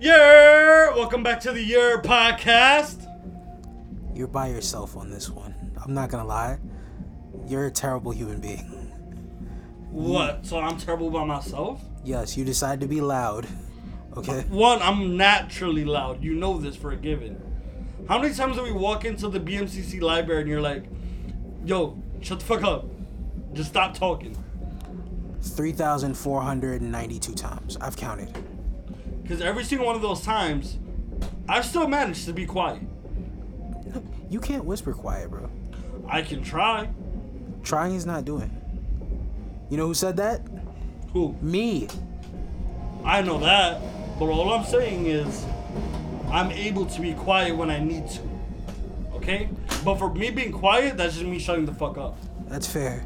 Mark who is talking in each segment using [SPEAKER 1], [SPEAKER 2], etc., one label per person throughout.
[SPEAKER 1] Yeah! Welcome back to the Year Podcast.
[SPEAKER 2] You're by yourself on this one. I'm not gonna lie. You're a terrible human being.
[SPEAKER 1] What? So I'm terrible by myself?
[SPEAKER 2] Yes, you decide to be loud. Okay?
[SPEAKER 1] One, I'm naturally loud. You know this for a given. How many times do we walk into the BMCC library and you're like, yo, shut the fuck up. Just stop talking.
[SPEAKER 2] 3,492 times. I've counted.
[SPEAKER 1] Because every single one of those times, I've still managed to be quiet.
[SPEAKER 2] You can't whisper quiet, bro.
[SPEAKER 1] I can try.
[SPEAKER 2] Trying is not doing. You know who said that?
[SPEAKER 1] Who?
[SPEAKER 2] Me.
[SPEAKER 1] I know that. But all I'm saying is, I'm able to be quiet when I need to. Okay? But for me being quiet, that's just me shutting the fuck up.
[SPEAKER 2] That's fair.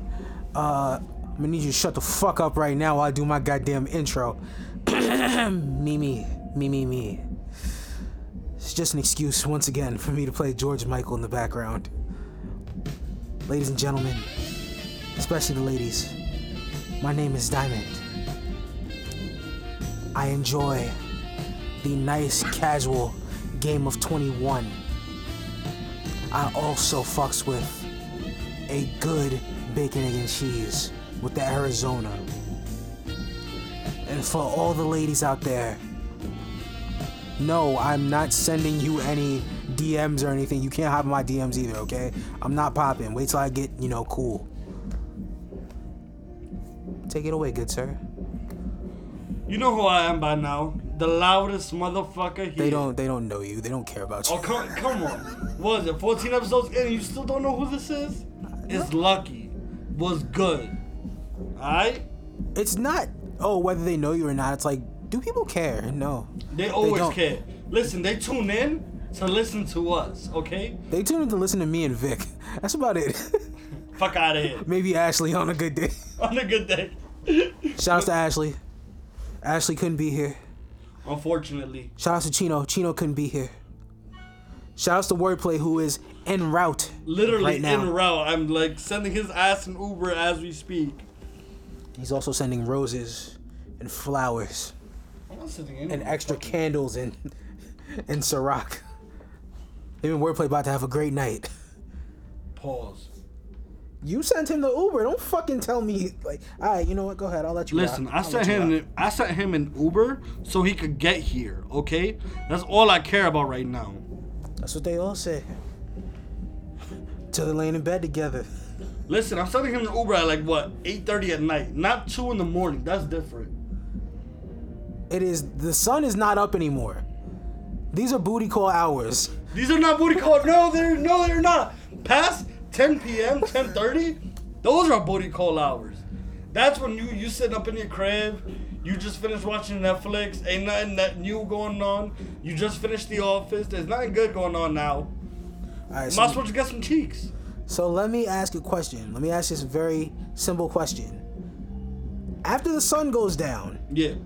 [SPEAKER 2] Uh, I'm gonna need you to shut the fuck up right now while I do my goddamn intro. me, me, me, me, me. It's just an excuse once again for me to play George Michael in the background. Ladies and gentlemen, especially the ladies, my name is Diamond. I enjoy the nice casual game of 21. I also fucks with a good bacon, egg, and cheese with the Arizona. And for all the ladies out there, no, I'm not sending you any DMs or anything. You can't hop in my DMs either, okay? I'm not popping. Wait till I get, you know, cool. Take it away, good sir.
[SPEAKER 1] You know who I am by now. The loudest motherfucker here.
[SPEAKER 2] They don't they don't know you. They don't care about you.
[SPEAKER 1] Oh, come, come on. What is it? 14 episodes in and you still don't know who this is? It's Lucky. Was good. Alright?
[SPEAKER 2] It's not oh, whether they know you or not, it's like, do people care? No.
[SPEAKER 1] They always
[SPEAKER 2] don't.
[SPEAKER 1] care. Listen, they tune in to listen to us, okay?
[SPEAKER 2] They tune in to listen to me and Vic. That's about it.
[SPEAKER 1] Fuck out of here.
[SPEAKER 2] Maybe Ashley on a good day.
[SPEAKER 1] On a good day.
[SPEAKER 2] Shout out to Ashley. Ashley couldn't be here.
[SPEAKER 1] Unfortunately.
[SPEAKER 2] Shout out to Chino. Chino couldn't be here. Shout out to Wordplay, who is en route.
[SPEAKER 1] Literally
[SPEAKER 2] Right now.
[SPEAKER 1] in route. I'm like sending his ass an Uber as we speak.
[SPEAKER 2] He's also sending roses and flowers
[SPEAKER 1] I'm not sitting in.
[SPEAKER 2] and extra candles and and Ciroc. Him and Wordplay about to have a great night.
[SPEAKER 1] Pause.
[SPEAKER 2] You sent him the Uber. Don't fucking tell me like, all right, you know what? Go ahead. I'll let you.
[SPEAKER 1] Listen,
[SPEAKER 2] rock.
[SPEAKER 1] I
[SPEAKER 2] I'll
[SPEAKER 1] sent
[SPEAKER 2] let you
[SPEAKER 1] him.
[SPEAKER 2] rock.
[SPEAKER 1] An, I sent him an Uber so he could get here. Okay, that's all I care about right now.
[SPEAKER 2] That's what they all say. Till they're laying in bed together.
[SPEAKER 1] Listen, I'm sending him an Uber at like what 8:30 at night, not two in the morning. That's different.
[SPEAKER 2] It is the sun is not up anymore. These are booty call hours.
[SPEAKER 1] These are not booty call. No, they're no, they're not. Past 10 p.m., 10:30, those are booty call hours. That's when you you sitting up in your crib, you just finished watching Netflix. Ain't nothing that new going on. You just finished The Office. There's nothing good going on now.
[SPEAKER 2] All right,
[SPEAKER 1] Might
[SPEAKER 2] so,
[SPEAKER 1] as well just get some cheeks.
[SPEAKER 2] so let me ask a question. Let me ask this very simple question. After the sun goes down,
[SPEAKER 1] Yeah.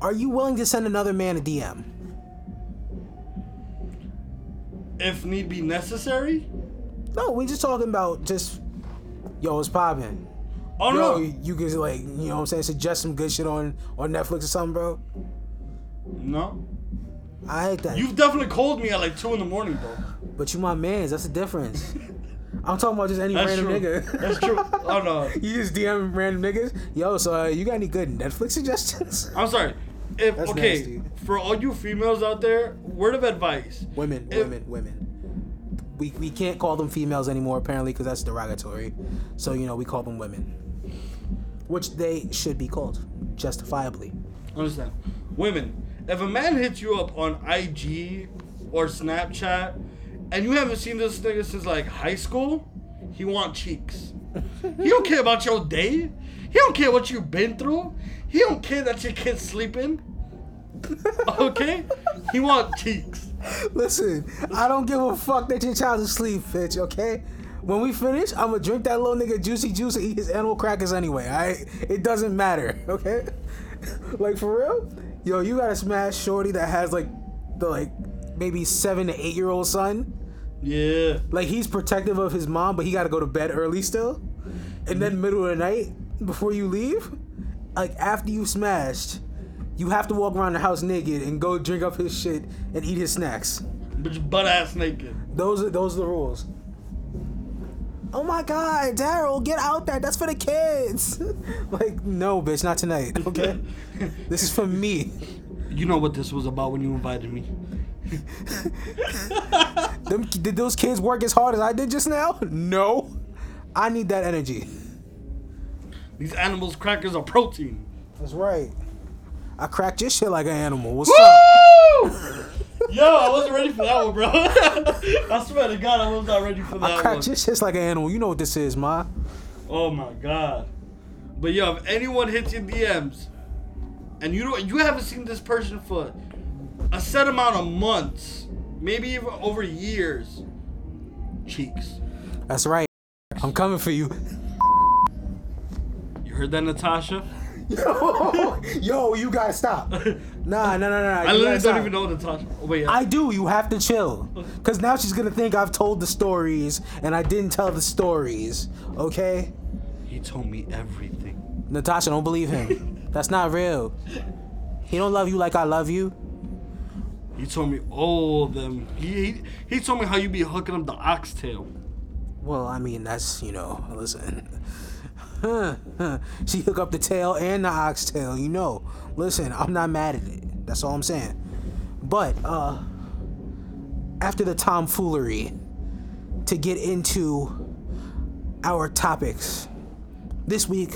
[SPEAKER 2] are you willing to send another man a DM?
[SPEAKER 1] If need be necessary.
[SPEAKER 2] No, we just talking about just yo, it's poppin'.
[SPEAKER 1] Oh
[SPEAKER 2] Yo,
[SPEAKER 1] no.
[SPEAKER 2] you, you could like, you know what I'm saying, suggest some good shit on on Netflix or something, bro.
[SPEAKER 1] No.
[SPEAKER 2] I hate that.
[SPEAKER 1] You've definitely called me at like two in the morning, bro.
[SPEAKER 2] but you my man's, that's the difference. I'm talking about just any
[SPEAKER 1] That's
[SPEAKER 2] random
[SPEAKER 1] true.
[SPEAKER 2] nigga.
[SPEAKER 1] That's true. Oh no.
[SPEAKER 2] You just DM random niggas. Yo, so uh, you got any good Netflix suggestions?
[SPEAKER 1] I'm sorry. If
[SPEAKER 2] That's
[SPEAKER 1] okay,
[SPEAKER 2] nasty.
[SPEAKER 1] for all you females out there, word of advice.
[SPEAKER 2] women,
[SPEAKER 1] If-
[SPEAKER 2] women, women. We, we can't call them females anymore apparently because that's derogatory. So you know we call them women, which they should be called justifiably.
[SPEAKER 1] Understand. Women, if a man hits you up on IG or Snapchat and you haven't seen this nigga since like high school, he want cheeks. he don't care about your day. He don't care what you've been through. He don't care that your kid's sleeping. Okay? he want cheeks.
[SPEAKER 2] Listen, I don't give a fuck that your child's asleep, bitch. Okay. When we finish, I'm gonna drink that little nigga juicy juice and eat his animal crackers anyway. All right. It doesn't matter. Okay. like for real, yo, you gotta smash shorty that has like the like maybe seven to eight year old son.
[SPEAKER 1] Yeah.
[SPEAKER 2] Like he's protective of his mom, but he gotta go to bed early still. And then middle of the night before you leave, like after you smashed, You have to walk around the house naked and go drink up his shit and eat his snacks.
[SPEAKER 1] Bitch, butt ass naked.
[SPEAKER 2] Those are those are the rules. Oh my god, Daryl, get out there. That's for the kids. like, no, bitch, not tonight. Okay? this is for me.
[SPEAKER 1] You know what this was about when you invited me.
[SPEAKER 2] Them, did those kids work as hard as I did just now? No. I need that energy.
[SPEAKER 1] These animals' crackers are protein.
[SPEAKER 2] That's right. I cracked your shit like an animal. What's up?
[SPEAKER 1] Woo! Yo, I wasn't ready for that one, bro. I swear to God, I was not ready for
[SPEAKER 2] I
[SPEAKER 1] that one.
[SPEAKER 2] cracked your shit like an animal. You know what this is, ma.
[SPEAKER 1] Oh my god. But yo, if anyone hits your DMs and you don't you haven't seen this person for a set amount of months, maybe even over years, cheeks.
[SPEAKER 2] That's right. I'm coming for you.
[SPEAKER 1] You heard that, Natasha?
[SPEAKER 2] Yo, yo, you gotta stop. Nah, nah, nah, nah.
[SPEAKER 1] I
[SPEAKER 2] you
[SPEAKER 1] literally
[SPEAKER 2] gotta
[SPEAKER 1] don't
[SPEAKER 2] stop.
[SPEAKER 1] even know Natasha. Oh, wait,
[SPEAKER 2] I do. You have to chill. Because now she's going to think I've told the stories and I didn't tell the stories. Okay?
[SPEAKER 1] he told me everything.
[SPEAKER 2] Natasha, don't believe him. That's not real. He don't love you like I love you.
[SPEAKER 1] He told me all of them. He, he he told me how you be hooking up the oxtail.
[SPEAKER 2] Well, I mean, that's, you know, listen. Huh, huh. she hook up the tail and the oxtail, you know. Listen, I'm not mad at it. That's all I'm saying. But, uh, after the tomfoolery, to get into our topics this week,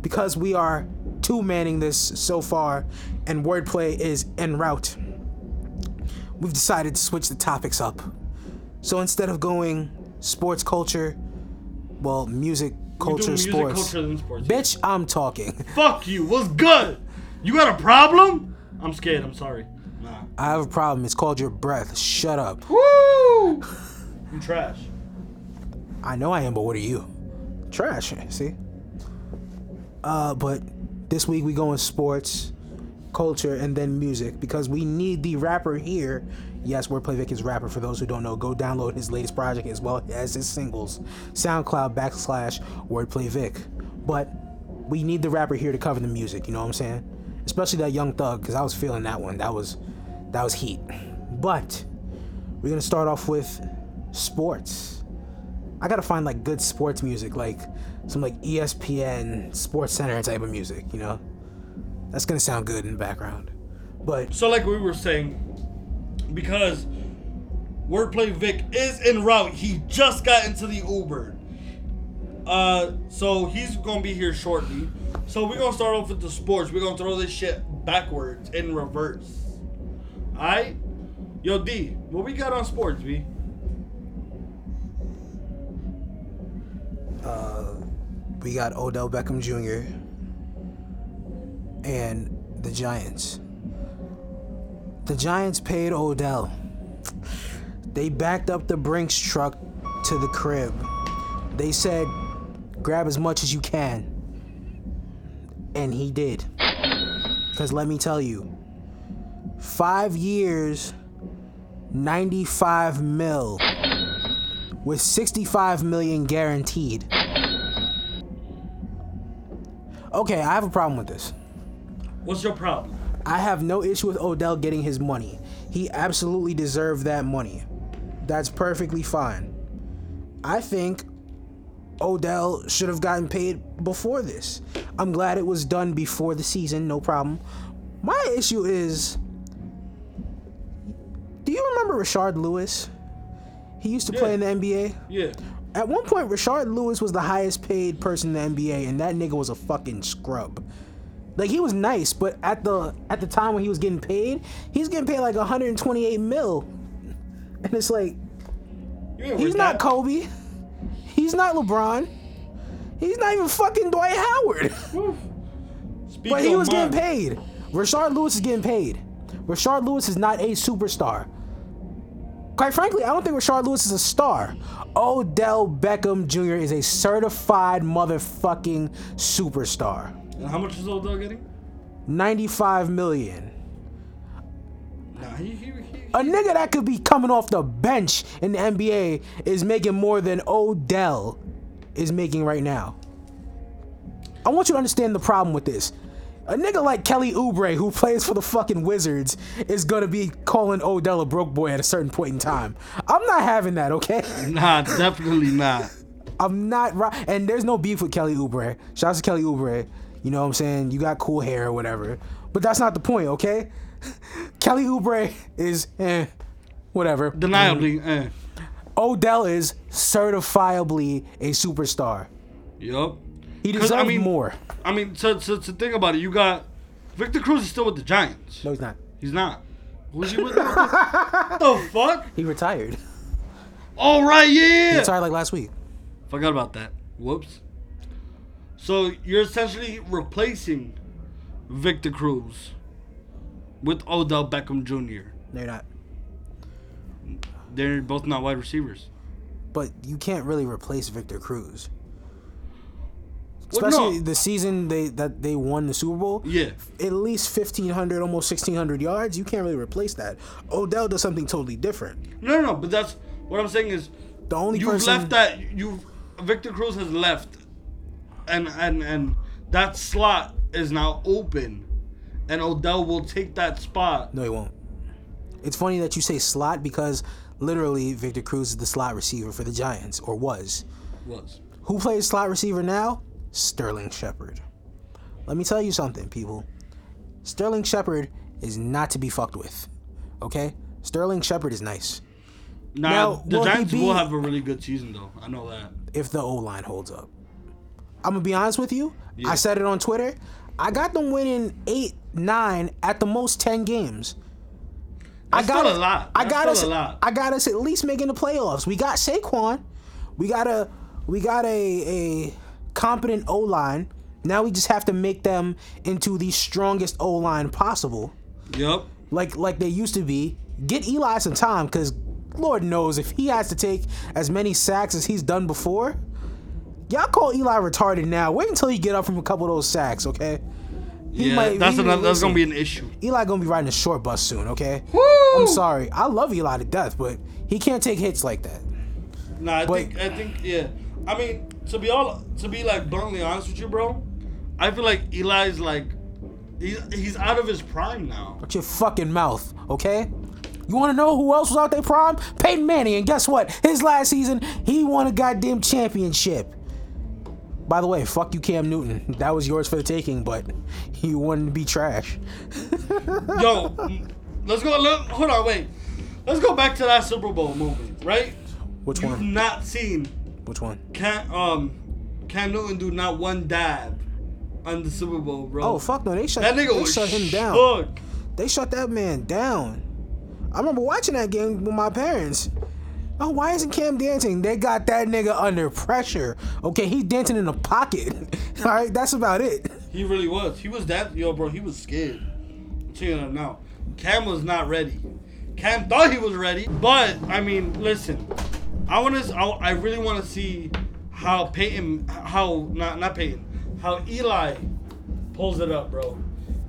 [SPEAKER 2] because we are two manning this so far and wordplay is en route, we've decided to switch the topics up. So instead of going sports culture, well, music
[SPEAKER 1] We do
[SPEAKER 2] culture,
[SPEAKER 1] music,
[SPEAKER 2] sports.
[SPEAKER 1] culture, and sports.
[SPEAKER 2] Bitch, I'm talking.
[SPEAKER 1] Fuck you. What's good? You got a problem? I'm scared. I'm sorry. Nah.
[SPEAKER 2] I have a problem. It's called your breath. Shut up.
[SPEAKER 1] Woo! You trash.
[SPEAKER 2] I know I am, but what are you? Trash. See. Uh, but this week we go in sports, culture, and then music because we need the rapper here. Yes, Wordplay Vic is rapper. For those who don't know, go download his latest project as well as his singles. SoundCloud backslash Wordplay Vic. But we need the rapper here to cover the music. You know what I'm saying? Especially that Young Thug because I was feeling that one. That was that was heat. But we're gonna start off with sports. I gotta find like good sports music, like some like E ESPN Sports Center type of music, you know? That's gonna sound good in the background. But
[SPEAKER 1] So, like we were saying, because Wordplay Vic is en route, he just got into the Uber. Uh, so he's gonna be here shortly. So we're gonna start off with the sports. We're gonna throw this shit backwards in reverse. Alright? Yo, D, what we got on sports, B?
[SPEAKER 2] we got Odell Beckham Jr. and the Giants. The Giants paid Odell. They backed up the Brinks truck to the crib. They said, grab as much as you can. And he did. Because let me tell you, five years, 95 mil, with 65 million guaranteed. Okay, I have a problem with this.
[SPEAKER 1] What's your problem?
[SPEAKER 2] I have no issue with Odell getting his money. He absolutely deserved that money. That's perfectly fine. I think Odell should have gotten paid before this. I'm glad it was done before the season, no problem. My issue is Do you remember Richard Lewis? He used to play in
[SPEAKER 1] Yeah.
[SPEAKER 2] the NBA.
[SPEAKER 1] Yeah.
[SPEAKER 2] At one point, Richard Lewis was the highest paid person in the NBA, and that nigga was a fucking scrub. Like he was nice, but at the at the time when he was getting paid, he's getting paid like 128 mil, and it's like
[SPEAKER 1] You ain't
[SPEAKER 2] he's
[SPEAKER 1] worth
[SPEAKER 2] not
[SPEAKER 1] that.
[SPEAKER 2] Kobe, he's not LeBron, he's not even fucking Dwight Howard.
[SPEAKER 1] Speak
[SPEAKER 2] But he
[SPEAKER 1] your
[SPEAKER 2] was
[SPEAKER 1] mind.
[SPEAKER 2] getting paid. Rashard Lewis is getting paid. Rashard Lewis is not a superstar. Quite frankly, I don't think Rashard Lewis is a star. Odell Beckham Jr. is a certified motherfucking superstar.
[SPEAKER 1] And how much is Odell getting?
[SPEAKER 2] 95 million.
[SPEAKER 1] Nah, he, he, he,
[SPEAKER 2] A nigga that could be coming off the bench in the NBA is making more than Odell is making right now. I want you to understand the problem with this. A nigga like Kelly Oubre, who plays for the fucking Wizards, is gonna be calling Odell a broke boy at a certain point in time. I'm not having that, okay?
[SPEAKER 1] Nah, definitely not.
[SPEAKER 2] I'm not right. And there's no beef with Kelly Oubre. Shout out to Kelly Oubre. You know what I'm saying? You got cool hair or whatever. But that's not the point, okay? Kelly Oubre is eh, whatever.
[SPEAKER 1] Deniably, eh.
[SPEAKER 2] Odell is certifiably a superstar.
[SPEAKER 1] Yup.
[SPEAKER 2] He
[SPEAKER 1] 'Cause,
[SPEAKER 2] deserves
[SPEAKER 1] I mean-
[SPEAKER 2] more.
[SPEAKER 1] I mean, so, so to think about it, you got Victor Cruz is still with the Giants.
[SPEAKER 2] No, he's not.
[SPEAKER 1] He's not. Who's he with? what the fuck?
[SPEAKER 2] He retired.
[SPEAKER 1] All right, yeah.
[SPEAKER 2] He retired like last week.
[SPEAKER 1] Forgot about that. Whoops. So you're essentially replacing Victor Cruz with Odell Beckham Jr.
[SPEAKER 2] No, you're not.
[SPEAKER 1] They're both not wide receivers.
[SPEAKER 2] But you can't really replace Victor Cruz.
[SPEAKER 1] Well,
[SPEAKER 2] Especially
[SPEAKER 1] no.
[SPEAKER 2] the season they that they won the Super Bowl.
[SPEAKER 1] Yeah.
[SPEAKER 2] At least 1,500, almost 1,600 yards. You can't really replace that. Odell does something totally different.
[SPEAKER 1] No, no, no. But that's what I'm saying is
[SPEAKER 2] The only
[SPEAKER 1] you've
[SPEAKER 2] person
[SPEAKER 1] left that you've Victor Cruz has left, and and and that slot is now open, and Odell will take that spot.
[SPEAKER 2] No, he won't. It's funny that you say slot because literally Victor Cruz is the slot receiver for the Giants, or was.
[SPEAKER 1] Was
[SPEAKER 2] Who plays slot receiver now? Sterling Shepard. Let me tell you something, people. Sterling Shepard is not to be fucked with. Okay? Sterling Shepard is nice.
[SPEAKER 1] now,
[SPEAKER 2] Now,
[SPEAKER 1] the
[SPEAKER 2] will he
[SPEAKER 1] Giants
[SPEAKER 2] be-
[SPEAKER 1] will have a really good season though. I know that.
[SPEAKER 2] if the O line holds up. I'm gonna be honest with you. I said it on Twitter. I got them winning eight, nine, at the most ten games.
[SPEAKER 1] That's
[SPEAKER 2] I got
[SPEAKER 1] still
[SPEAKER 2] us,
[SPEAKER 1] a lot.
[SPEAKER 2] I
[SPEAKER 1] That's
[SPEAKER 2] got
[SPEAKER 1] still
[SPEAKER 2] us.
[SPEAKER 1] a lot.
[SPEAKER 2] I got us at least making the playoffs. We got Saquon. We got a. We got a a competent O line. Now we just have to make them into the strongest O line possible
[SPEAKER 1] Yep.
[SPEAKER 2] like like they used to be. Get Eli some time, cause Lord knows if he has to take as many sacks as he's done before, y'all call Eli retarded now. Wait until you get up from a couple of those sacks, okay? He
[SPEAKER 1] Yeah,
[SPEAKER 2] might-
[SPEAKER 1] that's
[SPEAKER 2] he-
[SPEAKER 1] another, that's gonna be
[SPEAKER 2] listen,
[SPEAKER 1] an issue.
[SPEAKER 2] Eli gonna be riding a short bus soon, okay?
[SPEAKER 1] Woo!
[SPEAKER 2] I'm sorry, I love Eli to death, but he can't take hits like that.
[SPEAKER 1] Nah, I
[SPEAKER 2] But-
[SPEAKER 1] think I think yeah. I mean, to be all to be like bluntly honest with you, bro, I feel like Eli's like he's he's out of his prime now.
[SPEAKER 2] Shut your fucking mouth, okay? You wanna know who else was out there prime? Peyton Manning, and guess what? His last season, he won a goddamn championship. By the way, fuck you, Cam Newton. That was yours for the taking, but you wanted to be trash.
[SPEAKER 1] Yo, mm, let's go. Let, hold on, wait. Let's go back to that Super Bowl moment, right?
[SPEAKER 2] Which
[SPEAKER 1] You've
[SPEAKER 2] one?
[SPEAKER 1] not seen
[SPEAKER 2] Which one?
[SPEAKER 1] Cam um Cam Newton do not one dab on the Super Bowl, bro.
[SPEAKER 2] Oh fuck no, they shut
[SPEAKER 1] that nigga
[SPEAKER 2] they
[SPEAKER 1] was
[SPEAKER 2] shut him down.
[SPEAKER 1] shook.
[SPEAKER 2] They shut that man down. I remember watching that game with my parents. Oh, why isn't Cam dancing? They got that nigga under pressure. Okay, he's dancing in the pocket. All right, that's about it.
[SPEAKER 1] He really was. He was that yo, bro. He was scared. I'm telling you that now. Cam was not ready. Cam thought he was ready, but I mean, listen. I want to. I, I really want to see how Peyton, how not not Peyton, how Eli pulls it up, bro.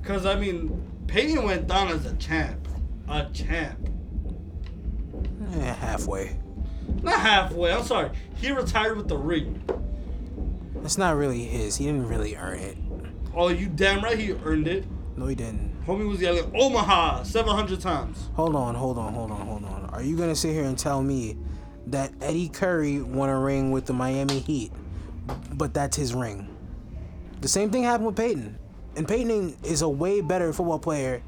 [SPEAKER 1] Cause I mean, Peyton went down as a champ, a champ.
[SPEAKER 2] Eh, halfway.
[SPEAKER 1] Not halfway. I'm sorry. He retired with the ring.
[SPEAKER 2] It's not really his. He didn't really earn it.
[SPEAKER 1] Oh, you damn right he earned it.
[SPEAKER 2] No, he didn't.
[SPEAKER 1] Homie was yelling Omaha 700 times.
[SPEAKER 2] Hold on, hold on, hold on, hold on. Are you gonna sit here and tell me that Eddie Curry won a ring with the Miami Heat, but that's his ring? The same thing happened with Peyton, and Peyton is a way better football player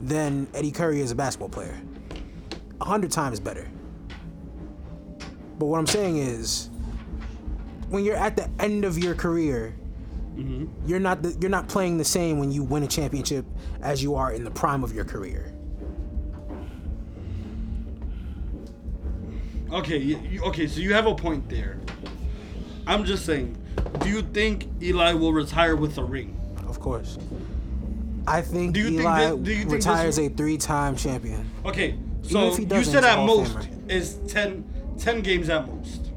[SPEAKER 2] than Eddie Curry is a basketball player. A hundred times better. But what I'm saying is, when you're at the end of your career, you're not the, you're not playing the same when you win a championship as you are in the prime of your career.
[SPEAKER 1] Okay, you, you- okay, so you have a point there. I'm just saying, do you think Eli will retire with a ring?
[SPEAKER 2] Of course. I think
[SPEAKER 1] Do you think
[SPEAKER 2] Eli
[SPEAKER 1] that- do you think this-
[SPEAKER 2] retires a three-time champion.
[SPEAKER 1] Okay, so
[SPEAKER 2] if he
[SPEAKER 1] you
[SPEAKER 2] doesn't,
[SPEAKER 1] said
[SPEAKER 2] it's a
[SPEAKER 1] at
[SPEAKER 2] Hall of
[SPEAKER 1] most
[SPEAKER 2] Famer.
[SPEAKER 1] is 10, 10 games at most.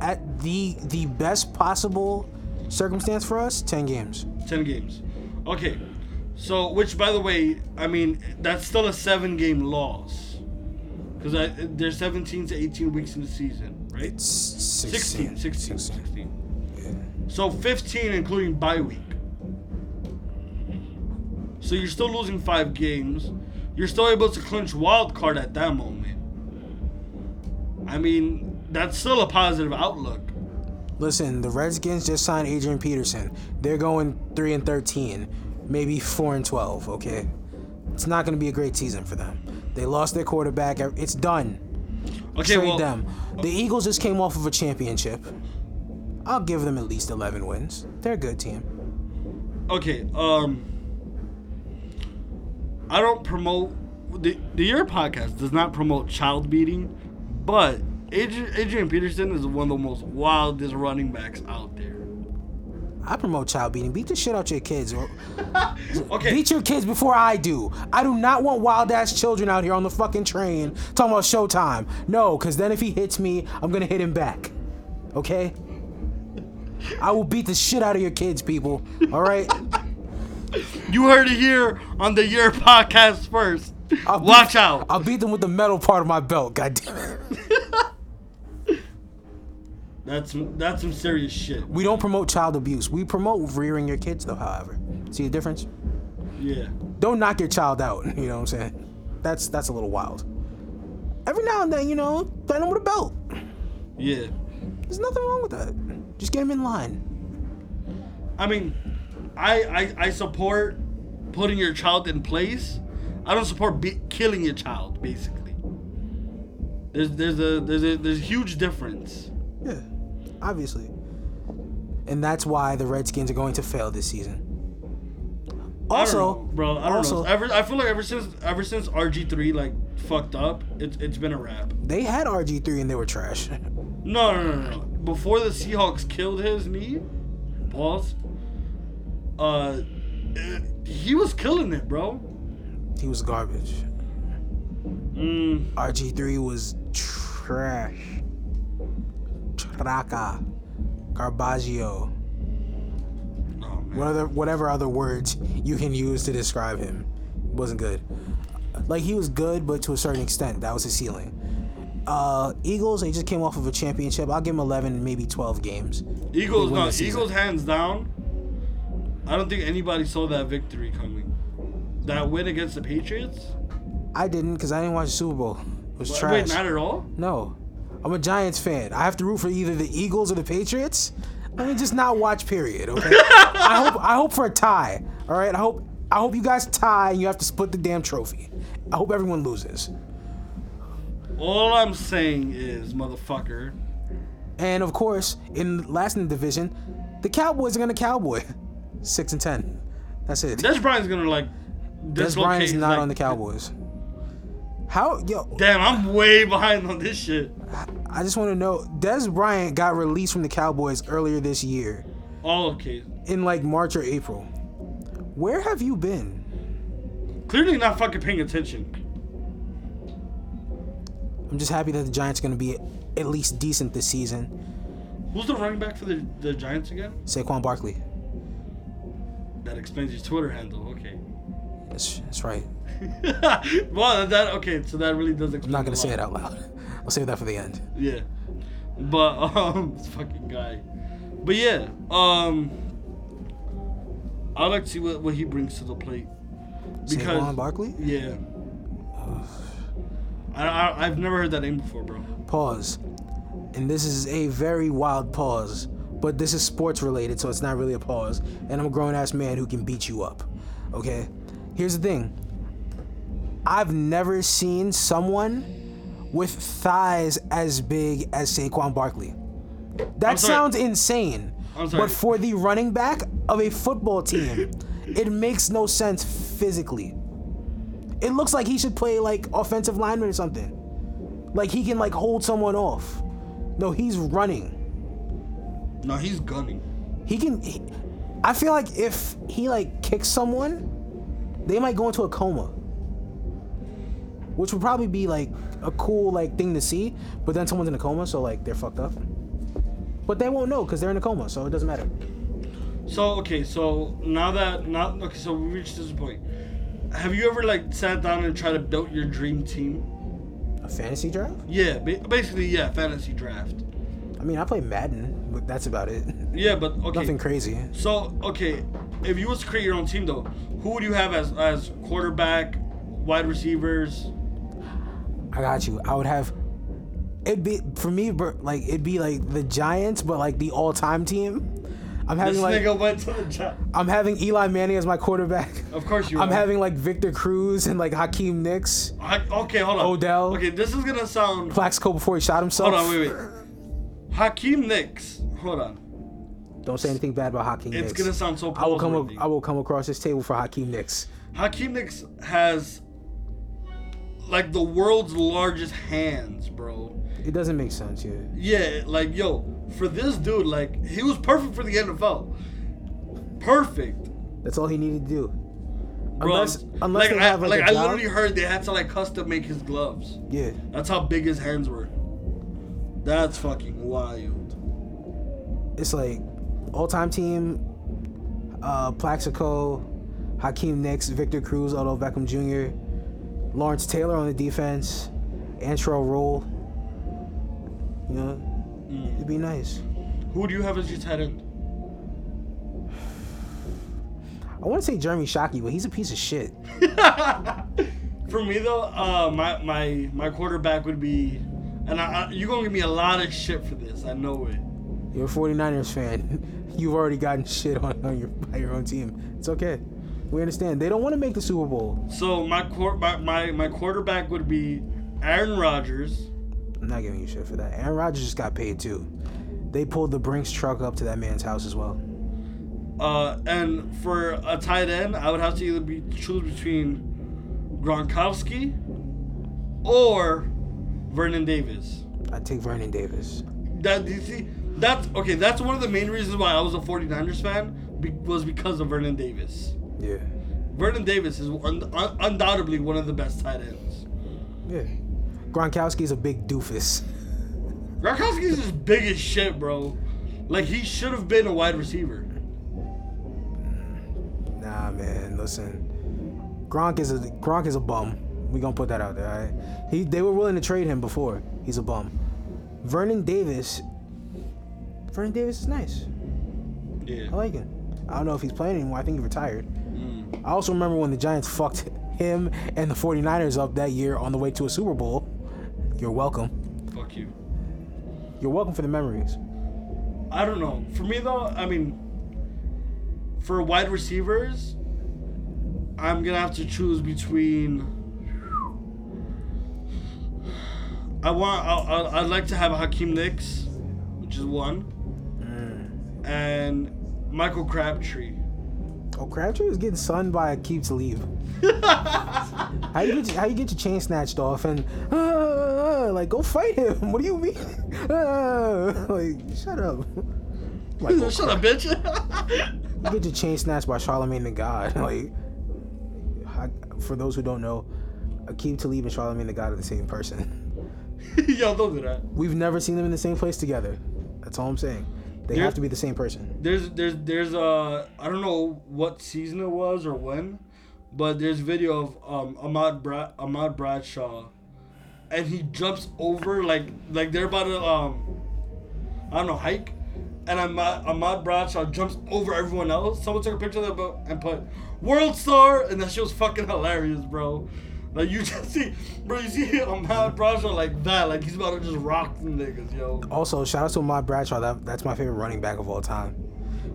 [SPEAKER 2] At the the best possible circumstance for us, ten games.
[SPEAKER 1] 10 games. Okay, so which, by the way, I mean, that's still a seven game loss. Because there's 17 to 18 weeks in the season, right?
[SPEAKER 2] It's 16.
[SPEAKER 1] 16, 16, 16. So 15 including bye week. So you're still losing five games. You're still able to clinch wild card at that moment. I mean, that's still a positive outlook.
[SPEAKER 2] Listen, the Redskins just signed Adrian Peterson. They're going three and thirteen, maybe four and twelve. Okay, it's not going to be a great season for them. They lost their quarterback. It's done.
[SPEAKER 1] Okay,
[SPEAKER 2] Trade
[SPEAKER 1] well, oh.
[SPEAKER 2] them. The Eagles just came off of a championship. I'll give them at least eleven wins. They're a good team.
[SPEAKER 1] okay. Um, I don't promote the the Your podcast does not promote child beating, but Adrian, Adrian Peterson is one of the most wildest running backs out there.
[SPEAKER 2] I promote child beating. Beat the shit out your kids. Or
[SPEAKER 1] Okay,
[SPEAKER 2] beat your kids before I do. I do not want wild ass children out here on the fucking train talking about showtime. No, because then if he hits me, I'm gonna hit him back. Okay? I will beat the shit out of your kids, people. All right?
[SPEAKER 1] you heard it here on the Your podcast first.
[SPEAKER 2] I'll beat-
[SPEAKER 1] Watch out.
[SPEAKER 2] I'll beat them with the metal part of my belt. God damn it.
[SPEAKER 1] That's that's some serious shit.
[SPEAKER 2] We don't promote child abuse. We promote rearing your kids, though. However, see the difference?
[SPEAKER 1] Yeah.
[SPEAKER 2] Don't knock your child out. You know what I'm saying? That's that's a little wild. Every now and then, you know, threaten them with a belt.
[SPEAKER 1] Yeah.
[SPEAKER 2] There's nothing wrong with that. Just get him in line.
[SPEAKER 1] I mean, I, I I support putting your child in place. I don't support be- killing your child. Basically, there's there's a there's a there's a huge difference.
[SPEAKER 2] Yeah, obviously. And that's why the Redskins are going to fail this season.
[SPEAKER 1] I
[SPEAKER 2] Also,
[SPEAKER 1] don't know, bro, I don't
[SPEAKER 2] also,
[SPEAKER 1] know. Ever, I feel like ever since ever since RG three like fucked up, it's it's been a wrap.
[SPEAKER 2] they had RG3 and they were trash.
[SPEAKER 1] No no no no. no. Before the Seahawks killed his knee, pause. Uh, eh, he was killing it, bro.
[SPEAKER 2] he was garbage.
[SPEAKER 1] Mm.
[SPEAKER 2] RG3 was trash. Traca.
[SPEAKER 1] Oh,
[SPEAKER 2] Garbaggio.
[SPEAKER 1] man.
[SPEAKER 2] What other, whatever other words you can use to describe him. Wasn't good. Like, he was good, but to a certain extent, that was his ceiling. Uh, Eagles, they just came off of a championship. I'll give him 11, maybe 12 games.
[SPEAKER 1] Eagles,
[SPEAKER 2] They win
[SPEAKER 1] no,
[SPEAKER 2] the season.
[SPEAKER 1] Eagles hands down. I don't think anybody saw that victory coming. That win against the Patriots?
[SPEAKER 2] I didn't because I didn't watch the Super Bowl. It was
[SPEAKER 1] Wait,
[SPEAKER 2] trash.
[SPEAKER 1] Wait, not at all?
[SPEAKER 2] no. I'm a Giants fan. I have to root for either the Eagles or the Patriots. Let me just not watch. Period. Okay. I hope I hope for a tie. All right. I hope I hope you guys tie and you have to split the damn trophy. I hope everyone loses.
[SPEAKER 1] All I'm saying is, motherfucker.
[SPEAKER 2] And of course, in last in the division, the Cowboys are gonna Cowboy, six and ten. That's it.
[SPEAKER 1] Des Bryant's gonna like
[SPEAKER 2] Des
[SPEAKER 1] dislocate,
[SPEAKER 2] Bryant's not
[SPEAKER 1] like,
[SPEAKER 2] on the Cowboys. How yo?
[SPEAKER 1] Damn, I'm way behind on this shit.
[SPEAKER 2] I just want to know. Des Bryant got released from the Cowboys earlier this year.
[SPEAKER 1] All okay.
[SPEAKER 2] in like March or April. Where have you been?
[SPEAKER 1] Clearly not fucking paying attention.
[SPEAKER 2] I'm just happy that the Giants are going to be at least decent this season.
[SPEAKER 1] Who's the running back for the, the Giants again?
[SPEAKER 2] Saquon Barkley.
[SPEAKER 1] That explains his Twitter handle. Okay.
[SPEAKER 2] That's, that's right.
[SPEAKER 1] well, that okay. So that really does explain.
[SPEAKER 2] I'm not going to say it
[SPEAKER 1] out.
[SPEAKER 2] out loud. I'll save that for the end.
[SPEAKER 1] Yeah. But um this fucking guy. But yeah, um I'd like to see what, what he brings to the plate.
[SPEAKER 2] Saquon
[SPEAKER 1] Because
[SPEAKER 2] Barkley?
[SPEAKER 1] yeah. I, I I've never heard that name before, bro.
[SPEAKER 2] Pause. And this is a very wild pause, but this is sports related, so it's not really a pause. And I'm a grown ass man who can beat you up. Okay? Here's the thing I've never seen someone with thighs as big as Saquon Barkley.
[SPEAKER 1] sorry.
[SPEAKER 2] That sounds insane.
[SPEAKER 1] I'm sorry.
[SPEAKER 2] But for the running back of a football team, it makes no sense physically. It looks like he should play like offensive lineman or something. Like he can like hold someone off. No, he's running.
[SPEAKER 1] No, he's gunning.
[SPEAKER 2] He can. He, I feel like if he like kicks someone, they might go into a coma, which would probably be like a cool like thing to see. But then someone's in a coma, so like they're fucked up. But they won't know because they're in a coma, so it doesn't matter.
[SPEAKER 1] So okay, so now that now okay, so we reached this point. Have you ever like sat down and tried to build your dream team?
[SPEAKER 2] A fantasy draft?
[SPEAKER 1] Yeah, ba- basically, yeah, fantasy draft.
[SPEAKER 2] I mean, I play Madden, but that's about it.
[SPEAKER 1] Yeah, but okay.
[SPEAKER 2] Nothing crazy.
[SPEAKER 1] So okay, if you was to create your own team though, who would you have as as quarterback, wide receivers?
[SPEAKER 2] I got you. I would have. It'd be for me, bro, like it'd be like the Giants, but like the all-time team. I'm having
[SPEAKER 1] This
[SPEAKER 2] like
[SPEAKER 1] nigga went to the job.
[SPEAKER 2] I'm having Eli Manning as my quarterback.
[SPEAKER 1] Of course you.
[SPEAKER 2] I'm
[SPEAKER 1] are.
[SPEAKER 2] having like Victor Cruz and like Hakeem Nicks.
[SPEAKER 1] I, okay, hold on.
[SPEAKER 2] Odell.
[SPEAKER 1] Okay, this is gonna sound.
[SPEAKER 2] Plaxico before he shot himself.
[SPEAKER 1] Hold on, wait, wait. Hakeem Nicks. Hold on.
[SPEAKER 2] Don't say anything bad about Hakeem
[SPEAKER 1] It's
[SPEAKER 2] Nicks.
[SPEAKER 1] gonna sound so.
[SPEAKER 2] I will come.
[SPEAKER 1] Paul's-worthy.
[SPEAKER 2] I will come across this table for Hakeem Nicks.
[SPEAKER 1] Hakeem Nicks has like the world's largest hands, bro.
[SPEAKER 2] It doesn't make sense, yeah.
[SPEAKER 1] Yeah, like yo, for this dude, like he was perfect for the NFL. Perfect.
[SPEAKER 2] That's all he needed to do.
[SPEAKER 1] Bro,
[SPEAKER 2] Unless,
[SPEAKER 1] I'm-
[SPEAKER 2] unless
[SPEAKER 1] like,
[SPEAKER 2] they have
[SPEAKER 1] I,
[SPEAKER 2] like,
[SPEAKER 1] like
[SPEAKER 2] a
[SPEAKER 1] I
[SPEAKER 2] job.
[SPEAKER 1] literally heard they had to like custom make his gloves.
[SPEAKER 2] yeah.
[SPEAKER 1] That's how big his hands were. That's fucking wild.
[SPEAKER 2] It's like all-time team. Uh, Plaxico, Hakeem Nicks, Victor Cruz, Odell Beckham Jr., Lawrence Taylor on the defense, Antrell Roll. You know, it'd be nice.
[SPEAKER 1] Who do you have as your tight end?
[SPEAKER 2] I want to say Jeremy Shockey, but he's a piece of shit.
[SPEAKER 1] For me though, uh, my my my quarterback would be, and I, I, you're gonna give me a lot of shit for this. I know it.
[SPEAKER 2] You're a 49ers fan. You've already gotten shit on, on your by your own team. It's okay. We understand. They don't want to make the Super Bowl.
[SPEAKER 1] So my quar- my, my my quarterback would be Aaron Rodgers.
[SPEAKER 2] I'm not giving you shit for that. Aaron Rodgers just got paid too. They pulled the Brinks truck up to that man's house as well.
[SPEAKER 1] Uh, and for a tight end, I would have to either be choose between Gronkowski or Vernon Davis.
[SPEAKER 2] I take Vernon Davis.
[SPEAKER 1] That do you see? That's okay. That's one of the main reasons why I was a 49ers fan be, was because of Vernon Davis.
[SPEAKER 2] Yeah.
[SPEAKER 1] Vernon Davis is un, un, undoubtedly one of the best tight ends.
[SPEAKER 2] Yeah. Gronkowski's a big doofus.
[SPEAKER 1] Gronkowski's just big as shit, bro. Like he should have been a wide receiver.
[SPEAKER 2] Nah, man. Listen, Gronk is a Gronk is a bum. We gonna put that out there. All right? He they were willing to trade him before. He's a bum. Vernon Davis. Vernon Davis is nice.
[SPEAKER 1] Yeah.
[SPEAKER 2] I like him. I don't know if he's playing anymore. I think he retired. I also remember when the Giants fucked him and the 49ers up that year on the way to a Super Bowl. You're welcome.
[SPEAKER 1] Fuck you.
[SPEAKER 2] You're welcome for the memories.
[SPEAKER 1] I don't know. For me though, I mean, for wide receivers, I'm gonna have to choose between. I want. I, I, I'd like to have Hakeem Nicks, which is one, and Michael Crabtree.
[SPEAKER 2] Oh, Crabtree was getting sunned by a keep to leave. how you get your, how you get your chain snatched off and uh, like go fight him? What do you mean? Uh, like shut up. Like go
[SPEAKER 1] Shut up, bitch.
[SPEAKER 2] You get your chain snatched by Charlemagne the God. Like, I, for those who don't know, Akeem Talib and Charlemagne the God are the same person.
[SPEAKER 1] Yo, don't do that.
[SPEAKER 2] We've never seen them in the same place together. That's all I'm saying. They
[SPEAKER 1] Yeah.
[SPEAKER 2] have to be the same person.
[SPEAKER 1] there's there's there's uh I don't know what season it was or when, but there's video of um Ahmad Brad Ahmad Bradshaw, and he jumps over like like they're about to um, I don't know hike, and Ahmad Ahmad Bradshaw jumps over everyone else. Someone took a picture of that bo- and put world star, and that shit was fucking hilarious, bro. Like you just see, bro, you see Ahmad Bradshaw like that, like he's about to just rock the niggas, yo.
[SPEAKER 2] Also, shout out to Ahmad Bradshaw. That, that's my favorite running back of all time.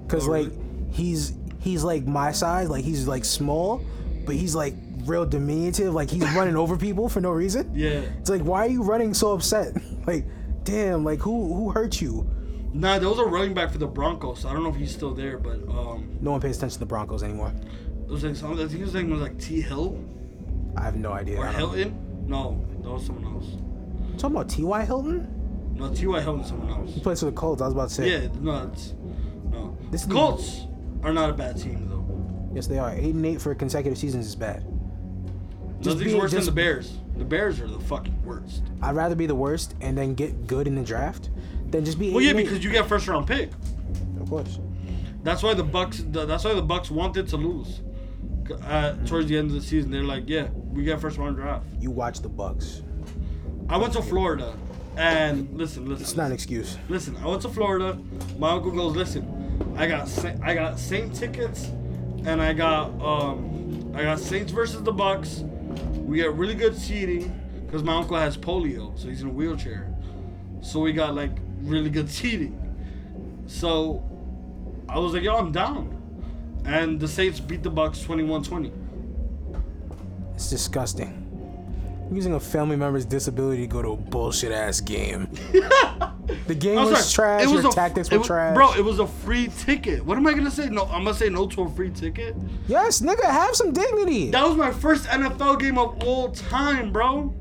[SPEAKER 2] Cause
[SPEAKER 1] Oh,
[SPEAKER 2] like
[SPEAKER 1] really?
[SPEAKER 2] he's he's like my size. Like he's like small, but he's like real diminutive. Like he's running over people for no reason.
[SPEAKER 1] Yeah.
[SPEAKER 2] It's like why are you running so upset? Like damn. Like who who hurt you?
[SPEAKER 1] Nah, there was a running back for the Broncos. I don't know if he's still there, but um,
[SPEAKER 2] No one pays attention to the Broncos anymore.
[SPEAKER 1] it was like some, I think his name was like T Hill
[SPEAKER 2] I have no idea.
[SPEAKER 1] or
[SPEAKER 2] I don't-
[SPEAKER 1] Hilton. No, that was someone else.
[SPEAKER 2] Talking about T.Y. Hilton?
[SPEAKER 1] No, T Y Hilton, someone else.
[SPEAKER 2] He plays for the Colts. I was about to say.
[SPEAKER 1] Yeah, no, it's, no.
[SPEAKER 2] This
[SPEAKER 1] the
[SPEAKER 2] nigga-
[SPEAKER 1] Colts are not a bad team though.
[SPEAKER 2] Yes, they are. 8 and 8 for consecutive seasons is bad. Just
[SPEAKER 1] Nothing's
[SPEAKER 2] being-
[SPEAKER 1] worse
[SPEAKER 2] just-
[SPEAKER 1] than the Bears. The Bears are the fucking worst.
[SPEAKER 2] I'd rather be the worst and then get good in the draft than just be 8
[SPEAKER 1] Well, yeah,
[SPEAKER 2] and eight.
[SPEAKER 1] because you get first round pick.
[SPEAKER 2] Of course.
[SPEAKER 1] That's why the Bucks. That's why the Bucks wanted to lose. Uh, towards the end of the season, they're like, "Yeah, we got first round draft."
[SPEAKER 2] You watch the Bucks.
[SPEAKER 1] I went to Florida, and listen, listen.
[SPEAKER 2] It's not an excuse.
[SPEAKER 1] Listen, I went to Florida. My uncle goes, listen, I got Saint, I got Saint tickets and I got um, I got Saints versus the Bucks. We got really good seating because my uncle has polio, so he's in a wheelchair. So we got like really good seating. So I was like, yo, I'm down. And the Saints beat the Bucks 21-20.
[SPEAKER 2] It's disgusting. Using a family member's disability to go to a bullshit ass game. the game
[SPEAKER 1] I'm
[SPEAKER 2] was
[SPEAKER 1] sorry,
[SPEAKER 2] trash. Your
[SPEAKER 1] a-
[SPEAKER 2] tactics
[SPEAKER 1] it
[SPEAKER 2] were
[SPEAKER 1] wa-
[SPEAKER 2] trash.
[SPEAKER 1] Bro, it was a free ticket. What am I gonna say? No, I'm gonna say no to a free ticket.
[SPEAKER 2] yes, nigga, have some dignity.
[SPEAKER 1] That was my first NFL game of all time, bro.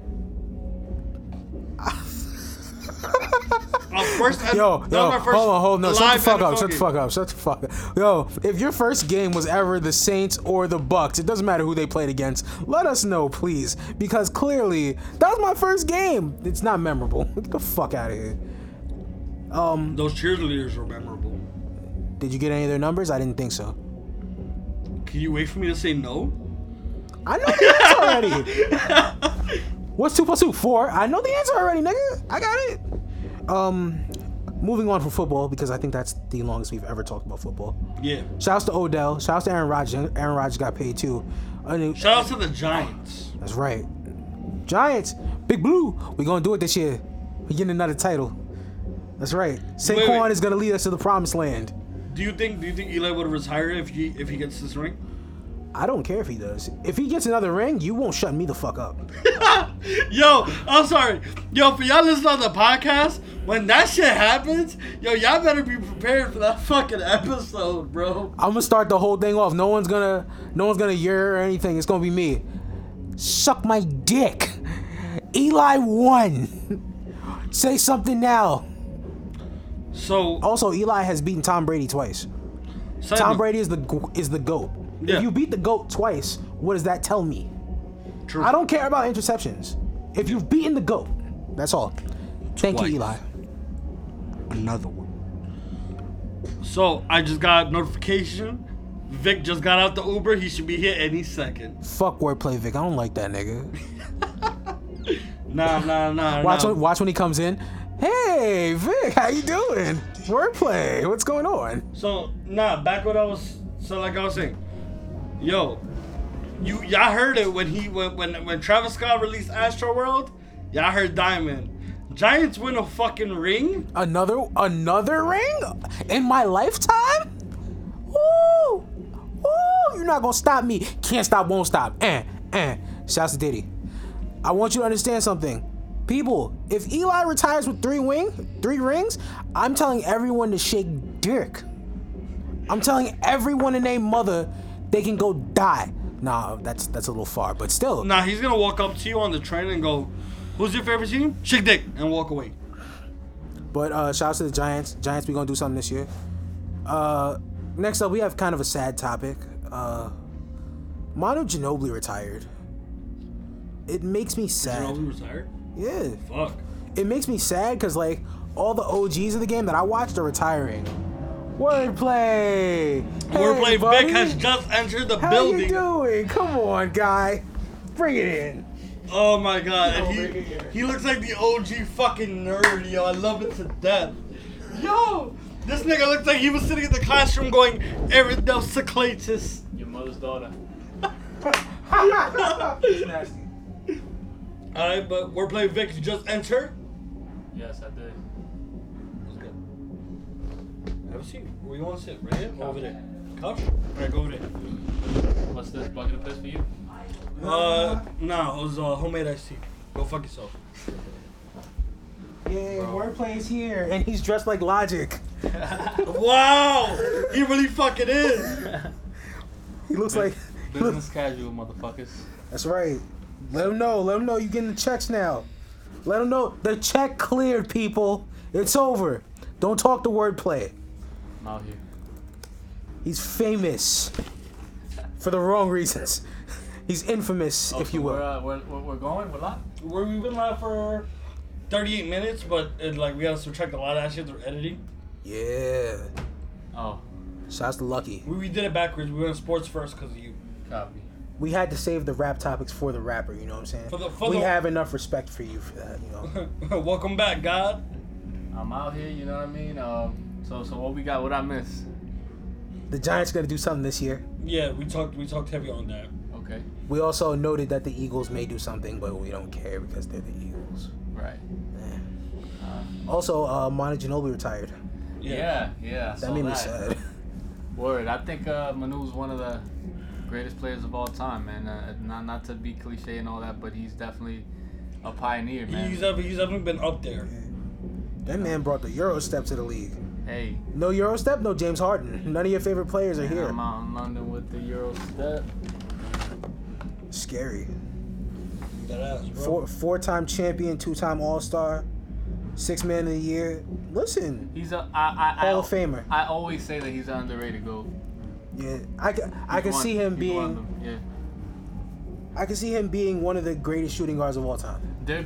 [SPEAKER 1] my first,
[SPEAKER 2] Yo,
[SPEAKER 1] that was
[SPEAKER 2] yo,
[SPEAKER 1] my first
[SPEAKER 2] hold on, hold on. No, shut the
[SPEAKER 1] live
[SPEAKER 2] fuck up.
[SPEAKER 1] NFL
[SPEAKER 2] Shut the
[SPEAKER 1] game.
[SPEAKER 2] fuck up. Shut the fuck up. Yo, if your first game was ever the Saints or the Bucks, it doesn't matter who they played against. Let us know, please, because clearly that was my first game. It's not memorable. Get the fuck out of here. Um,
[SPEAKER 1] Those cheerleaders were memorable.
[SPEAKER 2] did you get any of their numbers? I didn't think so.
[SPEAKER 1] Can you wait for me to say no?
[SPEAKER 2] I know the answer already. What's two plus two? Four. I know the answer already, nigga. I got it. Um, moving on from football because I think that's the longest we've ever talked about football.
[SPEAKER 1] Yeah.
[SPEAKER 2] Shouts to Odell. Shouts to Aaron Rodgers. Aaron Rodgers got paid too. I knew-
[SPEAKER 1] Shout out to the Giants.
[SPEAKER 2] That's right. Giants, Big Blue. We gonna do it this year. We getting another title. That's right. Saquon
[SPEAKER 1] wait.
[SPEAKER 2] is gonna lead us to the promised land.
[SPEAKER 1] Do you think? Do you think Eli would retire if he if he gets this ring?
[SPEAKER 2] I don't care if he does. If he gets another ring, you won't shut me the fuck up.
[SPEAKER 1] Yo, I'm sorry. Yo, for y'all listening on the podcast, when that shit happens, yo, y'all better be prepared for that fucking episode, bro.
[SPEAKER 2] I'm gonna start the whole thing off. No one's gonna, no one's gonna year or anything. It's gonna be me. Suck my dick. Eli won. Say something now.
[SPEAKER 1] So,
[SPEAKER 2] Also, Eli has beaten Tom Brady twice. Oh, Tom
[SPEAKER 1] Simon,
[SPEAKER 2] Brady is the g- is the goat.
[SPEAKER 1] Yeah.
[SPEAKER 2] If you beat the goat twice, what does that tell me?
[SPEAKER 1] true.
[SPEAKER 2] I don't care about interceptions. If you've beaten the goat, that's all. Thank
[SPEAKER 1] Twice.
[SPEAKER 2] you, Eli.
[SPEAKER 1] another one. So I just got notification. Vic just got out the Uber. He should be here any second.
[SPEAKER 2] Fuck wordplay, Vic. I don't like that nigga.
[SPEAKER 1] Nah, nah, nah.
[SPEAKER 2] Watch
[SPEAKER 1] nah.
[SPEAKER 2] when, watch when he comes in. Hey, Vic, how you doing? Wordplay. What's going on?
[SPEAKER 1] So nah, back what I was so like I was saying, yo, you y'all heard it when he when when, when Travis Scott released Astro World, y'all heard Diamond. Giants win a fucking ring.
[SPEAKER 2] Another another ring in my lifetime? Woo! Woo! You're not gonna stop me. Can't stop, won't stop. Eh, eh. Shouts to Diddy. I want you to understand something. People, if Eli retires with three wing, three rings, I'm telling everyone to shake dick. I'm telling everyone and their mother they can go die. Nah, that's that's a little far, but still.
[SPEAKER 1] Nah, he's gonna walk up to you on the train and go, "Who's your favorite team?" Shake dick and walk away.
[SPEAKER 2] But uh, shout out to the Giants. Giants, we gonna do something this year. Uh, next up, we have kind of a sad topic. Uh, Manu Ginobili retired. It makes me
[SPEAKER 1] You know
[SPEAKER 2] sad.
[SPEAKER 1] who retired?
[SPEAKER 2] Yeah,
[SPEAKER 1] Fuck.
[SPEAKER 2] it makes me sad because like all the OGs of the game that I watched are retiring. Wordplay.
[SPEAKER 1] Wordplay
[SPEAKER 2] buddy.
[SPEAKER 1] Vic has just entered the
[SPEAKER 2] How you
[SPEAKER 1] building.
[SPEAKER 2] doing? Come on, guy. Bring it in.
[SPEAKER 1] Oh my god, and
[SPEAKER 2] over
[SPEAKER 1] he
[SPEAKER 2] here.
[SPEAKER 1] he looks like the OG fucking nerd, yo. I love it to death. Yo, this nigga looks like he was sitting in the classroom going, Eridel Seclatus.
[SPEAKER 3] Your mother's daughter.
[SPEAKER 1] Alright, but we're playing Vic, you just enter.
[SPEAKER 3] Yes, I did.
[SPEAKER 1] Let's go. Have a seat. Where you wanna sit? Right here? Over there. Couch? Alright, go over there.
[SPEAKER 3] What's this bucket of piss for you?
[SPEAKER 1] Uh, nah, it was uh, homemade iced tea. Go fuck yourself.
[SPEAKER 2] Yay, Wordplay's here, and he's dressed like Logic.
[SPEAKER 1] Wow! He really fucking is!
[SPEAKER 2] He looks like. he looks-
[SPEAKER 3] Business casual, motherfuckers.
[SPEAKER 2] That's right. Let them know. Let them know you're getting the checks now. Let them know the check cleared, people. It's over. Don't talk the wordplay.
[SPEAKER 3] I'm out here.
[SPEAKER 2] He's famous for the wrong reasons. He's infamous, if you
[SPEAKER 3] We're,
[SPEAKER 2] will.
[SPEAKER 3] uh, we're, we're, we're going? We're live?
[SPEAKER 1] Where we've been live for 38 minutes, but it, like we gotta subtract a lot of that shit through editing.
[SPEAKER 2] Yeah.
[SPEAKER 3] Oh,
[SPEAKER 2] Shouts to Lucky.
[SPEAKER 1] We, we did it backwards. We went sports first because of you.
[SPEAKER 3] copy.
[SPEAKER 2] We had to save the rap topics for the rapper. You know what I'm saying?
[SPEAKER 1] For the- for
[SPEAKER 2] we
[SPEAKER 1] the-
[SPEAKER 2] have enough respect for you for that. You know.
[SPEAKER 1] Welcome back, God.
[SPEAKER 3] I'm out here, you know what I mean? Um, so, so what we got? What I miss?
[SPEAKER 2] The Giants got to do something this year.
[SPEAKER 1] Yeah, we talked we talked heavy on that.
[SPEAKER 3] Okay.
[SPEAKER 2] We also noted that the Eagles may do something, but we don't care because they're the Eagles.
[SPEAKER 3] Right. Uh,
[SPEAKER 2] Also, uh, Monta Ginobili retired.
[SPEAKER 3] yeah. Yeah. I
[SPEAKER 2] That
[SPEAKER 3] saw
[SPEAKER 2] made me
[SPEAKER 3] that.
[SPEAKER 2] sad.
[SPEAKER 3] Word. I think uh, Manu's one of the greatest players of all time, man. Uh, not not to be cliche and all that, but he's definitely a pioneer, man.
[SPEAKER 1] He's ever he's ever been up there.
[SPEAKER 2] That man brought the Euro step to the league.
[SPEAKER 3] hey,
[SPEAKER 2] No Euro step, no James Harden. None of your favorite players are here.
[SPEAKER 3] I'm out in London with the Euro step.
[SPEAKER 2] Scary.
[SPEAKER 1] That ass, bro.
[SPEAKER 2] Four four time champion, two time All Star, six man of the year. Listen,
[SPEAKER 3] He's a I, I, I,
[SPEAKER 2] Hall of Famer.
[SPEAKER 3] I always say that he's an underrated goat.
[SPEAKER 2] Yeah, I, ca- I
[SPEAKER 3] People
[SPEAKER 2] can see
[SPEAKER 3] want-
[SPEAKER 2] him
[SPEAKER 3] people want
[SPEAKER 2] being
[SPEAKER 3] them, Yeah.
[SPEAKER 2] I can see him being one of the greatest shooting guards of all time.
[SPEAKER 3] There,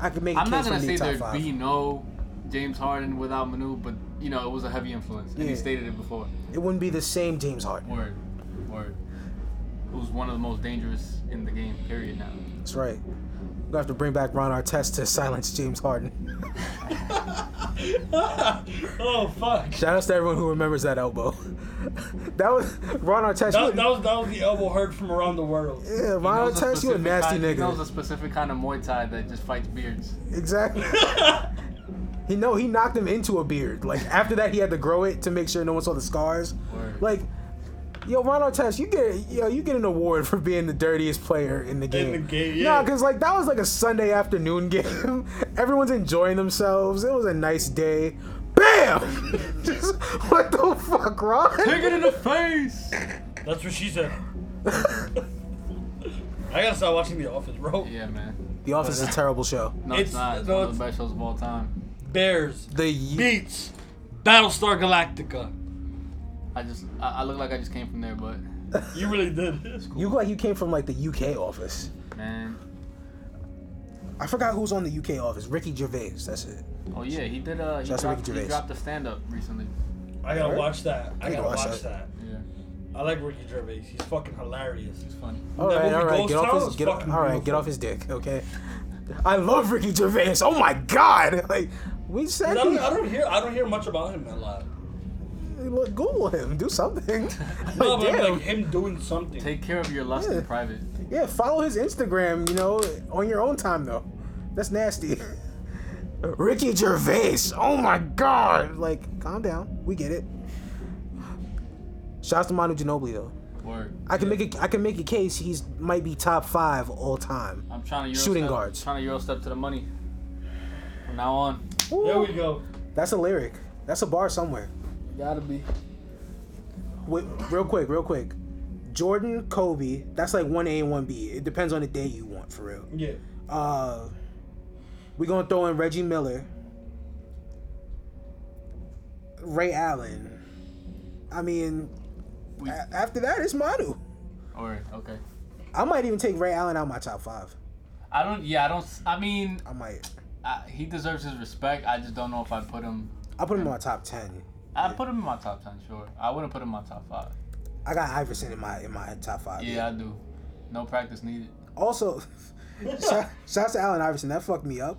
[SPEAKER 2] I could make a
[SPEAKER 3] I'm not
[SPEAKER 2] case for
[SPEAKER 3] gonna say
[SPEAKER 2] being top
[SPEAKER 3] there'd
[SPEAKER 2] five.
[SPEAKER 3] be no James Harden without Manu, but you know it was a heavy influence, and
[SPEAKER 2] Yeah.
[SPEAKER 3] he stated it before.
[SPEAKER 2] It wouldn't be the same James Harden.
[SPEAKER 3] Word, word. Who's one of the most dangerous in the game? Period. Now.
[SPEAKER 2] That's right. We'll have to bring back Ron Artest to silence James Harden.
[SPEAKER 1] oh fuck.
[SPEAKER 2] Shout out to everyone who remembers that elbow. that was Ron Artest. you a-
[SPEAKER 1] That, that was that was the elbow hurt from around the world.
[SPEAKER 2] yeah,
[SPEAKER 3] He
[SPEAKER 2] Ron
[SPEAKER 3] knows
[SPEAKER 2] Artest, you a
[SPEAKER 3] specific
[SPEAKER 2] nasty
[SPEAKER 3] kind, He knows a
[SPEAKER 2] nigga.
[SPEAKER 3] specific kind of Muay Thai that just fights beards.
[SPEAKER 2] Exactly. he know he knocked him into a beard. Like after that, he had to grow it to make sure no one saw the scars.
[SPEAKER 3] Word.
[SPEAKER 2] Like, yo, Ron Artest, you get yo, you get an award for being the dirtiest player in the game.
[SPEAKER 1] the game,
[SPEAKER 2] Nah,
[SPEAKER 1] yeah.
[SPEAKER 2] because like that was like a Sunday afternoon game. Everyone's enjoying themselves. It was a nice day. Bam! Just what the fuck, Ron?
[SPEAKER 3] Take it in the face.
[SPEAKER 1] That's what she said. I gotta stop watching The Office, bro.
[SPEAKER 3] Yeah, man.
[SPEAKER 2] The Office is a terrible show.
[SPEAKER 3] No, it's,
[SPEAKER 1] It's-
[SPEAKER 3] not. It's
[SPEAKER 1] no,
[SPEAKER 3] one of
[SPEAKER 1] it's-
[SPEAKER 3] the best shows of all time.
[SPEAKER 1] Bears
[SPEAKER 2] The y-
[SPEAKER 1] beats Battlestar Galactica.
[SPEAKER 3] I just, I, I look like I just came from there, but
[SPEAKER 1] You really did.
[SPEAKER 2] you look like you came from like the UK office.
[SPEAKER 3] man.
[SPEAKER 2] I forgot who's on the UK office. Ricky Gervais. That's it.
[SPEAKER 3] Oh yeah, he did. Uh, he
[SPEAKER 2] Shout out to
[SPEAKER 3] dropped,
[SPEAKER 2] Ricky
[SPEAKER 3] he
[SPEAKER 2] Gervais.
[SPEAKER 3] dropped a stand up recently.
[SPEAKER 1] I gotta watch that. I
[SPEAKER 2] You
[SPEAKER 1] gotta
[SPEAKER 2] can watch
[SPEAKER 1] watch that.
[SPEAKER 3] Yeah,
[SPEAKER 1] I like Ricky Gervais. He's fucking hilarious.
[SPEAKER 3] it's funny.
[SPEAKER 2] All right,
[SPEAKER 1] movie
[SPEAKER 2] all right.
[SPEAKER 1] Ghost
[SPEAKER 2] Get off
[SPEAKER 1] Town
[SPEAKER 2] his.
[SPEAKER 1] is
[SPEAKER 2] Get, all
[SPEAKER 1] fucking
[SPEAKER 2] right, get off his dick. Okay. I love Ricky Gervais. Oh my God! Like we
[SPEAKER 1] I
[SPEAKER 2] said,
[SPEAKER 1] don't,
[SPEAKER 2] he-
[SPEAKER 1] I don't hear I don't hear much about him a lot.
[SPEAKER 2] Look, Google him. Do something. Like,
[SPEAKER 1] No, but
[SPEAKER 2] damn.
[SPEAKER 1] like him doing something.
[SPEAKER 3] Take care of your lust
[SPEAKER 2] Yeah.
[SPEAKER 3] in private.
[SPEAKER 2] yeah, follow his Instagram. You know, on your own time though. That's nasty. Ricky Gervais. Oh my God! Like, calm down. We get it. Shouts to Manu Ginobili though.
[SPEAKER 3] Word.
[SPEAKER 2] I can make a, I can make a case. He's might be top five all time.
[SPEAKER 3] I'm trying to Euro
[SPEAKER 2] Shooting
[SPEAKER 3] step,
[SPEAKER 2] guards.
[SPEAKER 3] Trying to Euro step to the money. From now on,
[SPEAKER 1] there we go.
[SPEAKER 2] That's a lyric. That's a bar somewhere.
[SPEAKER 3] gotta be.
[SPEAKER 2] Wait, real quick, real quick. Jordan, Kobe. That's like one A and one B. It depends on the day you want, for real.
[SPEAKER 1] Yeah.
[SPEAKER 2] Uh, we're gonna throw in Reggie Miller, Ray Allen. I mean,
[SPEAKER 3] We,
[SPEAKER 2] a- after that, it's Manu.
[SPEAKER 3] word. Okay.
[SPEAKER 2] I might even take Ray Allen out of my top five.
[SPEAKER 3] I don't. Yeah, I don't. s- I mean,
[SPEAKER 2] I might.
[SPEAKER 3] I, he deserves his respect. I just don't know if I put him.
[SPEAKER 2] I put him in my top ten.
[SPEAKER 3] I put him in my top ten, sure. I wouldn't put him in my top five.
[SPEAKER 2] I got Iverson in my in my top five.
[SPEAKER 3] Yeah, I do. No practice needed.
[SPEAKER 2] Also, shout, shouts to Allen Iverson. That fucked me up.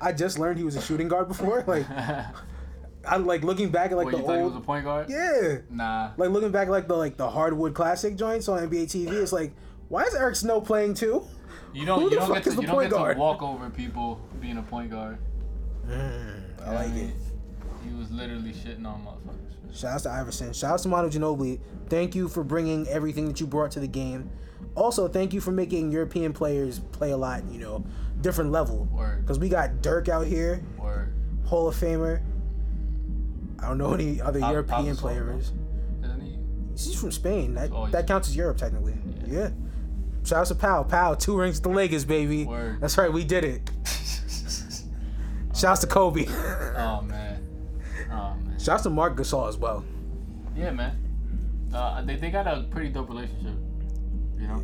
[SPEAKER 2] I just learned he was a shooting guard before. Like,
[SPEAKER 3] what
[SPEAKER 2] I like looking back at like
[SPEAKER 3] you
[SPEAKER 2] the
[SPEAKER 3] thought he was a
[SPEAKER 2] old
[SPEAKER 3] point guard?
[SPEAKER 2] yeah,
[SPEAKER 3] Nah.
[SPEAKER 2] like looking back at, like the like the hardwood classic joints on NBA TV. It's like, why is Eric Snow playing too?
[SPEAKER 3] You
[SPEAKER 2] Who the
[SPEAKER 3] don't. You don't
[SPEAKER 2] fuck
[SPEAKER 3] get
[SPEAKER 2] is
[SPEAKER 3] to.
[SPEAKER 2] the
[SPEAKER 3] You don't
[SPEAKER 2] point
[SPEAKER 3] get
[SPEAKER 2] guard?
[SPEAKER 3] to walk over people being a point guard.
[SPEAKER 2] I like it.
[SPEAKER 3] He was literally shitting on motherfuckers. man.
[SPEAKER 2] Shouts to Iverson. Shouts to Manu Ginobili. Thank you for bringing everything that you brought to the game. Also, thank you for making European players play a lot. You know, different level.
[SPEAKER 3] Word.
[SPEAKER 2] Because we got Dirk out here,
[SPEAKER 3] Word.
[SPEAKER 2] Hall of Famer. I don't know any other
[SPEAKER 3] Pop- Pop
[SPEAKER 2] European
[SPEAKER 3] Gasol,
[SPEAKER 2] players.
[SPEAKER 3] Isn't he?
[SPEAKER 2] She's from Spain. That
[SPEAKER 3] Oh, yeah.
[SPEAKER 2] that counts as Europe technically. Yeah. Shout out to Pow. Pow, two rings to Lakers, baby.
[SPEAKER 3] Word.
[SPEAKER 2] That's right, we did it. Shouts to Kobe.
[SPEAKER 3] Oh man. Oh man.
[SPEAKER 2] Shouts to Mark Gasol as well.
[SPEAKER 3] Yeah, man. Uh, they, they got a pretty dope relationship. You know,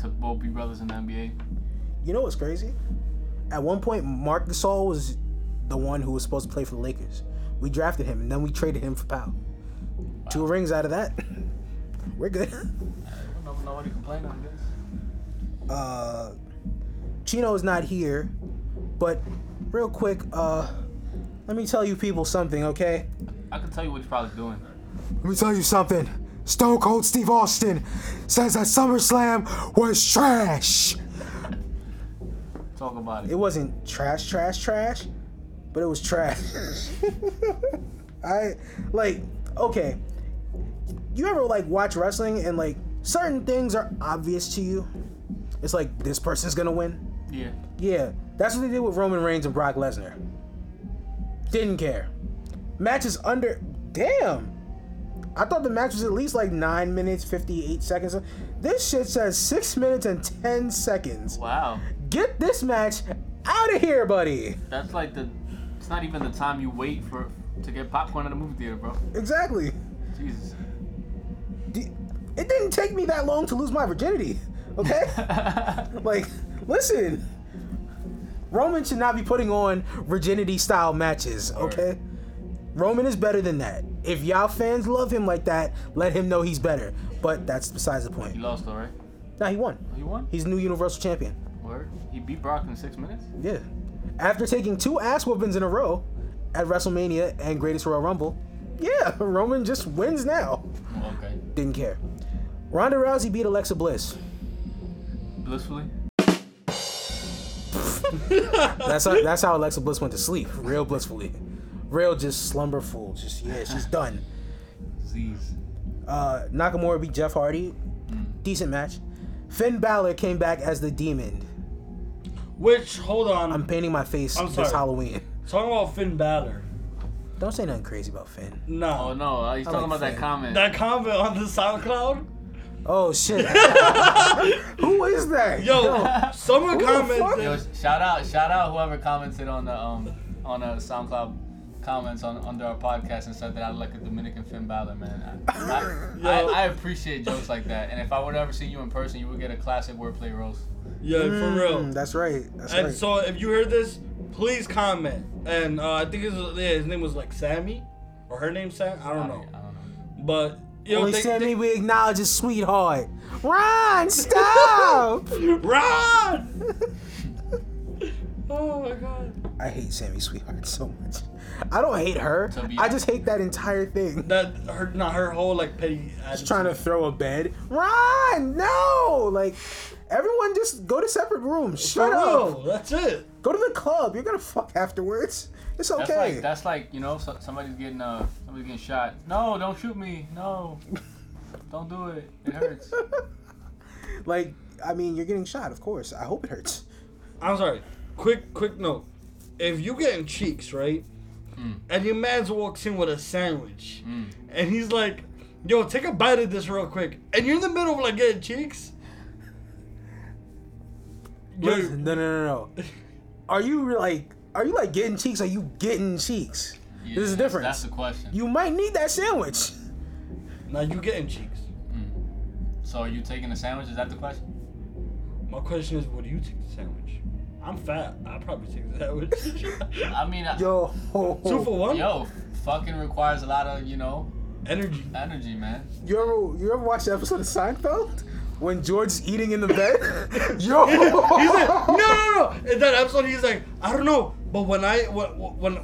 [SPEAKER 3] to both be brothers in the NBA.
[SPEAKER 2] You know what's crazy? At one point, Mark Gasol was the one who was supposed to play for the Lakers. We drafted him and then we traded him for Pow. Two rings out of that. We're good.
[SPEAKER 3] No, nobody complained on this.
[SPEAKER 2] Uh, Chino's not here, but real quick, uh, let me tell you people something, okay?
[SPEAKER 3] I can tell you what he's probably doing.
[SPEAKER 2] Let me tell you something. Stone Cold Steve Austin says that SummerSlam was trash.
[SPEAKER 3] Talk about it.
[SPEAKER 2] It wasn't trash, trash, trash, but it was trash. I like okay. You ever like watch wrestling and like certain things are obvious to you? It's like this person's gonna win.
[SPEAKER 3] Yeah.
[SPEAKER 2] Yeah, that's what they did with Roman Reigns and Brock Lesnar. Didn't care. Matches under. Damn. I thought the match was at least like 9 minutes, 58 seconds. This shit says 6 minutes and 10 seconds.
[SPEAKER 3] Wow.
[SPEAKER 2] Get this match out of here, buddy.
[SPEAKER 3] That's like the. It's not even the time you wait for to get popcorn at a movie theater, bro.
[SPEAKER 2] Exactly.
[SPEAKER 3] Jesus.
[SPEAKER 2] D- It didn't take me that long to lose my virginity, okay? like, listen. Roman should not be putting on virginity style matches, okay? Roman is better than that. If y'all fans love him like that, let him know he's better. But that's besides the
[SPEAKER 3] He
[SPEAKER 2] point.
[SPEAKER 3] lost though, right?
[SPEAKER 2] Now he won.
[SPEAKER 3] He won.
[SPEAKER 2] He's new Universal Champion.
[SPEAKER 3] Word. He beat Brock in six minutes.
[SPEAKER 2] Yeah. After taking two ass whoopings in a row at WrestleMania and Greatest Royal Rumble, yeah, Roman just wins now.
[SPEAKER 3] Okay.
[SPEAKER 2] Didn't care. Ronda Rousey beat Alexa Bliss.
[SPEAKER 3] Blissfully.
[SPEAKER 2] That's how, that's how Alexa Bliss went to sleep, real blissfully, real just slumberful. Just yeah, she's done.
[SPEAKER 3] Z's.
[SPEAKER 2] Uh, Nakamura beat Jeff Hardy, decent match. Finn Balor came back as the demon.
[SPEAKER 1] Which hold on,
[SPEAKER 2] I'm painting my face
[SPEAKER 1] I'm
[SPEAKER 2] this
[SPEAKER 1] sorry.
[SPEAKER 2] Halloween.
[SPEAKER 1] talking about Finn Balor.
[SPEAKER 2] Don't say nothing crazy about Finn.
[SPEAKER 3] Oh
[SPEAKER 1] No,
[SPEAKER 3] no, uh, he's
[SPEAKER 2] I
[SPEAKER 3] talking
[SPEAKER 2] like
[SPEAKER 3] about that
[SPEAKER 2] Finn.
[SPEAKER 3] comment.
[SPEAKER 1] that comment on the SoundCloud.
[SPEAKER 2] Oh shit! Who is that?
[SPEAKER 1] Yo, someone
[SPEAKER 2] Who the
[SPEAKER 3] Yo,
[SPEAKER 1] commented.
[SPEAKER 3] shout out, shout out whoever commented on the um on a SoundCloud comments on under our podcast and said that I look at Dominican Finn Balor, man. I, I, I,
[SPEAKER 1] Yo.
[SPEAKER 3] I appreciate jokes like that, and if I would ever see you in person, you would get a classic wordplay roast.
[SPEAKER 1] Yeah, for real.
[SPEAKER 2] Mm, that's right. That's
[SPEAKER 1] And
[SPEAKER 2] right.
[SPEAKER 1] so, if you heard this, please comment. And uh, I think his, yeah, his name was like Sammy, or her name Sam. I don't know.
[SPEAKER 3] I don't know.
[SPEAKER 1] But yo,
[SPEAKER 2] uh, Only
[SPEAKER 1] they,
[SPEAKER 2] Sammy
[SPEAKER 1] they,
[SPEAKER 2] we acknowledge his sweetheart. Ron, stop!
[SPEAKER 1] Ron. oh my god.
[SPEAKER 2] I hate Sammy Sweetheart so much. I don't hate her.
[SPEAKER 3] To be-
[SPEAKER 2] I just hate that entire thing.
[SPEAKER 1] That her, not her whole like petty.
[SPEAKER 2] Just trying to throw a bed. Ron, no! Like, everyone just go to separate rooms. Shut up.
[SPEAKER 1] That's it.
[SPEAKER 2] Go to the club. You're gonna fuck afterwards. It's
[SPEAKER 3] That's
[SPEAKER 2] okay.
[SPEAKER 3] like that's like you know so, somebody's getting uh somebody's getting shot. No, don't shoot me. No, don't do it. It hurts.
[SPEAKER 2] like, I mean, you're getting shot, of course. I hope it hurts.
[SPEAKER 1] I'm sorry. Quick, quick note. If you getting cheeks, right? And your man's walks in with a sandwich, and he's like, "Yo, take a bite of this real quick," and you're in the middle of like getting cheeks. Yo,
[SPEAKER 2] Listen, no, no, no, no. Are you like, are you like getting cheeks? Are you getting cheeks?
[SPEAKER 3] Yeah,
[SPEAKER 2] There's a
[SPEAKER 3] that's-
[SPEAKER 2] difference.
[SPEAKER 3] That's the question.
[SPEAKER 2] You might need that sandwich.
[SPEAKER 1] now you getting cheeks.
[SPEAKER 3] so are you taking the sandwich? Is that the question?
[SPEAKER 1] My question is, would you take the sandwich? I'm fat. I probably take the sandwich.
[SPEAKER 3] I mean, I, yo,
[SPEAKER 2] Yo, Oh,
[SPEAKER 1] Two for one.
[SPEAKER 3] fucking requires a lot of you know
[SPEAKER 1] Energy.
[SPEAKER 3] energy, man.
[SPEAKER 2] You ever you ever watch the episode of Seinfeld when George's eating in the bed? Yo,
[SPEAKER 1] He's like, no, no, no. In that episode, he's like, I don't know, but when I when when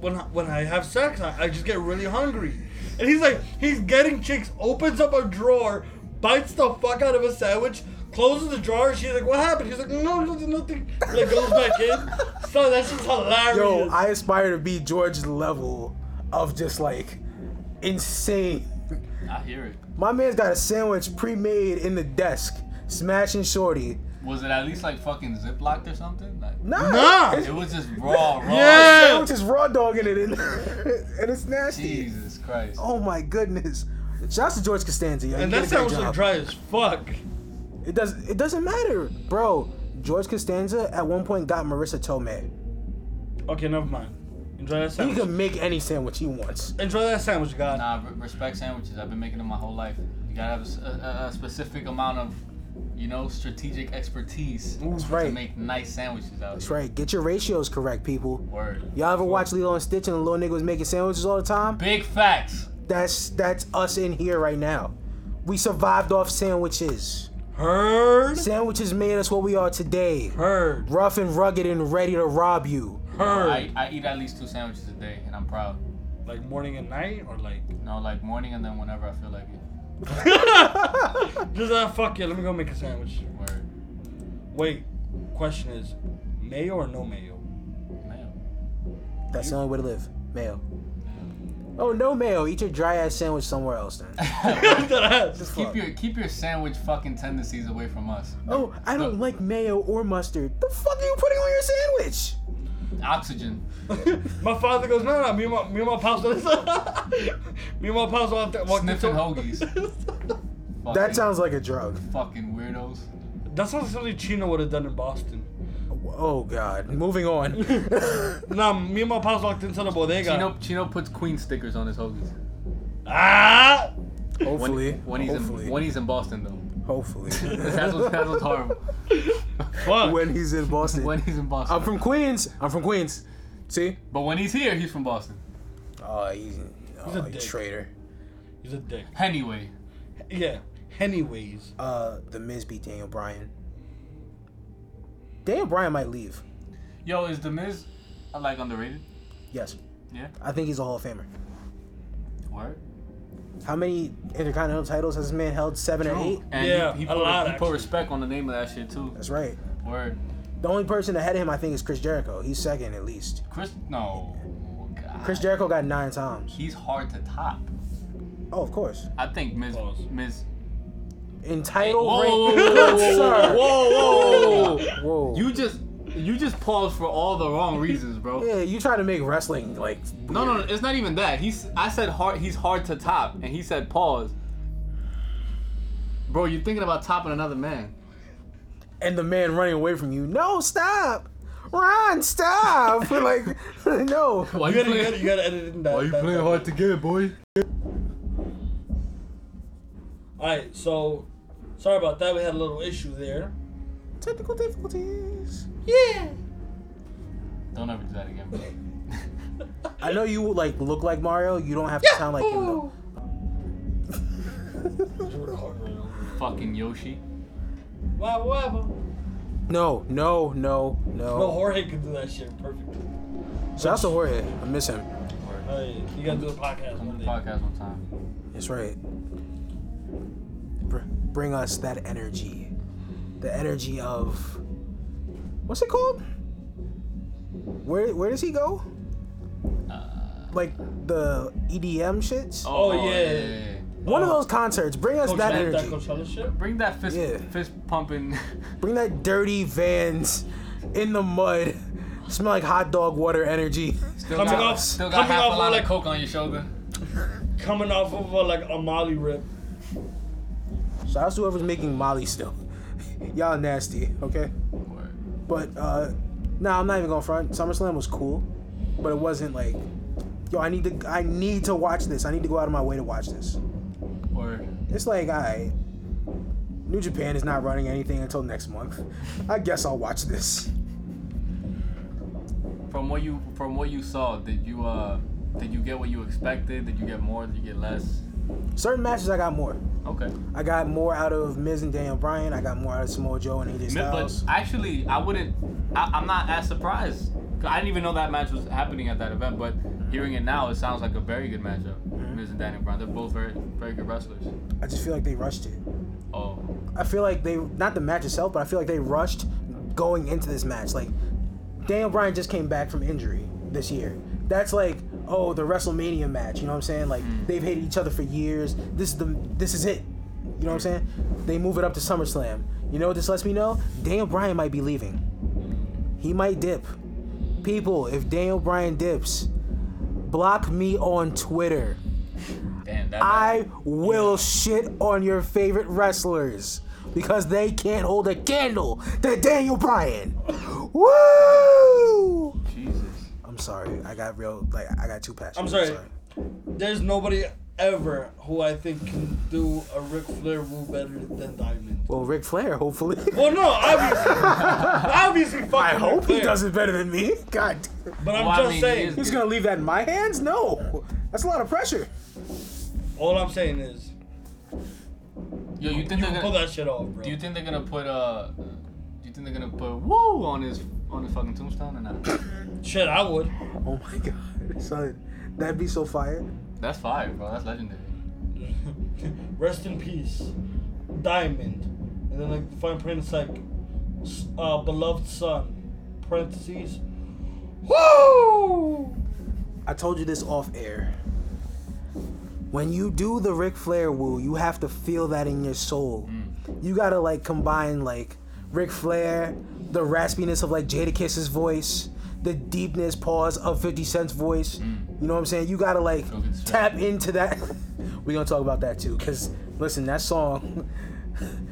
[SPEAKER 1] when I, when I have sex, I, I just get really hungry. And he's like, he's getting chicks, opens up a drawer, bites the fuck out of a sandwich, closes the drawer. She's like, what happened? He's like, no, nothing, nothing. Like goes back in. So that's just hilarious.
[SPEAKER 2] yo, I aspire to be George's level of just like insane.
[SPEAKER 3] I hear it.
[SPEAKER 2] My man's got a sandwich pre-made in the desk, smashing shorty.
[SPEAKER 3] Was it at least like fucking ziplocked or something? Like,
[SPEAKER 2] Nah,
[SPEAKER 1] Nah.
[SPEAKER 2] it's-
[SPEAKER 3] It was just raw, raw.
[SPEAKER 1] Yeah.
[SPEAKER 2] sandwich is raw dogging it in, and it's nasty.
[SPEAKER 3] Jesus Christ.
[SPEAKER 2] Oh my goodness. Shouts to George Costanza. Yo. He
[SPEAKER 1] and
[SPEAKER 2] did
[SPEAKER 1] that
[SPEAKER 2] a great
[SPEAKER 1] sounds like
[SPEAKER 2] job.
[SPEAKER 1] dry as fuck.
[SPEAKER 2] It does. It doesn't matter, bro. George Costanza at one point got Marissa Tomei.
[SPEAKER 1] Okay, never mind. Enjoy that
[SPEAKER 2] He
[SPEAKER 1] sandwich.
[SPEAKER 2] can make any sandwich he wants.
[SPEAKER 1] Enjoy that sandwich, God.
[SPEAKER 3] Nah, re- respect sandwiches. I've been making them my whole life. You gotta have a s- a, a- a specific amount of, you know, strategic expertise
[SPEAKER 2] That's
[SPEAKER 3] to
[SPEAKER 2] right.
[SPEAKER 3] make nice sandwiches out
[SPEAKER 2] That's
[SPEAKER 3] of it.
[SPEAKER 2] right. Get your ratios correct, people.
[SPEAKER 3] Word.
[SPEAKER 2] Y'all ever watch Lilo and Stitch and the little nigga was making sandwiches all the time?
[SPEAKER 3] Big facts.
[SPEAKER 2] That's that's us in here right now. We survived off sandwiches.
[SPEAKER 1] Heard.
[SPEAKER 2] Sandwiches made us what we are today.
[SPEAKER 1] Heard.
[SPEAKER 2] Rough and rugged and ready to rob you.
[SPEAKER 1] Heard.
[SPEAKER 3] I, I eat at least two sandwiches a day, and I'm proud.
[SPEAKER 1] Like morning and night, or like
[SPEAKER 3] No, like morning and then whenever I feel like it.
[SPEAKER 1] just ah fuck it. Let me go make a sandwich.
[SPEAKER 3] Word.
[SPEAKER 1] Wait, question is, mayo or no mayo?
[SPEAKER 3] Mayo.
[SPEAKER 2] That's the only way to live. Mayo. Oh no, mayo. Eat your dry ass sandwich somewhere else then.
[SPEAKER 1] Deadass.
[SPEAKER 2] Fuck.
[SPEAKER 3] Keep your keep your sandwich fucking tendencies away from us.
[SPEAKER 2] Oh, I don't like mayo or mustard. The fuck are you putting on your sandwich?
[SPEAKER 3] Oxygen.
[SPEAKER 1] my father goes, no, no, me and my, me and my pops, me and my pops walked, walked
[SPEAKER 3] Sniffing
[SPEAKER 1] into-
[SPEAKER 3] hoagies. Fucking,
[SPEAKER 2] That sounds like a drug.
[SPEAKER 3] fucking weirdos.
[SPEAKER 1] That sounds like something Chino would have done in Boston.
[SPEAKER 2] Oh god. Moving on.
[SPEAKER 1] Nah, me and my pops walked into the bodega.
[SPEAKER 3] Chino Chino puts Queen stickers on his hoagies.
[SPEAKER 1] Ah!
[SPEAKER 3] When,
[SPEAKER 2] Hopefully.
[SPEAKER 3] when he's
[SPEAKER 2] hopefully.
[SPEAKER 3] in when he's in Boston though.
[SPEAKER 2] hopefully.
[SPEAKER 3] That's what's, that's what's horrible.
[SPEAKER 1] Fuck.
[SPEAKER 2] when he's in Boston.
[SPEAKER 3] When he's in Boston.
[SPEAKER 2] I'm from Queens. I'm from Queens. See?
[SPEAKER 3] but when he's here, he's from Boston.
[SPEAKER 2] Oh, he's,
[SPEAKER 1] He's a dick.
[SPEAKER 2] traitor.
[SPEAKER 1] He's a dick.
[SPEAKER 3] Anyway,
[SPEAKER 1] Yeah. Anyways.
[SPEAKER 2] Uh, the Miz beat Daniel Bryan. Daniel Bryan might leave.
[SPEAKER 3] yo, is the Miz uh, like underrated?
[SPEAKER 2] Yes,
[SPEAKER 3] Yeah.
[SPEAKER 2] I think he's a Hall of Famer.
[SPEAKER 3] Word.
[SPEAKER 2] How many Intercontinental titles has this man held? Seven or eight?
[SPEAKER 3] And
[SPEAKER 1] Yeah,
[SPEAKER 3] he, he
[SPEAKER 1] a
[SPEAKER 3] put,
[SPEAKER 1] lot,
[SPEAKER 3] he put
[SPEAKER 1] actually.
[SPEAKER 3] respect on the name of that shit too.
[SPEAKER 2] That's right.
[SPEAKER 3] Word.
[SPEAKER 2] The only person ahead of him, I think, is Chris Jericho. He's second at least.
[SPEAKER 3] Chris, no. God.
[SPEAKER 2] Chris Jericho got nine times.
[SPEAKER 3] he's hard to top.
[SPEAKER 2] Oh, of course.
[SPEAKER 3] I think Miz,
[SPEAKER 1] Pause.
[SPEAKER 3] Miz.
[SPEAKER 2] In title
[SPEAKER 3] Whoa,
[SPEAKER 2] reign-
[SPEAKER 3] whoa,
[SPEAKER 2] Oh, Sir.
[SPEAKER 3] Oh, whoa, whoa, whoa, whoa.
[SPEAKER 2] Whoa.
[SPEAKER 3] You just, you just paused for all the wrong reasons, bro.
[SPEAKER 2] yeah, you try to make wrestling like.
[SPEAKER 3] No, no, no, it's not even that. He's, I said hard. He's hard to top, and he said pause. Bro, you're thinking about topping another man.
[SPEAKER 2] and the man running away from you. No, stop, Ron, stop. like, no.
[SPEAKER 3] Why
[SPEAKER 1] You gotta, you gotta, you gotta edit in that. that- that-
[SPEAKER 3] to get, boy?
[SPEAKER 1] Alright, so. Sorry about that. We had a little issue there.
[SPEAKER 2] Technical difficulties.
[SPEAKER 1] Yeah.
[SPEAKER 3] Don't ever do that again, bro.
[SPEAKER 2] I know you like look like Mario. You don't have to sound like him though.
[SPEAKER 3] Fucking Yoshi.
[SPEAKER 1] Wow, whatever.
[SPEAKER 2] No, no, no,
[SPEAKER 1] No,
[SPEAKER 2] no.
[SPEAKER 1] Jorge could do that shit perfectly.
[SPEAKER 2] So that's a Jorge. I miss him.
[SPEAKER 3] Word.
[SPEAKER 1] Oh, yeah. You gotta do a podcast
[SPEAKER 3] Come
[SPEAKER 1] one
[SPEAKER 3] to the
[SPEAKER 1] day.
[SPEAKER 3] podcast one time.
[SPEAKER 2] That's right. Br- bring us that energy, the energy of what's it called? Where where does he go?
[SPEAKER 3] Uh,
[SPEAKER 2] Like the EDM shits.
[SPEAKER 1] Oh, yeah.
[SPEAKER 2] One of those concerts. Bring us
[SPEAKER 1] Coach
[SPEAKER 2] that
[SPEAKER 1] Matt,
[SPEAKER 2] energy.
[SPEAKER 1] that Coachella shit?
[SPEAKER 3] Bring that fist,
[SPEAKER 2] Yeah.
[SPEAKER 3] fist pumping.
[SPEAKER 2] Bring that dirty Vans in the mud. Smell like hot dog water energy.
[SPEAKER 3] Still
[SPEAKER 1] Coming
[SPEAKER 3] got,
[SPEAKER 1] off-
[SPEAKER 3] still got
[SPEAKER 1] coming
[SPEAKER 3] half
[SPEAKER 1] off
[SPEAKER 3] a lot
[SPEAKER 1] like-
[SPEAKER 3] of coke on your shoulder.
[SPEAKER 1] Coming off of uh, like a Molly rip.
[SPEAKER 2] Shout out to whoever's making Molly still. Y'all nasty, okay?
[SPEAKER 3] Word.
[SPEAKER 2] But uh nah, I'm not even going to front. SummerSlam was cool, but it wasn't like yo, I need to I need to watch this. I need to go out of my way to watch this.
[SPEAKER 3] Word.
[SPEAKER 2] It's like I New Japan is not running anything until next month. I guess I'll watch this.
[SPEAKER 3] From what you from what you saw, did you uh did you get what you expected? Did you get more? Did you get less?
[SPEAKER 2] Certain matches I got more.
[SPEAKER 3] Okay.
[SPEAKER 2] I got more out of Miz and Daniel Bryan. I got more out of Samoa Joe and AJ
[SPEAKER 3] Mi- But
[SPEAKER 2] Styles.
[SPEAKER 3] actually, I wouldn't. I, I'm not as surprised. 'Cause I didn't even know that match was happening at that event, but hearing it now, it sounds like a very good matchup.
[SPEAKER 2] Mm-hmm.
[SPEAKER 3] Miz and Daniel Bryan, they're both very, very good wrestlers.
[SPEAKER 2] I just feel like they rushed it.
[SPEAKER 3] Oh,
[SPEAKER 2] I feel like they not the match itself, but I feel like they rushed going into this match. Like Daniel Bryan just came back from injury this year. That's like oh the WrestleMania match. You know what I'm saying? Like they've hated each other for years. This is the this is it. You know what I'm saying? They move it up to SummerSlam. You know what this lets me know? Daniel Bryan might be leaving. He might dip. People, if Daniel Bryan dips, block me on Twitter.
[SPEAKER 3] damn, that
[SPEAKER 2] I will shit on your favorite wrestlers because they can't hold a candle to Daniel Bryan. Woo!
[SPEAKER 3] Jesus.
[SPEAKER 2] I'm sorry. I got real like I got too passionate.
[SPEAKER 1] I'm sorry. There's nobody ever who I think can do a Ric Flair woo better than Diamond.
[SPEAKER 2] Well, Ric Flair, hopefully.
[SPEAKER 1] Well, no, obviously, obviously, fucking.
[SPEAKER 2] I
[SPEAKER 1] Ric
[SPEAKER 2] hope he
[SPEAKER 1] Flair.
[SPEAKER 2] does it better than me. God,
[SPEAKER 1] But I'm
[SPEAKER 3] Well, I
[SPEAKER 1] just
[SPEAKER 3] mean, he
[SPEAKER 1] saying.
[SPEAKER 3] is-
[SPEAKER 2] he's gonna leave that in my hands? No, that's a lot of pressure.
[SPEAKER 1] All I'm saying is,
[SPEAKER 3] Yo, you
[SPEAKER 1] you
[SPEAKER 3] think they're
[SPEAKER 1] can
[SPEAKER 3] gonna
[SPEAKER 1] pull that shit off, bro.
[SPEAKER 3] Do you think they're gonna put uh? Do you think think they're gonna put woo on his on his fucking tombstone or not?
[SPEAKER 1] Shit, I would.
[SPEAKER 2] Oh my god, son, that'd be so fire.
[SPEAKER 3] That's fire, bro. That's legendary.
[SPEAKER 1] Rest in peace, Diamond. And then like the fine print is like, s- uh, beloved son. Parentheses. Woo!
[SPEAKER 2] I told you this off air. When you do the Ric Flair woo, you have to feel that in your soul. You gotta like combine like Ric Flair, the raspiness of like Jada Kiss's voice, the deepness pause of 50 Cent's voice. You know what I'm saying? You gotta like
[SPEAKER 3] Don't Mm. get distracted.
[SPEAKER 2] tap into that. we gonna talk about that too, cause listen, that song.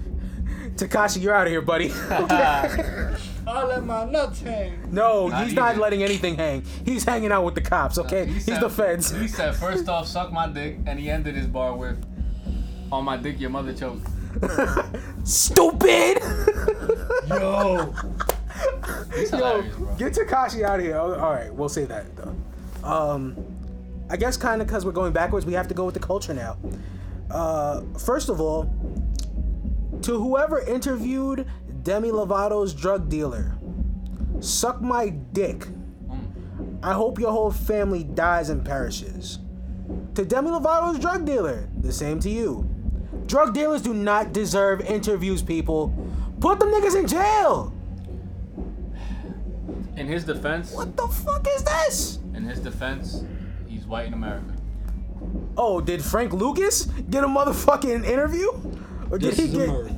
[SPEAKER 2] Takashi, you're out of here, buddy.
[SPEAKER 1] I let my nuts hang.
[SPEAKER 2] no,
[SPEAKER 3] Not
[SPEAKER 2] he's not
[SPEAKER 3] even.
[SPEAKER 2] letting anything hang. He's hanging out with the cops, okay?
[SPEAKER 3] He
[SPEAKER 2] He's
[SPEAKER 3] said-
[SPEAKER 2] the feds.
[SPEAKER 3] He said, first off, suck my dick, and he ended his bar with, on my dick, your mother choked.
[SPEAKER 2] Stupid!
[SPEAKER 1] Yo.
[SPEAKER 3] He's hilarious, bro.
[SPEAKER 2] Get Takashi out of here. Oh, All right, we'll say that though. Um, I guess kind of because we're going backwards, we have to go with the culture now. Uh, first of all, to whoever interviewed Demi Lovato's drug dealer, suck my dick.
[SPEAKER 3] Mm.
[SPEAKER 2] I hope your whole family dies and perishes. To Demi Lovato's drug dealer, the same to you. Drug dealers do not deserve interviews, people. Put them niggas in jail.
[SPEAKER 3] In his defense,
[SPEAKER 2] What the fuck is this?
[SPEAKER 3] in his defense, he's white in America.
[SPEAKER 2] Oh, did Frank Lucas get a motherfucking interview? Or did
[SPEAKER 1] This
[SPEAKER 2] he
[SPEAKER 1] is
[SPEAKER 2] get
[SPEAKER 1] America.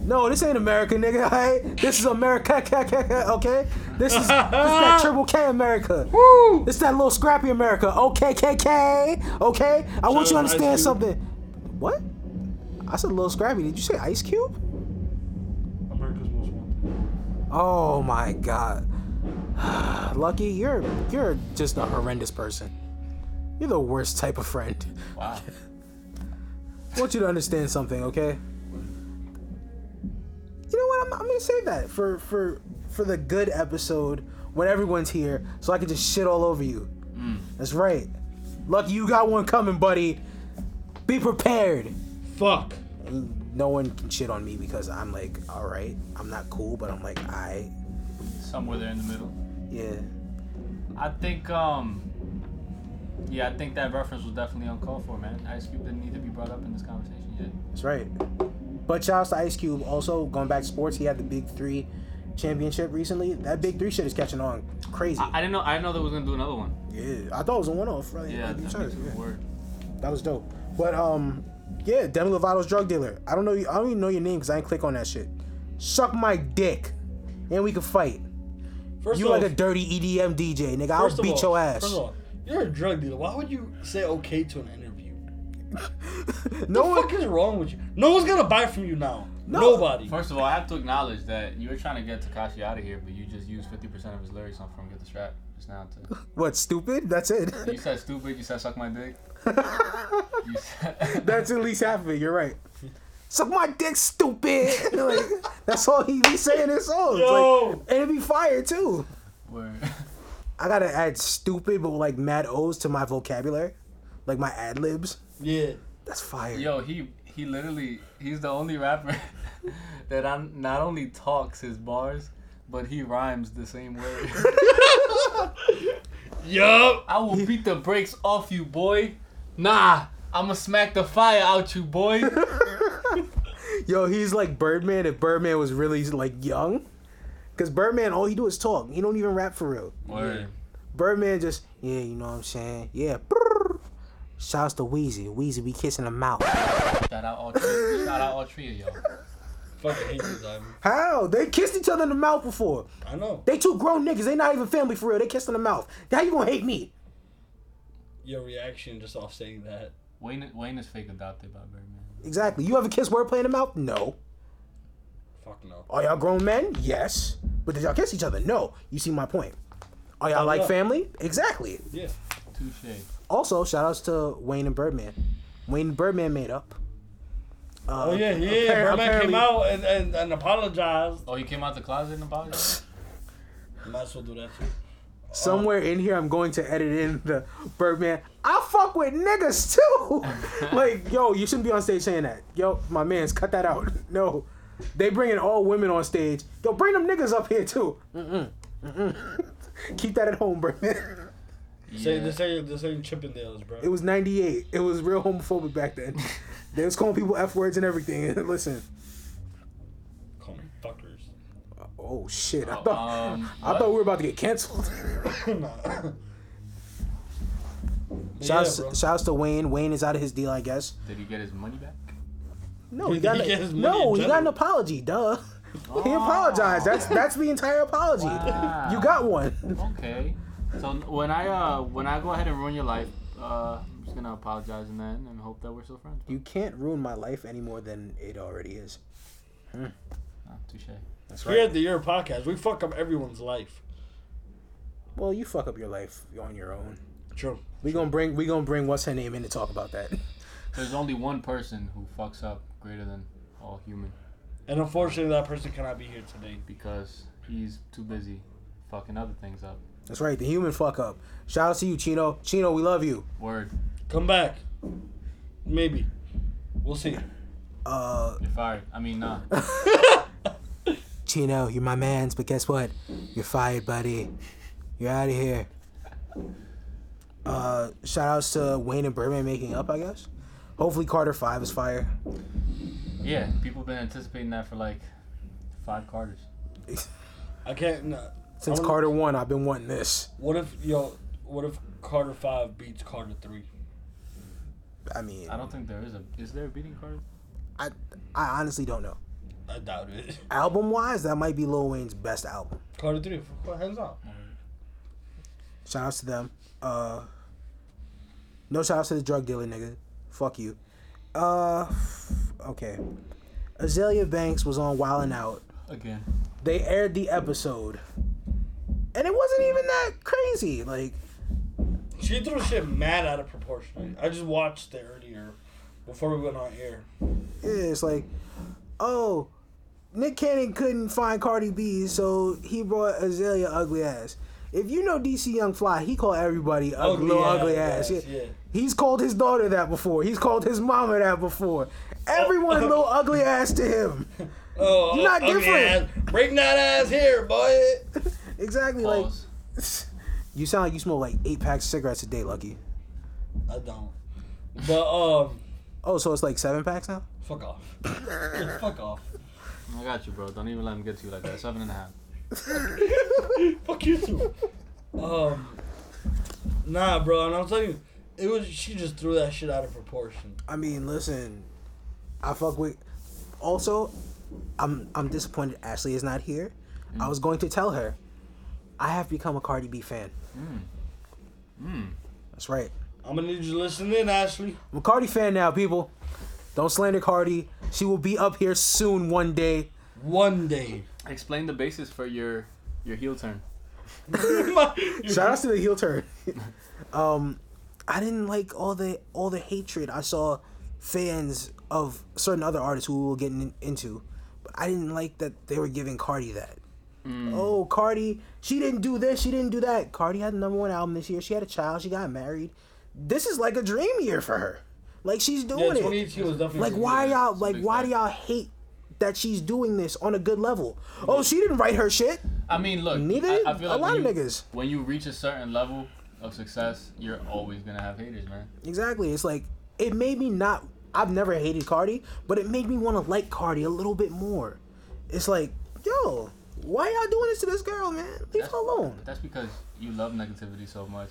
[SPEAKER 2] No, this ain't America, nigga. all right? This is America, ca- ca- ca- okay? This is this that triple K America.
[SPEAKER 1] Woo!
[SPEAKER 2] This that little scrappy America. Okay, KK. Okay? I want you to
[SPEAKER 1] out to Ice Cube.
[SPEAKER 2] understand something. What? I said little scrappy. Did you say Ice Cube?
[SPEAKER 1] America's most wanted.
[SPEAKER 2] Oh my god. Lucky, you're you're just a horrendous person. You're the worst type of friend.
[SPEAKER 3] Wow.
[SPEAKER 2] I want you to understand something, okay? You know what? I'm, I'm gonna save that for for for the good episode when everyone's here, so I can just shit all over you. That's right. Lucky you got one coming, buddy. Be prepared.
[SPEAKER 1] Fuck.
[SPEAKER 2] No one can shit on me because I'm like, all right, I'm not cool, but I'm like, I,
[SPEAKER 3] Somewhere there in the middle.
[SPEAKER 2] yeah.
[SPEAKER 3] I think, um, yeah, I think that reference was definitely uncalled for, man. Ice Cube didn't need to be brought up in this conversation yet.
[SPEAKER 2] That's right. But shouts to Ice Cube. Also, going back to sports, he had the Big Three championship recently. That Big Three shit is catching on crazy.
[SPEAKER 3] I, I didn't know. I didn't know they was gonna do another one.
[SPEAKER 2] yeah, I thought it was a one-off. Right?
[SPEAKER 3] Yeah, I
[SPEAKER 2] Like you
[SPEAKER 3] think
[SPEAKER 2] said,
[SPEAKER 3] it's a
[SPEAKER 2] yeah.
[SPEAKER 3] word.
[SPEAKER 2] That was dope. But um, yeah, Demi Lovato's drug dealer. I don't know. You, I don't even know your name because I didn't click on that shit. Suck my dick, and we can fight.
[SPEAKER 1] First
[SPEAKER 2] You
[SPEAKER 1] off,
[SPEAKER 2] like a dirty E EDM DJ, nigga. I'll
[SPEAKER 1] first of
[SPEAKER 2] beat
[SPEAKER 1] all-
[SPEAKER 2] your ass.
[SPEAKER 1] First of all, you're a drug dealer. Why would you say okay to an interview?
[SPEAKER 2] no
[SPEAKER 1] What the
[SPEAKER 2] one.
[SPEAKER 1] fuck is wrong with you? No one's gonna buy from you now.
[SPEAKER 2] No.
[SPEAKER 1] Nobody.
[SPEAKER 3] First of all, I have to acknowledge that you were trying to get Takashi out of here, but you just used 50% of his lyrics on "From Get the Strap" just now. To
[SPEAKER 2] What stupid? That's it.
[SPEAKER 3] You said stupid. You said suck my dick. you said
[SPEAKER 2] That's at least half of it. You're right. Suck my dick, stupid. like, that's all he be saying in songs.
[SPEAKER 1] Yo.
[SPEAKER 2] Like, and it be fire too.
[SPEAKER 3] word.
[SPEAKER 2] I gotta add stupid, but like mad O's to my vocabulary, like my ad libs.
[SPEAKER 1] Yeah.
[SPEAKER 2] That's fire.
[SPEAKER 3] Yo, he he literally he's the only rapper that i not only talks his bars, but he rhymes the same way.
[SPEAKER 1] Yup.
[SPEAKER 3] I will beat the brakes off you, boy. Nah, I'ma smack the fire out you, boy.
[SPEAKER 2] Yo, he's like Birdman if Birdman was really like young. Cause Birdman, all he do is talk. He don't even rap for real.
[SPEAKER 3] Word.
[SPEAKER 2] Birdman just, yeah, you know what I'm saying? Yeah. brrr. Shouts to Wheezy. Wheezy be kissing the mouth.
[SPEAKER 3] Shout out all three, shout out all three of y'all.
[SPEAKER 1] Fucking hate you, Diamond.
[SPEAKER 2] How? They kissed each other in the mouth before.
[SPEAKER 1] I know.
[SPEAKER 2] They two grown niggas. They not even family for real. They kissed in the mouth. Now you gonna hate me?
[SPEAKER 1] Your reaction just off saying that.
[SPEAKER 3] Wayne Wayne is fake adopted by Birdman.
[SPEAKER 2] Exactly. You ever kiss wordplay in the mouth? No.
[SPEAKER 1] Fuck no.
[SPEAKER 2] Are y'all grown men? Yes. But did y'all kiss each other? No. You see my point. Are y'all like
[SPEAKER 1] Yeah.
[SPEAKER 2] family? Exactly.
[SPEAKER 1] Yeah.
[SPEAKER 3] Touche.
[SPEAKER 2] Also, shout outs to Wayne and Birdman. Wayne and Birdman mate up. Uh,
[SPEAKER 1] Oh yeah, yeah.
[SPEAKER 2] appar-
[SPEAKER 1] Birdman came
[SPEAKER 2] apparently-
[SPEAKER 1] out and, and, and apologized.
[SPEAKER 3] Oh, he came out the closet in the box.
[SPEAKER 1] Might as well do that too.
[SPEAKER 2] Somewhere in here, I'm going to edit in the Birdman. I fuck with niggas too. like, yo, you shouldn't be on stage saying that. Yo, my man's cut that out. No, They bringing all women on stage. Yo, bring them niggas up here too. Mm-mm. Mm-mm. Keep that at home, bro.
[SPEAKER 1] Say, this ain't this ain't Chippendales, bro.
[SPEAKER 2] It was 98. It was real homophobic back then. they was calling people F words and everything. Listen.
[SPEAKER 1] Call me fuckers.
[SPEAKER 2] Oh shit. I
[SPEAKER 3] Oh,
[SPEAKER 2] thought
[SPEAKER 3] um,
[SPEAKER 2] I thought we were about to get canceled.
[SPEAKER 1] nah. But
[SPEAKER 2] Shouts,
[SPEAKER 1] yeah, bro.
[SPEAKER 2] shouts to Wayne. Wayne is out of his deal, I guess.
[SPEAKER 3] Did he get his money back?
[SPEAKER 2] No, he
[SPEAKER 1] He
[SPEAKER 2] got
[SPEAKER 1] didn't get his money
[SPEAKER 2] no,
[SPEAKER 1] in
[SPEAKER 2] he got an
[SPEAKER 1] general. Oh.
[SPEAKER 2] apology. Duh. He apologized. That's that's the entire apology.
[SPEAKER 3] Wow.
[SPEAKER 2] You got one.
[SPEAKER 3] Okay. So n- when I uh when I go ahead and ruin your life, uh, I'm just gonna apologize and then and hope that we're still friends.
[SPEAKER 2] You can't ruin my life any more than it already is.
[SPEAKER 3] Ah, touche.
[SPEAKER 2] That's
[SPEAKER 1] Here
[SPEAKER 2] right.
[SPEAKER 1] at the Year Podcast, we fuck up everyone's life.
[SPEAKER 2] Well, you fuck up your life on your own.
[SPEAKER 1] True.
[SPEAKER 2] We gonna bring we gonna bring what's her name in to talk about that.
[SPEAKER 3] There's only one person who fucks up greater than all human
[SPEAKER 1] And unfortunately, that person cannot be here today.
[SPEAKER 3] because he's too busy fucking other things up.
[SPEAKER 2] That's right. The human fuck up. Shout out to you, Chino. Chino, we love you.
[SPEAKER 3] Word.
[SPEAKER 1] Come back. Maybe. We'll see.
[SPEAKER 2] Uh,
[SPEAKER 3] You're fired. I mean, nah.
[SPEAKER 2] Chino, you're my man's, but guess what? You're fired, buddy. You're out of here. Uh, shout outs to Wayne and Birdman making up, I guess. Hopefully, Carter 5 is fire.
[SPEAKER 3] Yeah, people been anticipating that for like five quarters.
[SPEAKER 1] I can't. Nah.
[SPEAKER 2] Since
[SPEAKER 1] I wanna-
[SPEAKER 2] Carter 1, I've been wanting this.
[SPEAKER 1] What if yo? What if Carter Five beats Carter Three?
[SPEAKER 2] I mean,
[SPEAKER 3] I don't think there is a. Is there a beating card?
[SPEAKER 2] I, I honestly don't know.
[SPEAKER 1] I doubt it.
[SPEAKER 2] Album wise, that might be Lil Wayne's best album.
[SPEAKER 1] Carter Three, f- hands up.
[SPEAKER 2] Shout outs to them. Uh, no shout outs to the drug dealer, nigga. Fuck you. Uh, okay. Azalea Banks was on Wildin' Out.
[SPEAKER 3] Again.
[SPEAKER 2] they aired the episode and it wasn't even that crazy like
[SPEAKER 1] She threw shit mad out of proportion. I just watched it earlier, before we went on air.
[SPEAKER 2] yeah, it's like oh nick cannon couldn't find cardi b so he brought azalea ugly ass if you know dc young fly he called everybody ugly, little ugly ass, Yeah. he's called his daughter that before he's called his mama that before everyone little ugly ass to him
[SPEAKER 1] Oh,
[SPEAKER 2] You're not
[SPEAKER 1] ugly
[SPEAKER 2] different.
[SPEAKER 1] ass. Bring that ass here, boy.
[SPEAKER 2] exactly
[SPEAKER 3] Pause.
[SPEAKER 2] like you sound like you smoke like eight packs of cigarettes a day lucky
[SPEAKER 1] I don't. But um,
[SPEAKER 2] oh so it's like seven packs now
[SPEAKER 1] fuck off. Yeah, fuck off.
[SPEAKER 3] I got you, bro. Don't even let him get to you like that. Seven and a half.
[SPEAKER 1] Fuck you too. Um, nah, bro. And I'm telling you, it was she just threw that shit out of proportion.
[SPEAKER 2] I mean, listen, I fuck with. Also, I'm I'm disappointed Ashley is not here. I was going to tell her, I have become a Cardi B fan. That's right.
[SPEAKER 1] I'm gonna need you to listen in, Ashley.
[SPEAKER 2] I'm a Cardi fan now, people. Don't slander Cardi. She will be up here soon one day.
[SPEAKER 1] One day.
[SPEAKER 3] Explain the basis for your your heel turn.
[SPEAKER 2] Shout outs to the heel turn. um, I didn't like all the all the hatred I saw fans of certain other artists who we will get in, into, but I didn't like that they were giving Cardi that.
[SPEAKER 3] Mm.
[SPEAKER 2] Oh, Cardi, she didn't do this, she didn't do that. Cardi had the number one album this year. She had a child. She got married. This is like a dream year for her. Like she's
[SPEAKER 1] Yeah,
[SPEAKER 2] doing it.
[SPEAKER 1] 2018 was definitely
[SPEAKER 2] Like why
[SPEAKER 3] Yeah,
[SPEAKER 2] y'all
[SPEAKER 3] it's a
[SPEAKER 2] like
[SPEAKER 3] big
[SPEAKER 2] why
[SPEAKER 3] fact.
[SPEAKER 2] do y'all hate that she's doing this on a good level? Oh, she didn't write her shit.
[SPEAKER 3] I mean, look.
[SPEAKER 2] Neither
[SPEAKER 3] I, I
[SPEAKER 2] did
[SPEAKER 3] feel
[SPEAKER 2] a
[SPEAKER 3] like
[SPEAKER 2] lot
[SPEAKER 3] when
[SPEAKER 2] of
[SPEAKER 3] you-
[SPEAKER 2] niggas.
[SPEAKER 3] When you reach a certain level of success, you're always gonna have haters, man.
[SPEAKER 2] Exactly. It's like it made me not. I've never hated Cardi, but it made me want to like Cardi a little bit more. It's like, yo, why y'all doing this to this girl, man? Leave her alone.
[SPEAKER 3] But that's because you love negativity so much.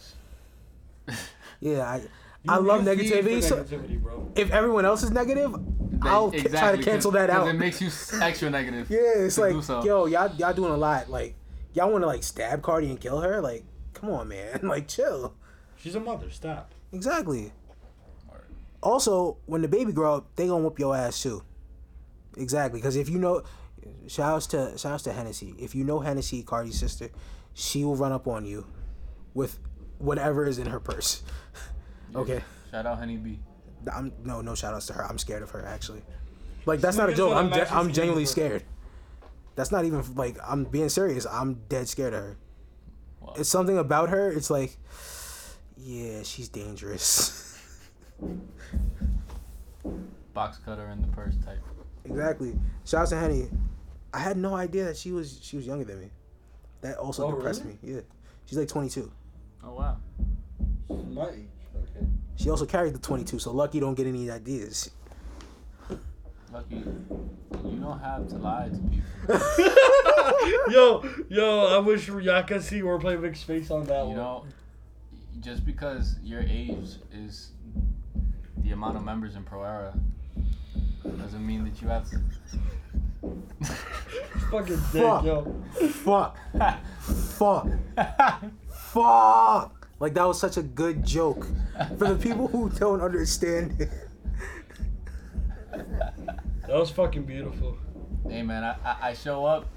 [SPEAKER 2] Yeah, I, I love
[SPEAKER 1] You feed for
[SPEAKER 2] negativity. So
[SPEAKER 1] negativity, bro.
[SPEAKER 2] if everyone else is negative, I'll ca- try to cancel that out.
[SPEAKER 3] It makes you s- extra negative.
[SPEAKER 2] yeah, it's
[SPEAKER 3] to
[SPEAKER 2] like,
[SPEAKER 3] do so.
[SPEAKER 2] yo, y'all y'all doing a lot. Like, y'all want to like stab Cardi and kill her? Like, come on, man. Like, chill.
[SPEAKER 1] She's a mother. Stop.
[SPEAKER 2] Exactly.
[SPEAKER 3] Alright.
[SPEAKER 2] Also, when the baby grow up, they gonna whoop your ass too. Exactly, because if you know, shouts to shouts to Hennessy. If you know Hennessy, Cardi's sister, she will run up on you with whatever is in her purse. okay,
[SPEAKER 3] Shout out Honey B.
[SPEAKER 2] I'm no no shout outs to her. I'm scared of her actually. Like that's not a
[SPEAKER 1] Niggas
[SPEAKER 2] joke.
[SPEAKER 1] wanna
[SPEAKER 2] I'm
[SPEAKER 1] match
[SPEAKER 2] de-
[SPEAKER 1] this
[SPEAKER 2] I'm
[SPEAKER 1] nigga
[SPEAKER 2] genuinely
[SPEAKER 1] for-
[SPEAKER 2] scared. That's not even like I'm being serious. I'm dead scared of her.
[SPEAKER 3] Wow.
[SPEAKER 2] It's something about her. It's like, yeah, she's dangerous.
[SPEAKER 3] Box cutter in the purse type.
[SPEAKER 2] Exactly. Shout out to Henny. I had no idea that she was she was younger than me. That also
[SPEAKER 1] Oh,
[SPEAKER 2] depressed
[SPEAKER 1] really?
[SPEAKER 2] me. Yeah. She's like 22.
[SPEAKER 3] Oh wow.
[SPEAKER 1] My age. Okay.
[SPEAKER 2] She also carried the 22, so lucky don't get any ideas.
[SPEAKER 3] Lucky, you don't have to lie to people.
[SPEAKER 1] yo, yo, I wish Yakasi were playing big space on that
[SPEAKER 3] You
[SPEAKER 1] one.
[SPEAKER 3] know, just because your age is the amount of members in Pro Era doesn't mean that you have to.
[SPEAKER 1] Fucking dick,
[SPEAKER 2] Fuck.
[SPEAKER 1] yo.
[SPEAKER 2] Fuck. Fuck. Fuck. Like that was such a good joke for the people who don't understand it.
[SPEAKER 1] That was fucking beautiful.
[SPEAKER 3] hey man, I, I, I show up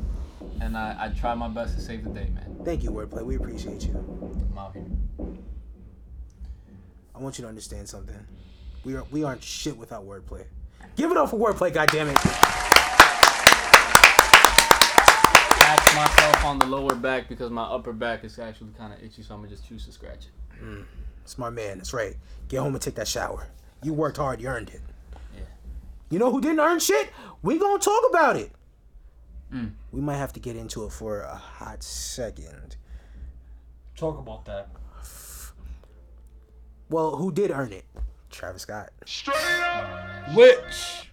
[SPEAKER 3] and I, I try my best to save the day, man.
[SPEAKER 2] Thank you, wordplay. We appreciate you.
[SPEAKER 3] I'm out here.
[SPEAKER 2] I want you to understand something. We are we aren't shit without wordplay. Give it up for wordplay, goddammit.
[SPEAKER 3] Scratch myself on the lower back because my upper back is actually kind of itchy, so I'm gonna just choose to scratch it.
[SPEAKER 2] It's my man. That's right. Get home and take that shower. You worked hard. You earned it.
[SPEAKER 3] Yeah.
[SPEAKER 2] You know who didn't earn shit? We gonna talk about it.
[SPEAKER 3] Mm.
[SPEAKER 2] We might have to get into it for a hot second.
[SPEAKER 1] Talk about that.
[SPEAKER 2] Well, who did earn it? Travis Scott.
[SPEAKER 1] Which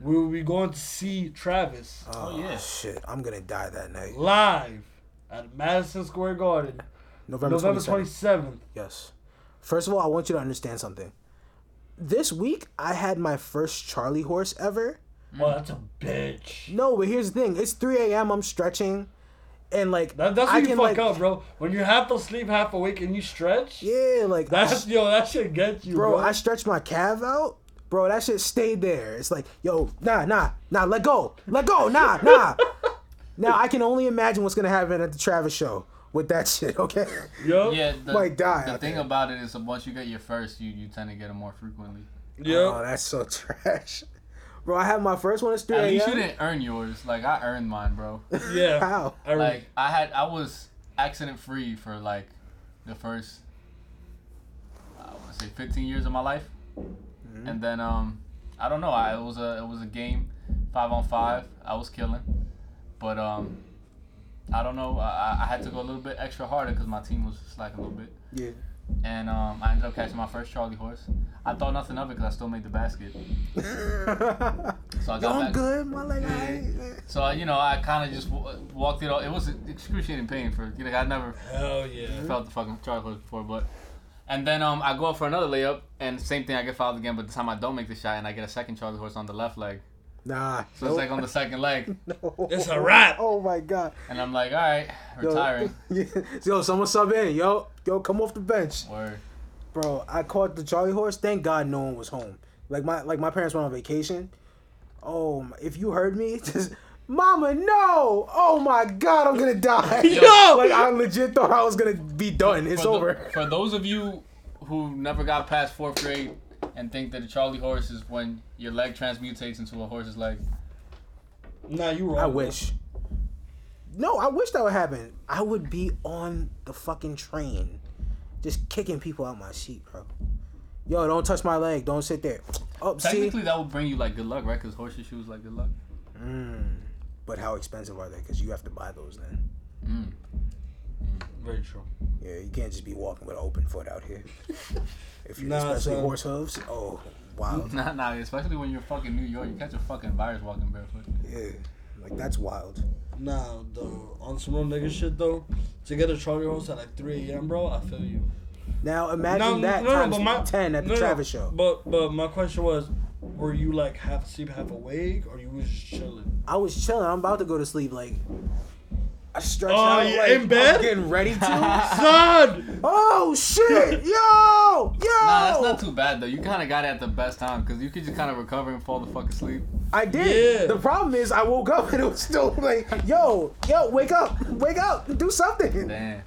[SPEAKER 1] we will be going to see Travis
[SPEAKER 3] Oh yeah.
[SPEAKER 2] Shit, I'm gonna die that night.
[SPEAKER 1] live at Madison Square Garden,
[SPEAKER 2] November,
[SPEAKER 1] November
[SPEAKER 2] 27th.
[SPEAKER 1] 27th.
[SPEAKER 2] Yes. First of all, I want you to understand something. This week, I had my first Charlie horse ever.
[SPEAKER 3] Mm.
[SPEAKER 1] Oh, that's a bitch.
[SPEAKER 2] No, but here's the thing: it's 3 a.m. I'm stretching, and like
[SPEAKER 1] That, that's when you fuck
[SPEAKER 2] like,
[SPEAKER 1] up, bro. When you're half asleep, half awake, and you stretch.
[SPEAKER 2] Yeah, like
[SPEAKER 1] That's yo, that shit gets you, bro.
[SPEAKER 2] bro, I stretched my calf out. Bro, that shit stayed there. It's like, yo, nah, nah, nah, let go. Let go, nah, nah. now I can only imagine what's gonna happen at the Travis show with that shit, okay?
[SPEAKER 1] yo,
[SPEAKER 3] Yeah, the,
[SPEAKER 2] Might die
[SPEAKER 3] the
[SPEAKER 2] out
[SPEAKER 3] thing
[SPEAKER 2] there.
[SPEAKER 3] about it is, that once you get your first, you, you tend to get them more frequently.
[SPEAKER 1] yo.
[SPEAKER 2] Oh, that's so trash. Bro, I had my first one at 3
[SPEAKER 3] At least you
[SPEAKER 2] a.m.
[SPEAKER 3] didn't earn yours. Like I earned mine, bro.
[SPEAKER 1] yeah.
[SPEAKER 2] Oh, How?
[SPEAKER 1] I re-
[SPEAKER 3] like I had I was accident free for like the first I want to say 15 years of my life, and then um I don't know I it was a it was a game five on five I was killing, but um I don't know I, I- I had to go a little bit extra harder because my team was slacking a little bit,
[SPEAKER 2] Yeah.
[SPEAKER 3] and um I ended up catching my first Charlie horse. I thought nothing of it because I still made the basket, so I got
[SPEAKER 2] Yo, I'm
[SPEAKER 3] back.
[SPEAKER 2] good. My leg, I
[SPEAKER 3] So uh, you know I kind of just w- walked it all. It was excruciating pain for you know I never
[SPEAKER 1] Hell yeah.
[SPEAKER 3] felt the fucking chocolate before, but and then um I go up for another layup and same thing I get fouled again, but this time I don't make the shot and I get a second Charlie horse on the left leg.
[SPEAKER 2] Nah.
[SPEAKER 3] So it's like on the second leg,
[SPEAKER 1] It's a wrap.
[SPEAKER 2] Oh my god.
[SPEAKER 3] and I'm like, all right,
[SPEAKER 2] Yo.
[SPEAKER 3] retiring.
[SPEAKER 2] yo, someone sub in. Yo, yo, come off the bench.
[SPEAKER 3] Word.
[SPEAKER 2] Bro, I caught the Charlie horse. Thank God no one was home. Like my like my parents went on vacation. Oh, my- if you heard me, just Mama, no! Oh my God, I'm gonna die.
[SPEAKER 1] Yo!
[SPEAKER 2] like I legit thought I was gonna be done. It's
[SPEAKER 3] For tho-
[SPEAKER 2] over.
[SPEAKER 3] for those of you who never got past fourth grade and think that a Charlie horse is when your leg transmutates into a horse's leg.
[SPEAKER 1] Nah, you wrong.
[SPEAKER 2] I
[SPEAKER 1] bro.
[SPEAKER 2] wish. No, I wish that would happen. I would be on the fucking train, just kicking people out my seat, bro. Yo, don't touch my leg. Don't sit there. Oh, see.
[SPEAKER 3] Technically, that would bring you like good luck, right? Because horseshoe shoes like good luck.
[SPEAKER 2] Mm, But how expensive are they? Because you have to buy those then.
[SPEAKER 3] Mm.
[SPEAKER 1] Very true.
[SPEAKER 2] Yeah, you can't just be walking with an open foot out here. If you
[SPEAKER 1] Nah,
[SPEAKER 2] especially
[SPEAKER 1] son.
[SPEAKER 2] horse hooves. Oh, wow.
[SPEAKER 3] Nah, nah. Especially when you're fucking New York, you catch a fucking virus walking barefoot.
[SPEAKER 2] yeah. Like that's wild.
[SPEAKER 1] Nah, though, on some real nigga shit though, to get a Charlie horse at like 3 a.m., bro, I feel you.
[SPEAKER 2] Now imagine that times ten at the
[SPEAKER 1] no, no,
[SPEAKER 2] Travis show.
[SPEAKER 1] But but my question was, were you like half asleep, half awake, or you was just chilling?
[SPEAKER 2] I was chilling. I'm about to go to sleep. Like I stretched
[SPEAKER 1] Oh,
[SPEAKER 2] out.
[SPEAKER 1] you
[SPEAKER 2] like,
[SPEAKER 1] in bed?
[SPEAKER 2] I'm getting ready to.
[SPEAKER 1] Son,
[SPEAKER 2] oh shit! Yo, yo!
[SPEAKER 3] Nah, that's not too bad though. You kind of got it at the best time because you could just kind of recover and fall the fuck asleep.
[SPEAKER 2] I did.
[SPEAKER 1] Yeah.
[SPEAKER 2] The problem is I woke up and it was still like, yo, yo, wake up, wake up, do something.
[SPEAKER 3] Damn.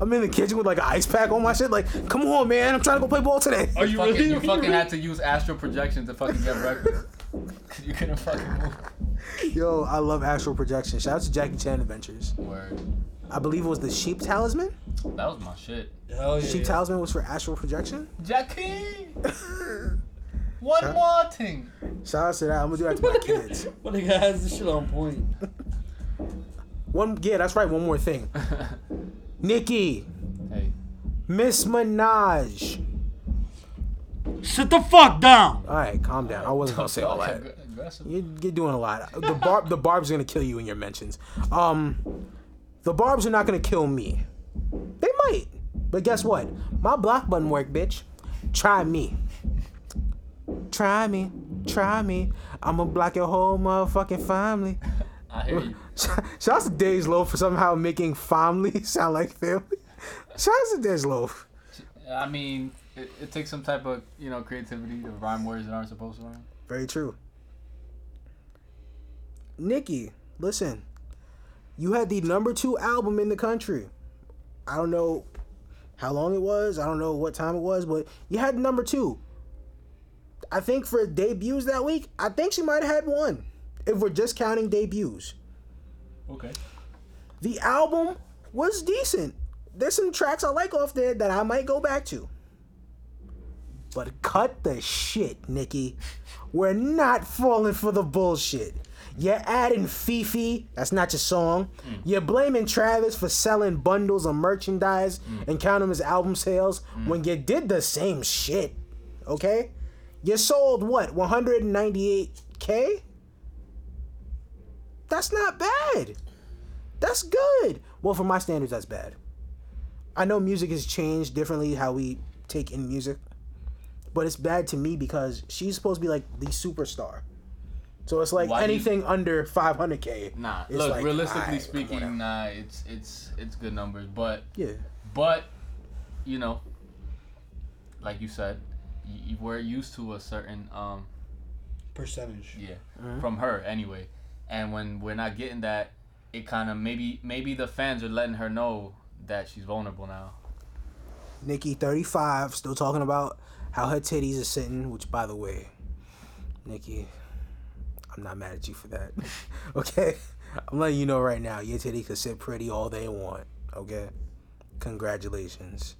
[SPEAKER 2] I'm in the kitchen with like an ice pack on my shit. Like, come on, man, I'm trying to go play ball today.
[SPEAKER 1] are you
[SPEAKER 3] You fucking,
[SPEAKER 1] really?
[SPEAKER 3] you fucking had to use astral projection to fucking get breakfast. 'Cause you couldn't fucking move.
[SPEAKER 2] Yo, I love astral projection. Shout out to Jackie Chan Adventures.
[SPEAKER 3] Word.
[SPEAKER 2] I believe it was the sheep talisman.
[SPEAKER 3] That was my shit.
[SPEAKER 1] Hell yeah.
[SPEAKER 2] Sheep talisman was for astral projection.
[SPEAKER 3] Jackie! One
[SPEAKER 2] Sure.
[SPEAKER 3] more thing.
[SPEAKER 2] Shout out to that. I'm gonna do that to my kids.
[SPEAKER 1] What nigga has this shit on point?
[SPEAKER 2] One, yeah, that's right. One more thing. Nikki,
[SPEAKER 3] hey,
[SPEAKER 2] Miss Minaj.
[SPEAKER 1] Sit the fuck down.
[SPEAKER 2] All right, calm down. I wasn't gonna say all that.
[SPEAKER 3] Ag- aggressive.
[SPEAKER 2] You're, you're doing a lot. The barb, the barb's gonna kill you in your mentions. Um, the barbs are not gonna kill me. They might, but guess what? My block button work, bitch. Try me. Try me. Try me. I'ma block your whole motherfucking family.
[SPEAKER 3] I hear you.
[SPEAKER 2] Shouts to Days Loaf for somehow making family sound like family. Shouts to Days Loaf.
[SPEAKER 3] I mean, it, it takes some type of you know creativity to rhyme words that aren't supposed to rhyme.
[SPEAKER 2] Very true. Nikki, listen. You had the number two album in the country. I don't know how long it was. I don't know what time it was, but you had number two. I think for debuts that week, I think she might have had one. If we're just counting debuts.
[SPEAKER 3] Okay.
[SPEAKER 2] The album was decent. There's some tracks I like off there that I might go back to. But cut the shit, Nikki. We're not falling for the bullshit. You're adding Fifi, that's not your song. You're blaming Travis for selling bundles of merchandise and counting them as album sales when you did the same shit. Okay? You sold what, 198K? That's not bad. That's good. Well, for my standards, that's bad. I know music has changed differently how we take in music, but it's bad to me because she's supposed to be like the superstar. So it's like
[SPEAKER 3] Why do you-
[SPEAKER 2] anything under 500k.
[SPEAKER 3] Nah.
[SPEAKER 2] is
[SPEAKER 3] look,
[SPEAKER 2] like,
[SPEAKER 3] realistically
[SPEAKER 2] aight, whatever.
[SPEAKER 3] speaking, nah, it's it's it's good numbers, but
[SPEAKER 2] Yeah.
[SPEAKER 3] but you know, like you said, y- y- we're used to a certain um
[SPEAKER 1] Percentage.
[SPEAKER 3] Yeah, from her anyway. And when we're not getting that, it kind of maybe maybe the fans are letting her know that she's vulnerable now.
[SPEAKER 2] Nikki 35 still talking about how her titties are sitting, which by the way, Nikki, I'm not mad at you for that. okay? I'm letting you know right now, your titty could sit pretty all they want. Okay? Congratulations.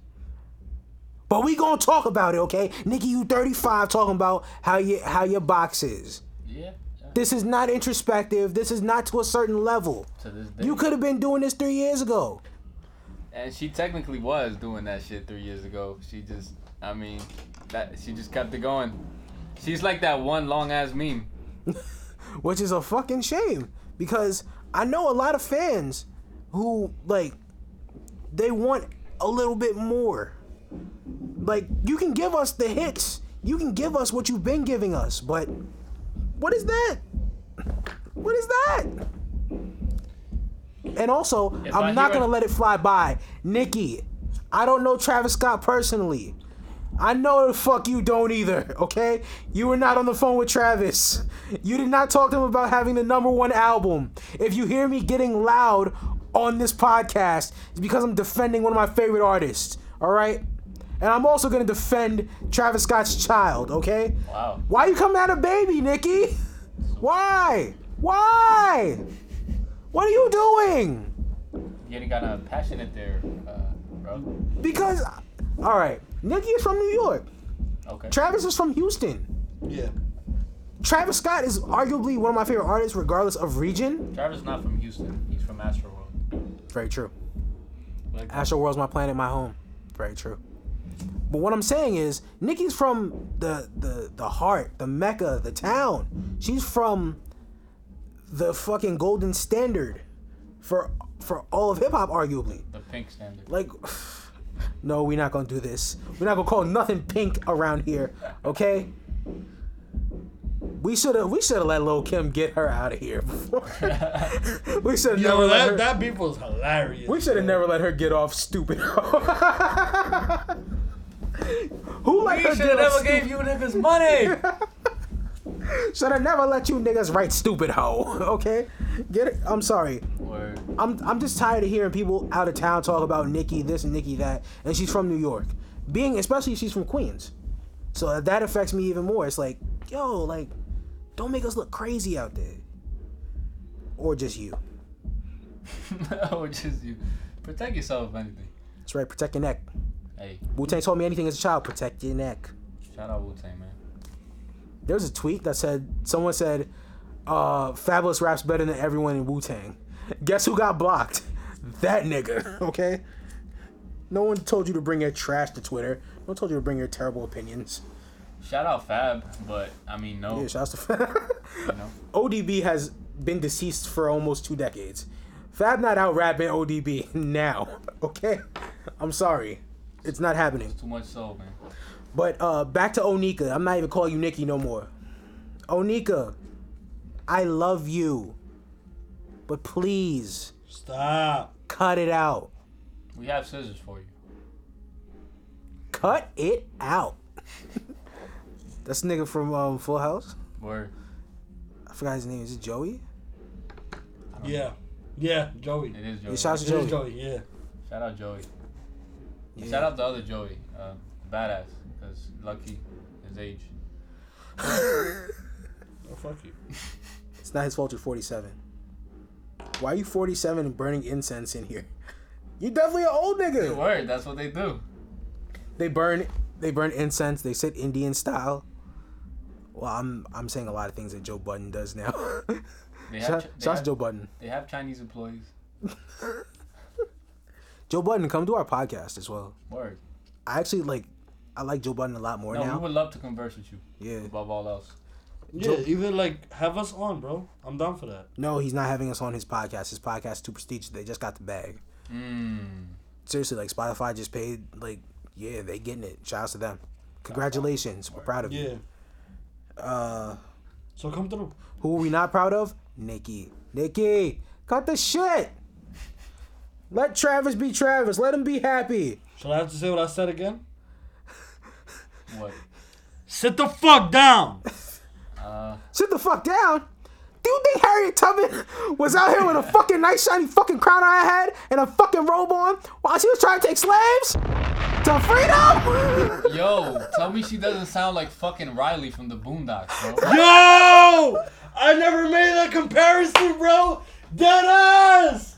[SPEAKER 2] But we gonna talk about it, okay? Nikki, you 35 talking about how you how your box is.
[SPEAKER 3] Yeah. yeah.
[SPEAKER 2] This is not introspective. This is not to a certain level.
[SPEAKER 3] To this day.
[SPEAKER 2] You could have been doing this three years ago.
[SPEAKER 3] and she technically was doing that shit three years ago. She just, I mean, that she just kept it going. She's like that one long ass meme.
[SPEAKER 2] which is a fucking shame because I know a lot of fans who like they want a little bit more. Like you can give us the hits, you can give us what you've been giving us, but what is that? What is that? And also,
[SPEAKER 3] If I
[SPEAKER 2] I'm not
[SPEAKER 3] hear-
[SPEAKER 2] gonna let it fly by, Nikki. I don't know Travis Scott personally. I know the fuck you don't either, okay? You were not on the phone with Travis. You did not talk to him about having the number one album. If you hear me getting loud on this podcast, it's because I'm defending one of my favorite artists, all right? And I'm also gonna defend Travis Scott's child, okay?
[SPEAKER 3] Wow.
[SPEAKER 2] Why you come at a baby, Nikki? Why? Why? What are you doing?
[SPEAKER 3] Getting kind of passionate there, uh, bro.
[SPEAKER 2] Because, all right, Nikki is from New York.
[SPEAKER 3] Okay.
[SPEAKER 2] Travis is from Houston.
[SPEAKER 1] Yeah.
[SPEAKER 2] Travis Scott is arguably one of my favorite artists, regardless of region.
[SPEAKER 3] Travis not from Houston. He's from Astroworld.
[SPEAKER 2] Very true.
[SPEAKER 3] Like,
[SPEAKER 2] Astro World's my planet, my home. Very true. But what I'm saying is, Nikki's from the the the heart, the mecca, the town. She's from the fucking golden standard for for all of hip hop, arguably.
[SPEAKER 3] the pink standard.
[SPEAKER 2] Like, no, we're not gonna do this. We're not gonna call nothing pink around here, okay? We should have we should have let Lil Kim get her out of here. Before. we should have
[SPEAKER 1] Yo,
[SPEAKER 2] never let
[SPEAKER 1] that,
[SPEAKER 2] her.
[SPEAKER 1] that beef was hilarious.
[SPEAKER 2] we should have never let her get off stupid. Who let her get off stupid?
[SPEAKER 3] you niggas money.
[SPEAKER 2] Should have never let you niggas write stupid hoe, okay? Get it? I'm sorry.
[SPEAKER 3] Word.
[SPEAKER 2] I'm I'm just tired of hearing people out of town talk about Nikki this and Nikki that, and she's from New York. Being especially she's from Queens, so that affects me even more. It's like, yo, like, don't make us look crazy out there, or just you.
[SPEAKER 3] or just you. Protect yourself if anything.
[SPEAKER 2] That's right, protect your neck.
[SPEAKER 3] Hey,
[SPEAKER 2] Wu Tang told me anything as a child, protect your neck.
[SPEAKER 3] shout out Wu Tang, man.
[SPEAKER 2] There was a tweet that said someone said, uh, "Fabulous raps better than everyone in Wu Tang." Guess who got blocked? That nigga. Okay. No one told you to bring your trash to Twitter. No one told you to bring your terrible opinions.
[SPEAKER 3] Shout out Fab, but I mean no.
[SPEAKER 2] Yeah, shouts to
[SPEAKER 3] You know?
[SPEAKER 2] ODB has been deceased for almost two decades. Fab not out rapping ODB now. Okay, I'm sorry, it's not happening.
[SPEAKER 3] Too much soul, man.
[SPEAKER 2] But uh, back to Onika. I'm not even calling you Nikki no more. Onika, I love you, but please
[SPEAKER 1] Stop.
[SPEAKER 2] cut it out.
[SPEAKER 3] We have scissors for you.
[SPEAKER 2] Cut it out. That's the nigga from um, Full House.
[SPEAKER 3] Word.
[SPEAKER 2] I forgot his name. Is it Joey?
[SPEAKER 1] Yeah. Yeah, Joey.
[SPEAKER 3] It is Joey.
[SPEAKER 2] Yeah, shouts
[SPEAKER 1] It
[SPEAKER 2] to
[SPEAKER 1] is
[SPEAKER 2] Joey.
[SPEAKER 1] Joey, yeah.
[SPEAKER 3] Shout out Joey.
[SPEAKER 2] Yeah.
[SPEAKER 3] Shout out the other Joey, uh, badass, cause lucky his age.
[SPEAKER 1] Oh, fuck you.
[SPEAKER 2] It's not his fault you're 47. Why are you 47 and burning incense in here? You definitely an old nigga.
[SPEAKER 3] Word. That's what they do.
[SPEAKER 2] They burn they burn incense. They sit Indian style. Well, I'm I'm saying a lot of things that Joe Budden does now.
[SPEAKER 3] They have.
[SPEAKER 2] Shout shout
[SPEAKER 3] Ch- they,
[SPEAKER 2] out to
[SPEAKER 3] have
[SPEAKER 2] Joe Budden.
[SPEAKER 3] they have Chinese employees.
[SPEAKER 2] Joe Budden, come to our podcast as well.
[SPEAKER 3] Word.
[SPEAKER 2] I actually like I like Joe Budden a lot more
[SPEAKER 3] No, we
[SPEAKER 2] now.
[SPEAKER 3] would love to converse with you.
[SPEAKER 2] Yeah.
[SPEAKER 3] Above all else.
[SPEAKER 1] Yeah, even like have us on, bro. I'm down for that.
[SPEAKER 2] No, he's not having us on his podcast. His podcast is too prestigious. They just got the bag.
[SPEAKER 3] Mmm.
[SPEAKER 2] Seriously, like Spotify just paid like yeah, they getting it. Shout out to them. Congratulations. We're proud of you.
[SPEAKER 1] Yeah.
[SPEAKER 2] Uh
[SPEAKER 1] So come through.
[SPEAKER 2] Who are we not proud of? Nikki. Nikki, cut the shit. Let Travis be Travis. Let him be happy.
[SPEAKER 1] Shall I have to say what I said again?
[SPEAKER 3] What?
[SPEAKER 1] Sit the fuck down.
[SPEAKER 3] Uh.
[SPEAKER 2] Sit the fuck down. Do you think Harriet Tubman was out here with a fucking nice shiny fucking crown on her head and a fucking robe on while she was trying to take slaves to freedom?
[SPEAKER 3] Yo, tell me she doesn't sound like fucking Riley from the Boondocks, bro.
[SPEAKER 1] Yo! I never made that comparison, bro. Dead ass.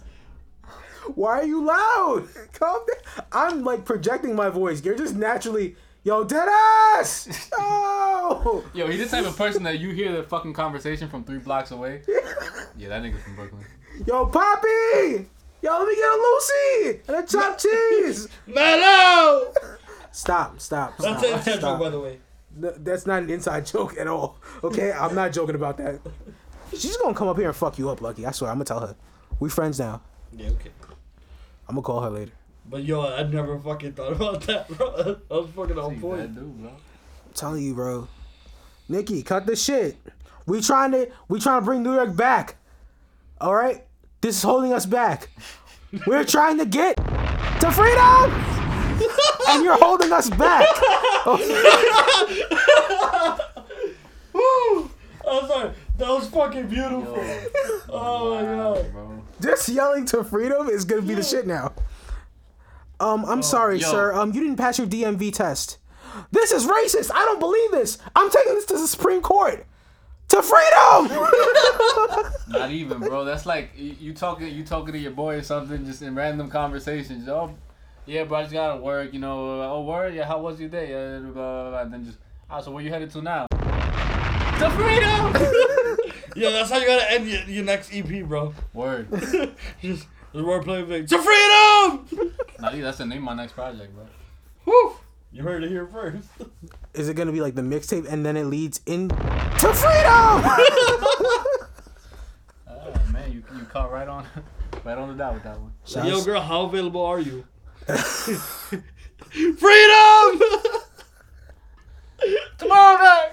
[SPEAKER 2] Why are you loud? Calm down. I'm like projecting my voice. You're just naturally, yo, dead ass. Oh.
[SPEAKER 3] Yo, he's the type of person that you hear the fucking conversation from three blocks away. Yeah, that nigga from Brooklyn.
[SPEAKER 2] Yo, Poppy! Yo, let me get a Lucy and a chopped cheese.
[SPEAKER 1] Mellow.
[SPEAKER 2] Stop, stop, stop.
[SPEAKER 1] That's an inside joke,
[SPEAKER 2] stop.
[SPEAKER 1] by the way.
[SPEAKER 2] No, that's not an inside joke at all. Okay, I'm not joking about that. She's gonna come up here and fuck you up, Lucky. I swear, I'm gonna tell her. We friends now.
[SPEAKER 1] Yeah, okay.
[SPEAKER 2] I'm gonna call her later.
[SPEAKER 1] But yo, I never fucking thought about that, bro. I was fucking on
[SPEAKER 3] He's
[SPEAKER 1] point.
[SPEAKER 3] that dude, bro.
[SPEAKER 2] I'm telling you, bro. Nikki, cut the shit. We trying to we trying to bring New York back. All right, this is holding us back. We're trying to get to freedom, and you're holding us back.
[SPEAKER 1] Woo! I'm sorry. That was fucking beautiful. Oh my god.
[SPEAKER 3] Bro.
[SPEAKER 2] Just yelling to freedom is gonna be the shit now. Um, I'm sorry,
[SPEAKER 3] yo.
[SPEAKER 2] sir. Um, you didn't pass your DMV test. This is racist. I don't believe this. I'm taking this to the Supreme Court. To freedom.
[SPEAKER 3] Not even, bro. That's like you, you talking, you talking to your boy or something, just in random conversations. Oh, yeah, bro. I just got to work. You know, uh, oh, word. Yeah, how was your day? Uh, blah, blah, blah, and then just, ah, so where you headed to now? To freedom.
[SPEAKER 1] Yo, that's how you gotta end your, your next EP, bro.
[SPEAKER 3] word.
[SPEAKER 1] Just the wordplay thing. To freedom!
[SPEAKER 3] Not even. That's the name of my next project, bro.
[SPEAKER 1] Woo! You heard it here first.
[SPEAKER 2] is it gonna be like the mixtape and then it leads in to freedom?
[SPEAKER 3] Oh man, you you caught right on, right on the dot with that one.
[SPEAKER 1] Yo, girl, how available are you? freedom!
[SPEAKER 3] Tomorrow night.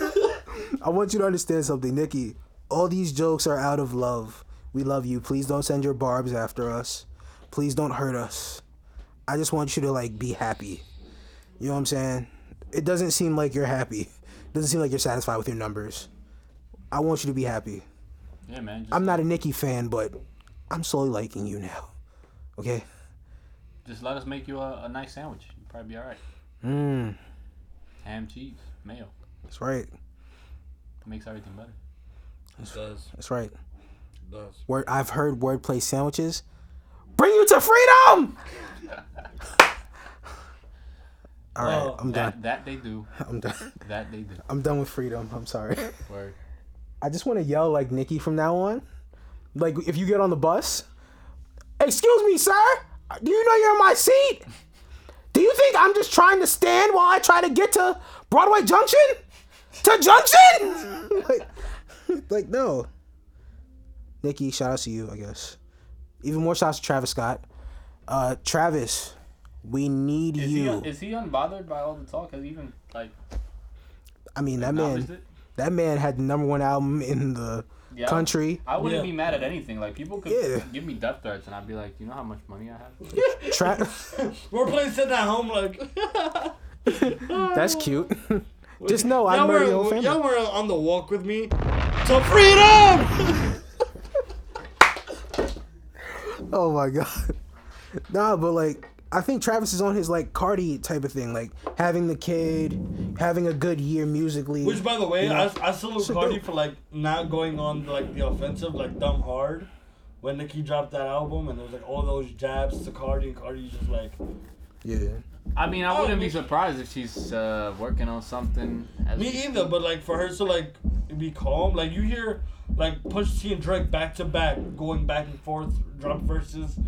[SPEAKER 2] I want you to understand something, Nikki. All these jokes are out of love. We love you. Please don't send your barbs after us. Please don't hurt us. I just want you to like be happy. You know what I'm saying? It doesn't seem like you're happy. It doesn't seem like you're satisfied with your numbers. I want you to be happy.
[SPEAKER 3] Yeah, man. Just,
[SPEAKER 2] I'm not a Nikki fan, but I'm slowly liking you now. Okay?
[SPEAKER 3] just let us make you a, a nice sandwich. You'll probably be all right.
[SPEAKER 2] Mmm.
[SPEAKER 3] Ham, cheese, mayo.
[SPEAKER 2] That's right.
[SPEAKER 3] Makes everything better.
[SPEAKER 1] It does.
[SPEAKER 2] That's right.
[SPEAKER 1] It does.
[SPEAKER 2] Word I've heard wordplay sandwiches. Bring you to freedom! All right,
[SPEAKER 1] Oh,
[SPEAKER 2] I'm done.
[SPEAKER 3] That, that they do.
[SPEAKER 2] I'm done.
[SPEAKER 3] That they do.
[SPEAKER 2] I'm done with freedom. I'm sorry.
[SPEAKER 3] Word.
[SPEAKER 2] I just want to yell like Nikki from now on. Like if you get on the bus, excuse me, sir. Do you know you're in my seat? Do you think I'm just trying to stand while I try to get to Broadway Junction? To Junction? like, like no. Nikki, shout out to you, I guess. Even more shout out to Travis Scott. Uh, Travis, we need
[SPEAKER 3] Is
[SPEAKER 2] you.
[SPEAKER 3] he is he unbothered by all the talk? Has he even like
[SPEAKER 2] I mean, that
[SPEAKER 3] acknowledged
[SPEAKER 2] man,
[SPEAKER 3] it?
[SPEAKER 2] that man had the number one album in the
[SPEAKER 3] Yeah.
[SPEAKER 2] country.
[SPEAKER 3] I wouldn't
[SPEAKER 1] Yeah.
[SPEAKER 3] be mad at anything. Like people could
[SPEAKER 2] Yeah.
[SPEAKER 3] give me death threats, and I'd be like, you know how much money I have.
[SPEAKER 2] Tra-
[SPEAKER 1] We're playing sitting at home like.
[SPEAKER 2] That's cute. Just know I
[SPEAKER 1] Oh. y'all
[SPEAKER 2] murder
[SPEAKER 1] were,
[SPEAKER 2] your whole family.
[SPEAKER 1] y'all were on the walk with me to freedom.
[SPEAKER 2] Oh my god. Nah, but like I think Travis is on his like Cardi type of thing, like having the kid, having a good year musically.
[SPEAKER 1] Which, by the way,
[SPEAKER 2] Yeah.
[SPEAKER 1] I, I salute
[SPEAKER 2] So
[SPEAKER 1] Cardi
[SPEAKER 2] dope.
[SPEAKER 1] for like not going on like the offensive, like dumb hard. When Nicki dropped that album and there was like all those jabs to Cardi, and Cardi's just like,
[SPEAKER 2] yeah.
[SPEAKER 3] I mean, I
[SPEAKER 1] Oh,
[SPEAKER 3] wouldn't
[SPEAKER 1] me-
[SPEAKER 3] be surprised if she's uh, working on something. As
[SPEAKER 1] me
[SPEAKER 3] we
[SPEAKER 1] either.
[SPEAKER 3] speak.
[SPEAKER 1] But like for her to like be calm, like you hear like Push T and Drake back to back, going back and forth, drop verses.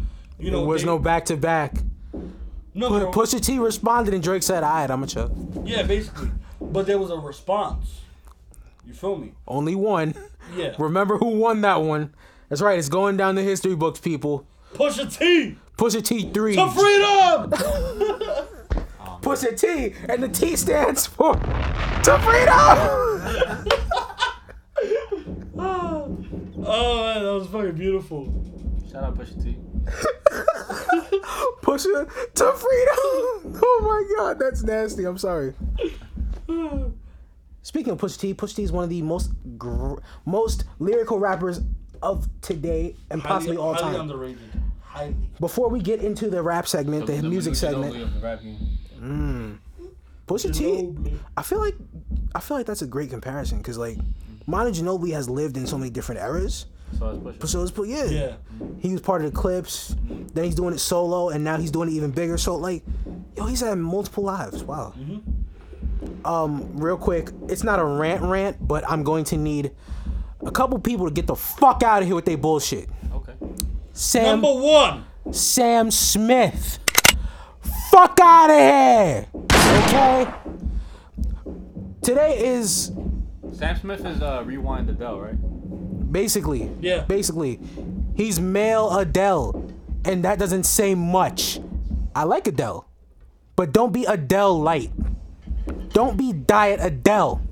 [SPEAKER 1] You know,
[SPEAKER 2] there was
[SPEAKER 1] they-
[SPEAKER 2] no back to back.
[SPEAKER 1] no there-
[SPEAKER 2] Pusha T responded and Drake said, "Alright, I'ma chill."
[SPEAKER 1] Yeah, basically. But there was a response. You feel me?
[SPEAKER 2] Only one.
[SPEAKER 1] Yeah.
[SPEAKER 2] Remember who won that one? That's right. It's going down the history books, people.
[SPEAKER 1] Pusha T
[SPEAKER 2] Pusha T three.
[SPEAKER 1] to freedom.
[SPEAKER 2] Pusha T, and the T stands for to freedom.
[SPEAKER 1] Oh man, that was fucking beautiful.
[SPEAKER 3] shout out Pusha T.
[SPEAKER 2] Pusha to freedom. Oh my god, that's nasty. I'm sorry. Speaking of Pusha T, Pusha T is one of the most gr- most lyrical rappers of today and possibly all
[SPEAKER 1] highly
[SPEAKER 2] time.
[SPEAKER 1] underrated. Highly.
[SPEAKER 2] Before we get into the rap segment, the, music segment,
[SPEAKER 3] Of the rap game.
[SPEAKER 2] Pusha T, I feel like I feel like that's a great comparison because like Mono Ginobili has lived in so many different eras.
[SPEAKER 3] So it's Pusha.
[SPEAKER 2] So it's but yeah,
[SPEAKER 1] Yeah.
[SPEAKER 2] he was part of the clips. Then he's doing it solo, and now he's doing it even bigger. So like, yo, he's had multiple lives. Wow.
[SPEAKER 1] Mm-hmm.
[SPEAKER 2] Um, real quick, it's not a rant rant, but I'm going to need a couple people to get the fuck out of here with their bullshit.
[SPEAKER 3] Okay.
[SPEAKER 2] Sam
[SPEAKER 1] Number one.
[SPEAKER 2] Sam Smith, fuck out of here. Okay. Today is
[SPEAKER 3] Sam Smith is uh, rewind Adele, right?
[SPEAKER 2] basically
[SPEAKER 1] Yeah.
[SPEAKER 2] basically he's male adele and that doesn't say much i like adele but don't be adele light don't be diet adele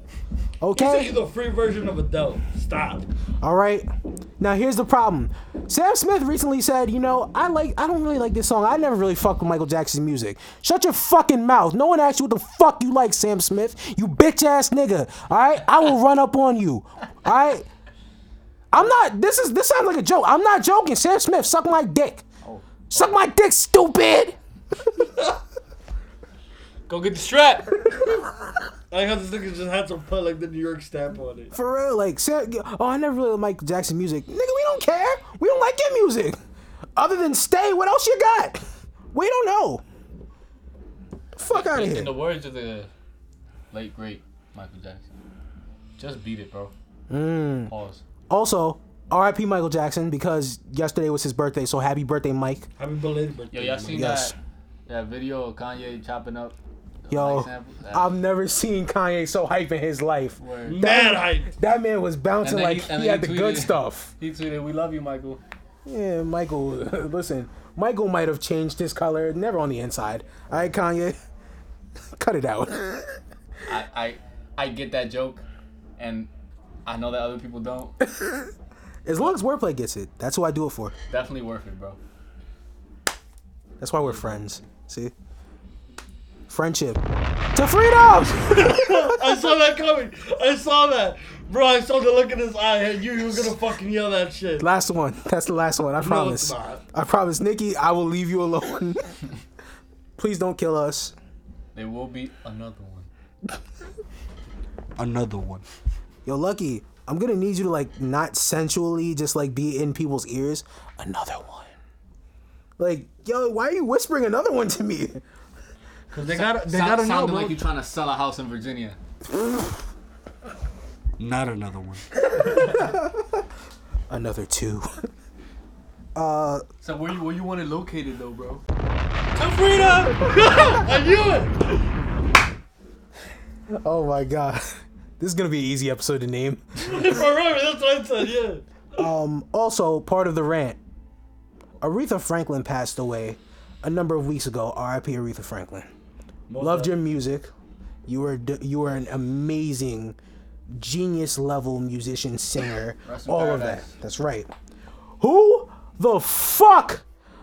[SPEAKER 1] Take
[SPEAKER 2] okay
[SPEAKER 1] the free version of Adele. Stop.
[SPEAKER 2] all right now here's the problem sam smith recently said you know i like i don't really like this song i never really fucked with michael jackson's music shut your fucking mouth no one asked you what the fuck you like sam smith you bitch ass nigga all right i will run up on you all right i'm not this is this sounds like a joke i'm not joking sam smith suck my dick
[SPEAKER 3] Oh.
[SPEAKER 2] suck my dick stupid
[SPEAKER 3] Go get the strap.
[SPEAKER 1] I like how this nigga just had to put like the New York stamp on it.
[SPEAKER 2] For real, like, Sam, oh, I never really liked Michael Jackson music. Nigga, we don't care. We don't like your music. Other than Stay, what else you got? We don't know. Fuck out of
[SPEAKER 3] In
[SPEAKER 2] here.
[SPEAKER 3] the words of the late great Michael Jackson, just beat it, bro.
[SPEAKER 1] Mm.
[SPEAKER 3] Pause.
[SPEAKER 2] Also, R.I.P. Michael Jackson because yesterday was his birthday, so happy birthday, Mike.
[SPEAKER 1] Happy belated
[SPEAKER 3] Yo,
[SPEAKER 1] birthday.
[SPEAKER 3] y'all seen
[SPEAKER 2] Yes.
[SPEAKER 3] that that video of Kanye chopping up? the
[SPEAKER 2] Yo,
[SPEAKER 3] mic sample? That-
[SPEAKER 2] I've never seen Kanye so hype in his life.
[SPEAKER 3] Word.
[SPEAKER 1] Mad hype.
[SPEAKER 2] That man was bouncing
[SPEAKER 3] And then
[SPEAKER 2] like
[SPEAKER 3] he- and
[SPEAKER 2] he
[SPEAKER 3] then
[SPEAKER 2] had the
[SPEAKER 3] he
[SPEAKER 2] good
[SPEAKER 3] tweeted.
[SPEAKER 2] stuff.
[SPEAKER 3] He tweeted, "We love you, Michael."
[SPEAKER 2] Yeah, Michael, listen, Michael might have changed his color, never on the inside. All right, Kanye, cut it out.
[SPEAKER 3] I, I I get that joke, and I know that other people don't.
[SPEAKER 2] As long as wordplay gets it, that's who I do it for.
[SPEAKER 3] Definitely worth it, bro.
[SPEAKER 2] That's why we're friends. See? Friendship. To freedom!
[SPEAKER 1] I saw that coming. I saw that. Bro, I saw the look in his eye. and You, you were gonna fucking yell that shit.
[SPEAKER 2] last one. That's the last one. I promise.
[SPEAKER 1] not.
[SPEAKER 2] I promise, Nikki, I will leave you alone. Please don't kill us.
[SPEAKER 3] There will be another one.
[SPEAKER 1] Another one.
[SPEAKER 2] Yo, Lucky, I'm gonna need you to like not sensually just like be in people's ears. Another one. Like, yo, why are you whispering another one to me?
[SPEAKER 1] Cause they got they
[SPEAKER 3] Sou-
[SPEAKER 1] got to know,
[SPEAKER 3] sounded
[SPEAKER 1] bro.
[SPEAKER 3] like you trying to sell a house in Virginia.
[SPEAKER 1] Not another one.
[SPEAKER 2] Another two.
[SPEAKER 3] So where you where you want it located though, bro?
[SPEAKER 1] Frida, I knew it.
[SPEAKER 2] Oh my god. This is gonna be an easy episode to name.
[SPEAKER 1] Alright, that's what I said. Yeah.
[SPEAKER 2] Um, also, part of the rant Aretha Franklin passed away a number of weeks ago. RIP Aretha Franklin. Loved your music. You were d- you were an amazing, genius level musician, singer,
[SPEAKER 3] Rest in
[SPEAKER 2] all of that.
[SPEAKER 3] paradise.
[SPEAKER 2] That's right. Who the fuck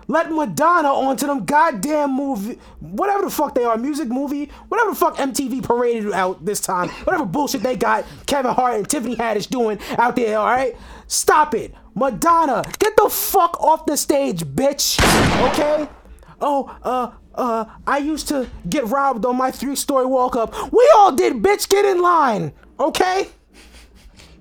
[SPEAKER 2] let Madonna onto them goddamn movie, whatever the fuck they are, music movie, whatever the fuck MTV paraded out this time, whatever bullshit they got Kevin Hart and Tiffany Haddish doing out there, all right? Stop it. Madonna, get the fuck off the stage, bitch. Okay? Oh, uh, uh, I used to get robbed on my three story walk up. We all did, bitch. Get in line. Okay?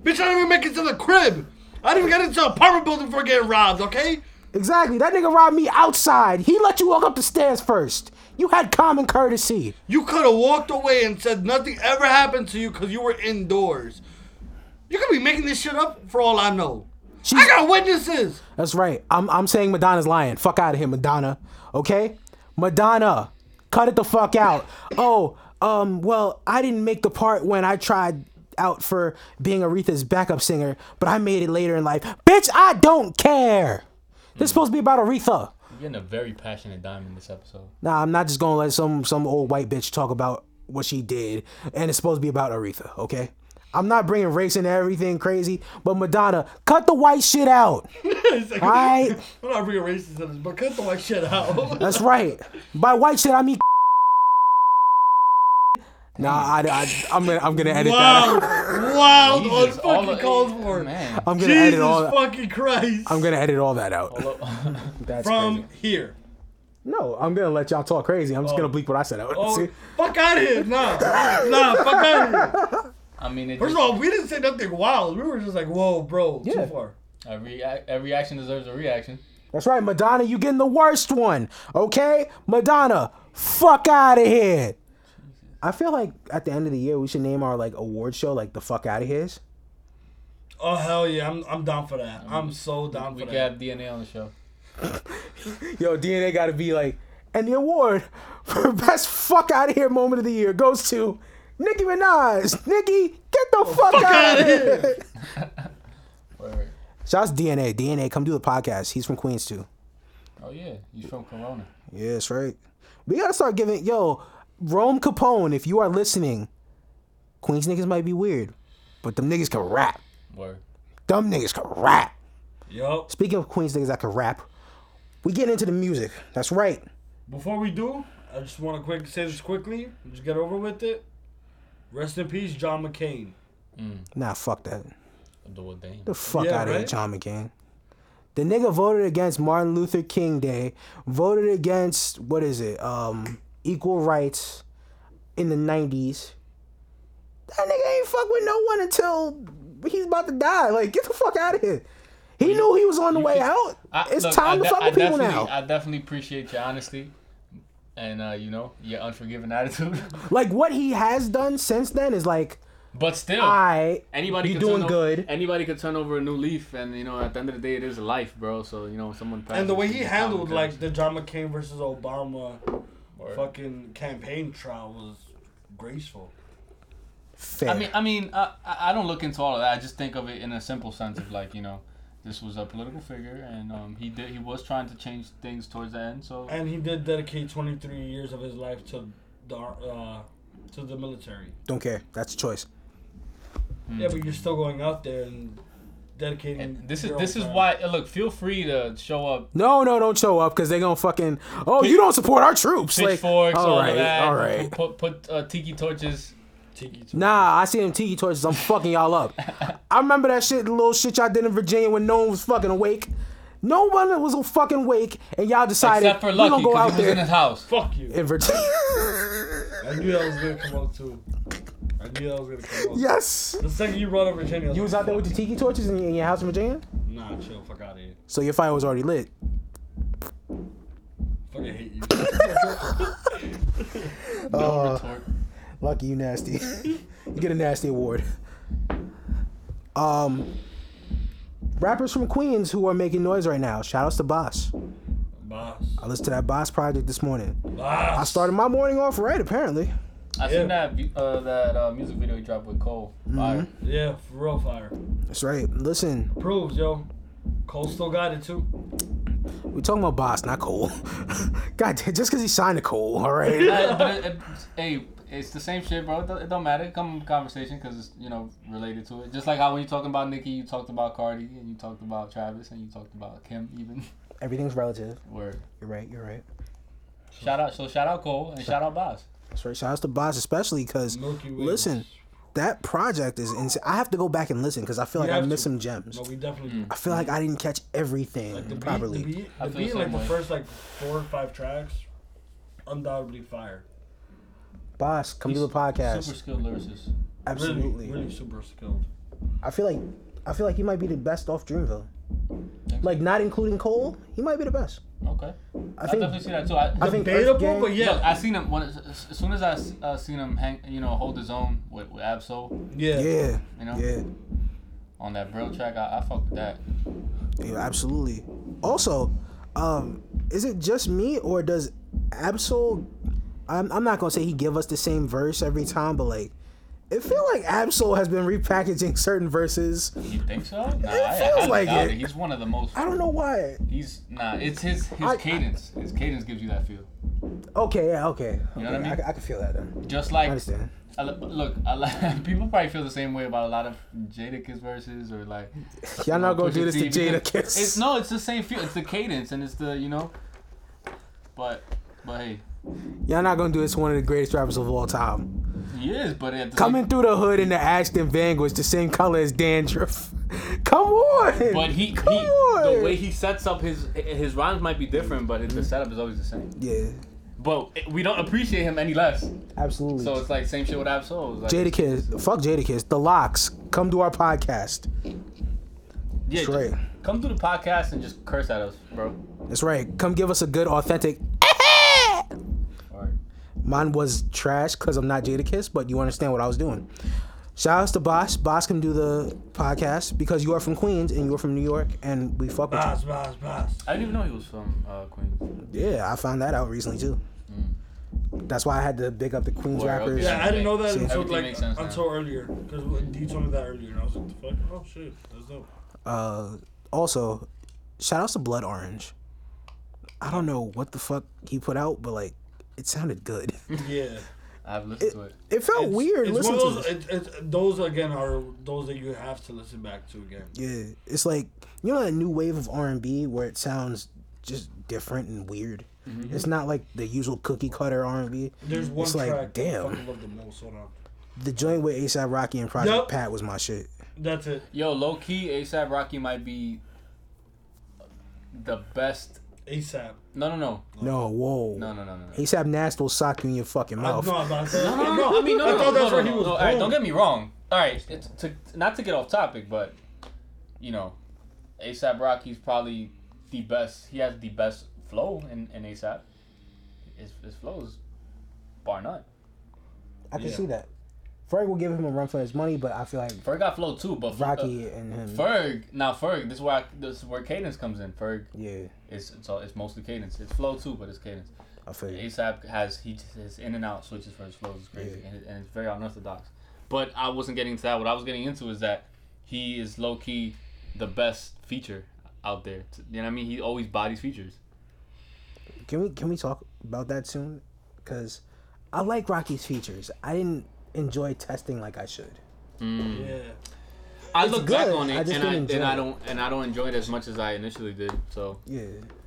[SPEAKER 1] Bitch, I didn't even make it to the crib. I didn't even get into an apartment building before getting robbed. Okay.
[SPEAKER 2] Exactly. That nigga robbed me outside. He let you walk up the stairs first. You had common courtesy.
[SPEAKER 1] You could have walked away and said nothing ever happened to you because you were indoors. You could be making this shit up for all I know. I
[SPEAKER 2] She's-
[SPEAKER 1] got witnesses.
[SPEAKER 2] That's right. I'm I'm saying Madonna's lying. Fuck out of here, Madonna. Okay? Madonna, cut it the fuck out. Oh, um, well, I didn't make the part when I tried out for being Aretha's backup singer, but I made it later in life. Bitch, I don't care. This is supposed to be about Aretha.
[SPEAKER 3] You're getting a very passionate diamond this episode.
[SPEAKER 2] Nah, I'm not just gonna let some some old white bitch talk about what she did, and it's supposed to be about Aretha, okay? I'm not bringing race and everything crazy, but Madonna, cut the white shit out. All right,
[SPEAKER 1] I'm not being racist in this, but cut the white shit out.
[SPEAKER 2] that's right. By white shit, I mean. Nah, I, I, I'm gonna I'm gonna edit
[SPEAKER 1] Oh, wow,
[SPEAKER 2] that. Out.
[SPEAKER 1] wild on
[SPEAKER 3] Jesus, all
[SPEAKER 1] fucking
[SPEAKER 3] the-
[SPEAKER 1] calls for it.
[SPEAKER 3] Man.
[SPEAKER 2] I'm gonna
[SPEAKER 1] Jesus
[SPEAKER 2] edit all. That.
[SPEAKER 1] fucking Christ.
[SPEAKER 2] I'm gonna edit all that out. That's
[SPEAKER 1] From
[SPEAKER 2] crazy.
[SPEAKER 1] here.
[SPEAKER 2] No, I'm gonna let y'all talk crazy. I'm just gonna bleep what I said out.
[SPEAKER 1] Oh,
[SPEAKER 2] See?
[SPEAKER 1] fuck out of here. Nah, nah, fuck out of here.
[SPEAKER 3] I mean, it
[SPEAKER 1] First
[SPEAKER 3] just,
[SPEAKER 1] of all, we didn't say nothing wild. We were just like, whoa, bro, too
[SPEAKER 2] Yeah.
[SPEAKER 1] far.
[SPEAKER 3] a, rea- a reaction deserves a reaction.
[SPEAKER 2] That's right, Madonna, you getting the worst one, okay? Madonna, fuck out of here. I feel like at the end of the year we should name our like award show like the fuck out of here's.
[SPEAKER 1] Oh, hell yeah. I'm, I'm down for that. I'm so down
[SPEAKER 3] Um, We
[SPEAKER 1] for
[SPEAKER 3] could
[SPEAKER 1] that.
[SPEAKER 3] have DNA on the show.
[SPEAKER 2] Yo, DNA gotta be like, and the award for best fuck out of here moment of the year goes to Nicki Minaj. Nicki, get the fuck, out
[SPEAKER 1] outta
[SPEAKER 2] of
[SPEAKER 1] here.
[SPEAKER 2] here.
[SPEAKER 3] Word.
[SPEAKER 2] Shouts DNA. DNA, come do the podcast. He's from Queens too.
[SPEAKER 3] Oh yeah, he's from Corona.
[SPEAKER 2] Yeah, that's right. We gotta start giving yo, Rome Capone, if you are listening, Queens niggas might be weird, but them niggas can rap.
[SPEAKER 3] Word.
[SPEAKER 2] Dumb niggas can rap.
[SPEAKER 1] Yup.
[SPEAKER 2] Speaking of Queens niggas that can rap, we get into the music. That's right.
[SPEAKER 1] Before we do, I just want to quick say this quickly. Just get over with it. Rest in peace, John McCain.
[SPEAKER 2] Nah, fuck that.
[SPEAKER 3] Abdul Dame.
[SPEAKER 2] The fuck
[SPEAKER 1] Yeah,
[SPEAKER 2] out of here,
[SPEAKER 1] right?
[SPEAKER 2] John McCain. The nigga voted against Martin Luther King Day, voted against what is it? Um, equal rights in the nineties. That nigga ain't fuck with no one until he's about to die. Like, get the fuck out of here. He knew he was on the way
[SPEAKER 3] can-
[SPEAKER 2] out.
[SPEAKER 3] I-
[SPEAKER 2] it's
[SPEAKER 3] look,
[SPEAKER 2] time
[SPEAKER 3] I
[SPEAKER 2] to
[SPEAKER 3] de-
[SPEAKER 2] fuck
[SPEAKER 3] I
[SPEAKER 2] with people
[SPEAKER 3] definitely-
[SPEAKER 2] now.
[SPEAKER 3] I definitely appreciate your honesty, and uh, you know your unforgiving attitude.
[SPEAKER 2] Like what he has done since then is like,
[SPEAKER 3] but still,
[SPEAKER 2] I
[SPEAKER 3] anybody
[SPEAKER 2] you
[SPEAKER 3] could turn
[SPEAKER 2] doing
[SPEAKER 3] o-
[SPEAKER 2] good.
[SPEAKER 3] Anybody could turn over a new leaf, and you know at the end of the day, it is life, bro. So you know when someone passes,
[SPEAKER 1] And the way he
[SPEAKER 3] it's
[SPEAKER 1] handled
[SPEAKER 3] common
[SPEAKER 1] like
[SPEAKER 3] courtesy.
[SPEAKER 1] the John McCain versus Obama
[SPEAKER 3] Word.
[SPEAKER 1] fucking campaign trial was graceful.
[SPEAKER 2] Fair.
[SPEAKER 3] I mean, I mean, I, I I don't look into all of that. I just think of it in a simple sense of like you know, this was a political figure, and um, he did he was trying to change things towards the end. So
[SPEAKER 1] And he did dedicate 23 years of his life to the ar- uh, to the military.
[SPEAKER 2] Don't care. That's a choice.
[SPEAKER 1] Yeah, but you're still going out there and dedicating.
[SPEAKER 3] Hmm. and this is
[SPEAKER 1] your
[SPEAKER 3] this
[SPEAKER 1] own
[SPEAKER 3] is
[SPEAKER 1] time.
[SPEAKER 3] why. uh, Look, feel free to show up.
[SPEAKER 2] No, no, don't show up because they gonna fucking. Oh, you don't support our troops. Like,
[SPEAKER 3] Pitchforks, all,
[SPEAKER 2] all
[SPEAKER 3] of
[SPEAKER 2] right,
[SPEAKER 3] that.
[SPEAKER 2] all right.
[SPEAKER 3] Put put uh, tiki torches.
[SPEAKER 1] Tiki took-
[SPEAKER 2] Nah, I see them tiki torches. I'm fucking y'all up. I remember that shit, the little shit y'all did in Virginia when no one was fucking awake. No one was fucking awake, and y'all decided
[SPEAKER 3] Except for
[SPEAKER 2] we
[SPEAKER 3] Lucky,
[SPEAKER 2] gonna go
[SPEAKER 3] because
[SPEAKER 2] out
[SPEAKER 3] he was in his
[SPEAKER 2] there
[SPEAKER 3] house.
[SPEAKER 1] Fuck you.
[SPEAKER 2] in Virginia.
[SPEAKER 1] I knew that was gonna come up too. I knew that was gonna come up.
[SPEAKER 2] yes.
[SPEAKER 1] The second you brought up Virginia, I
[SPEAKER 2] You was out there with the tiki torches in, in your house in Virginia,
[SPEAKER 1] Nah, chill. Fuck out of here.
[SPEAKER 2] so your fire was already lit.
[SPEAKER 1] Fucking hate you.
[SPEAKER 3] Dumb
[SPEAKER 2] Uh,
[SPEAKER 3] retort.
[SPEAKER 2] Lucky you nasty. you get a nasty award. Um rappers from Queens who are making noise right now. Shout outs to Boss.
[SPEAKER 1] Boss.
[SPEAKER 2] I listened to that Boss project this morning.
[SPEAKER 1] Boss.
[SPEAKER 2] I started my morning off right apparently.
[SPEAKER 3] I
[SPEAKER 1] Yeah.
[SPEAKER 3] seen that vi- uh, that uh, music video he dropped with Cole. Fire.
[SPEAKER 1] Yeah, for real fire.
[SPEAKER 2] That's right. Listen,
[SPEAKER 1] Proves, yo. Cole still got it too.
[SPEAKER 2] we talking about Boss, not Cole. God damn, just cause he signed a Cole, alright?
[SPEAKER 3] Uh, but it- it- hey, it's the same shit, bro. It don't- It don't matter. Come in conversation because it's you know related to it. Just like how when you talking about Nicki, you talked about Cardi, and you talked about Travis, and you talked about Kim, even.
[SPEAKER 2] Everything's relative.
[SPEAKER 3] Word.
[SPEAKER 2] You're right, you're right.
[SPEAKER 3] Shout out. So shout out Cole and shout out Boss.
[SPEAKER 2] That's right. Shout outs to Boss especially cause
[SPEAKER 1] Milky Way.
[SPEAKER 2] listen, that project is insane. I have to go back and listen because I feel
[SPEAKER 1] You
[SPEAKER 2] like I
[SPEAKER 1] have
[SPEAKER 2] missed
[SPEAKER 1] to.
[SPEAKER 2] some gems.
[SPEAKER 1] No, we definitely do.
[SPEAKER 2] I feel like I didn't catch everything
[SPEAKER 1] Like the beat,
[SPEAKER 2] properly.
[SPEAKER 1] the beat,
[SPEAKER 3] Mm. I
[SPEAKER 1] the
[SPEAKER 3] feel
[SPEAKER 1] beat
[SPEAKER 3] the
[SPEAKER 1] like
[SPEAKER 3] same
[SPEAKER 1] the
[SPEAKER 3] way.
[SPEAKER 1] first like four or five tracks, undoubtedly fire.
[SPEAKER 2] Boss, come do a podcast.
[SPEAKER 3] Super skilled lyricist.
[SPEAKER 2] Absolutely.
[SPEAKER 1] Really, really super skilled.
[SPEAKER 2] I feel like I feel like he might be the best off Dreamville. Like not including Cole, he might be the best.
[SPEAKER 3] Okay.
[SPEAKER 2] I
[SPEAKER 3] I,
[SPEAKER 2] think
[SPEAKER 3] definitely see that too. I,
[SPEAKER 2] I think Earth
[SPEAKER 1] Debatable,
[SPEAKER 2] Gang-
[SPEAKER 1] but
[SPEAKER 3] Look,
[SPEAKER 1] yeah.
[SPEAKER 3] I seen him when, as as soon as I s- uh, seen him hang, you know, hold his own with, with Absol,
[SPEAKER 1] yeah.
[SPEAKER 2] Yeah.
[SPEAKER 3] you know,
[SPEAKER 2] Yeah.
[SPEAKER 3] on that Brill track, I, I fucked with that.
[SPEAKER 2] Yeah, absolutely. Also, um, is it just me or does Absol? I'm, I'm not gonna say he give us the same verse every time, but like, it feel like Absol has been repackaging certain verses.
[SPEAKER 3] You think so? Nah, I, I
[SPEAKER 2] feels
[SPEAKER 3] highly
[SPEAKER 2] like
[SPEAKER 3] doubt
[SPEAKER 2] it.
[SPEAKER 3] it. He's one of the most.
[SPEAKER 2] I don't know why.
[SPEAKER 3] He's nah. It's his his
[SPEAKER 2] I-
[SPEAKER 3] cadence. His cadence gives you that feel.
[SPEAKER 2] Okay, yeah, okay.
[SPEAKER 3] You know
[SPEAKER 2] okay,
[SPEAKER 3] what I mean?
[SPEAKER 2] I, can feel that then.
[SPEAKER 3] Just
[SPEAKER 2] I
[SPEAKER 3] like
[SPEAKER 2] understand.
[SPEAKER 3] I li- look, I li- people probably feel the same way about a lot of Jadakiss verses or like.
[SPEAKER 2] Y'all not gonna
[SPEAKER 3] Pusha
[SPEAKER 2] do this to
[SPEAKER 3] T, because
[SPEAKER 2] Jada Kiss.
[SPEAKER 3] It's no, it's the same feel. It's the cadence and it's the you know. But but hey,
[SPEAKER 2] Y'all not gonna do this to one of the greatest rappers of all time.
[SPEAKER 3] he is. But at the
[SPEAKER 2] Coming through the hood in the Ashton Vanguard, the same color as dandruff. Come on.
[SPEAKER 3] But he,
[SPEAKER 2] Come
[SPEAKER 3] he
[SPEAKER 2] on. Mm-hmm.
[SPEAKER 3] the way he sets up his his rhymes might be different, but the setup is always the same.
[SPEAKER 2] yeah,
[SPEAKER 3] But we don't appreciate him any less.
[SPEAKER 2] absolutely.
[SPEAKER 3] So it's like same shit with Absol. Like,
[SPEAKER 2] Jada Kiss, fuck Jada Kiss. The Locks, come do our podcast.
[SPEAKER 3] yeah,
[SPEAKER 2] That's right.
[SPEAKER 3] just Come through the podcast and just curse at us, bro.
[SPEAKER 2] That's right. Come give us a good, authentic.
[SPEAKER 3] All right.
[SPEAKER 2] Mine was trash because I'm not Jada Kiss, but you understand what I was doing. Shout outs to Boss. Boss can do the podcast because you are from Queens and you're from New York, and we fuck with you.
[SPEAKER 1] Boss, boss, boss.
[SPEAKER 3] I didn't even know he was from uh, Queens.
[SPEAKER 2] Yeah, I found that out recently too. That's why I had to big up the Queens
[SPEAKER 3] Word,
[SPEAKER 2] rappers.
[SPEAKER 3] Mm. okay.
[SPEAKER 1] Yeah, I didn't know that
[SPEAKER 2] See,
[SPEAKER 1] until
[SPEAKER 3] everything
[SPEAKER 1] like
[SPEAKER 3] makes sense now.
[SPEAKER 1] until earlier. Because D told me that earlier, and I was like, the fuck? Oh shit, that's dope.
[SPEAKER 2] Uh, also, shout outs to Blood Orange. I don't know what the fuck he put out, but like, it sounded good.
[SPEAKER 1] Yeah.
[SPEAKER 3] I've listened to it.
[SPEAKER 2] It felt weird.
[SPEAKER 1] It's
[SPEAKER 2] listening
[SPEAKER 1] one of those.
[SPEAKER 2] to
[SPEAKER 1] It, it's those again are those that you have to listen back to again.
[SPEAKER 2] this. Yeah, it's like you know that new wave of R and B where it sounds just different and weird.
[SPEAKER 3] Mm-hmm.
[SPEAKER 2] It's not like the usual cookie cutter R and B.
[SPEAKER 1] There's one
[SPEAKER 2] It's like,
[SPEAKER 1] track that
[SPEAKER 2] damn.
[SPEAKER 1] I fucking love the most. Hold on.
[SPEAKER 2] The joint with ASAP Rocky and Project
[SPEAKER 1] Yup.
[SPEAKER 2] Pat was my shit.
[SPEAKER 1] That's it.
[SPEAKER 3] Yo, low key, ASAP Rocky might be the best.
[SPEAKER 1] ASAP.
[SPEAKER 3] No, no, no,
[SPEAKER 2] No, whoa.
[SPEAKER 3] no, no, no, no. no.
[SPEAKER 2] ASAP Nast will sock you in your fucking
[SPEAKER 1] I, no,
[SPEAKER 2] mouth.
[SPEAKER 1] I'm not saying-
[SPEAKER 3] No, no, no, I mean, no,
[SPEAKER 1] I
[SPEAKER 3] no,
[SPEAKER 1] thought
[SPEAKER 3] no,
[SPEAKER 1] that's
[SPEAKER 3] no,
[SPEAKER 1] where
[SPEAKER 3] no,
[SPEAKER 1] he was
[SPEAKER 3] no. All right,
[SPEAKER 1] going.
[SPEAKER 3] don't get me wrong. All right, it's to, not to get off topic, but you know, ASAP Rocky's probably the best. He has the best flow in, in ASAP. His, his flow is bar none.
[SPEAKER 2] I can
[SPEAKER 1] Yeah.
[SPEAKER 2] see that. Ferg will give him a run for his money, but I feel like
[SPEAKER 3] Ferg got flow too, but
[SPEAKER 2] Rocky and
[SPEAKER 3] uh,
[SPEAKER 2] him.
[SPEAKER 3] Ferg now Ferg. This is where I, this is where cadence comes in. Ferg,
[SPEAKER 2] Yeah,
[SPEAKER 3] it's it's all, it's mostly cadence. It's flow too, but it's cadence.
[SPEAKER 2] I feel you.
[SPEAKER 3] ASAP has he his in and out switches for his flows is crazy
[SPEAKER 2] Yeah.
[SPEAKER 3] and, and it's very unorthodox. But I wasn't getting into that. What I was getting into is that he is low key the best feature out there. You know what I mean? He always bodies features.
[SPEAKER 2] Can we can we talk about that soon? Because I like Rocky's features. I didn't enjoy testing like I should.
[SPEAKER 1] Yeah.
[SPEAKER 3] I
[SPEAKER 2] It's
[SPEAKER 3] look back
[SPEAKER 2] good,
[SPEAKER 3] on it
[SPEAKER 2] I just
[SPEAKER 3] and I
[SPEAKER 2] didn't
[SPEAKER 3] and
[SPEAKER 2] enjoy
[SPEAKER 3] I
[SPEAKER 2] it.
[SPEAKER 3] don't and I don't enjoy it as much as I initially did. So
[SPEAKER 2] Yeah,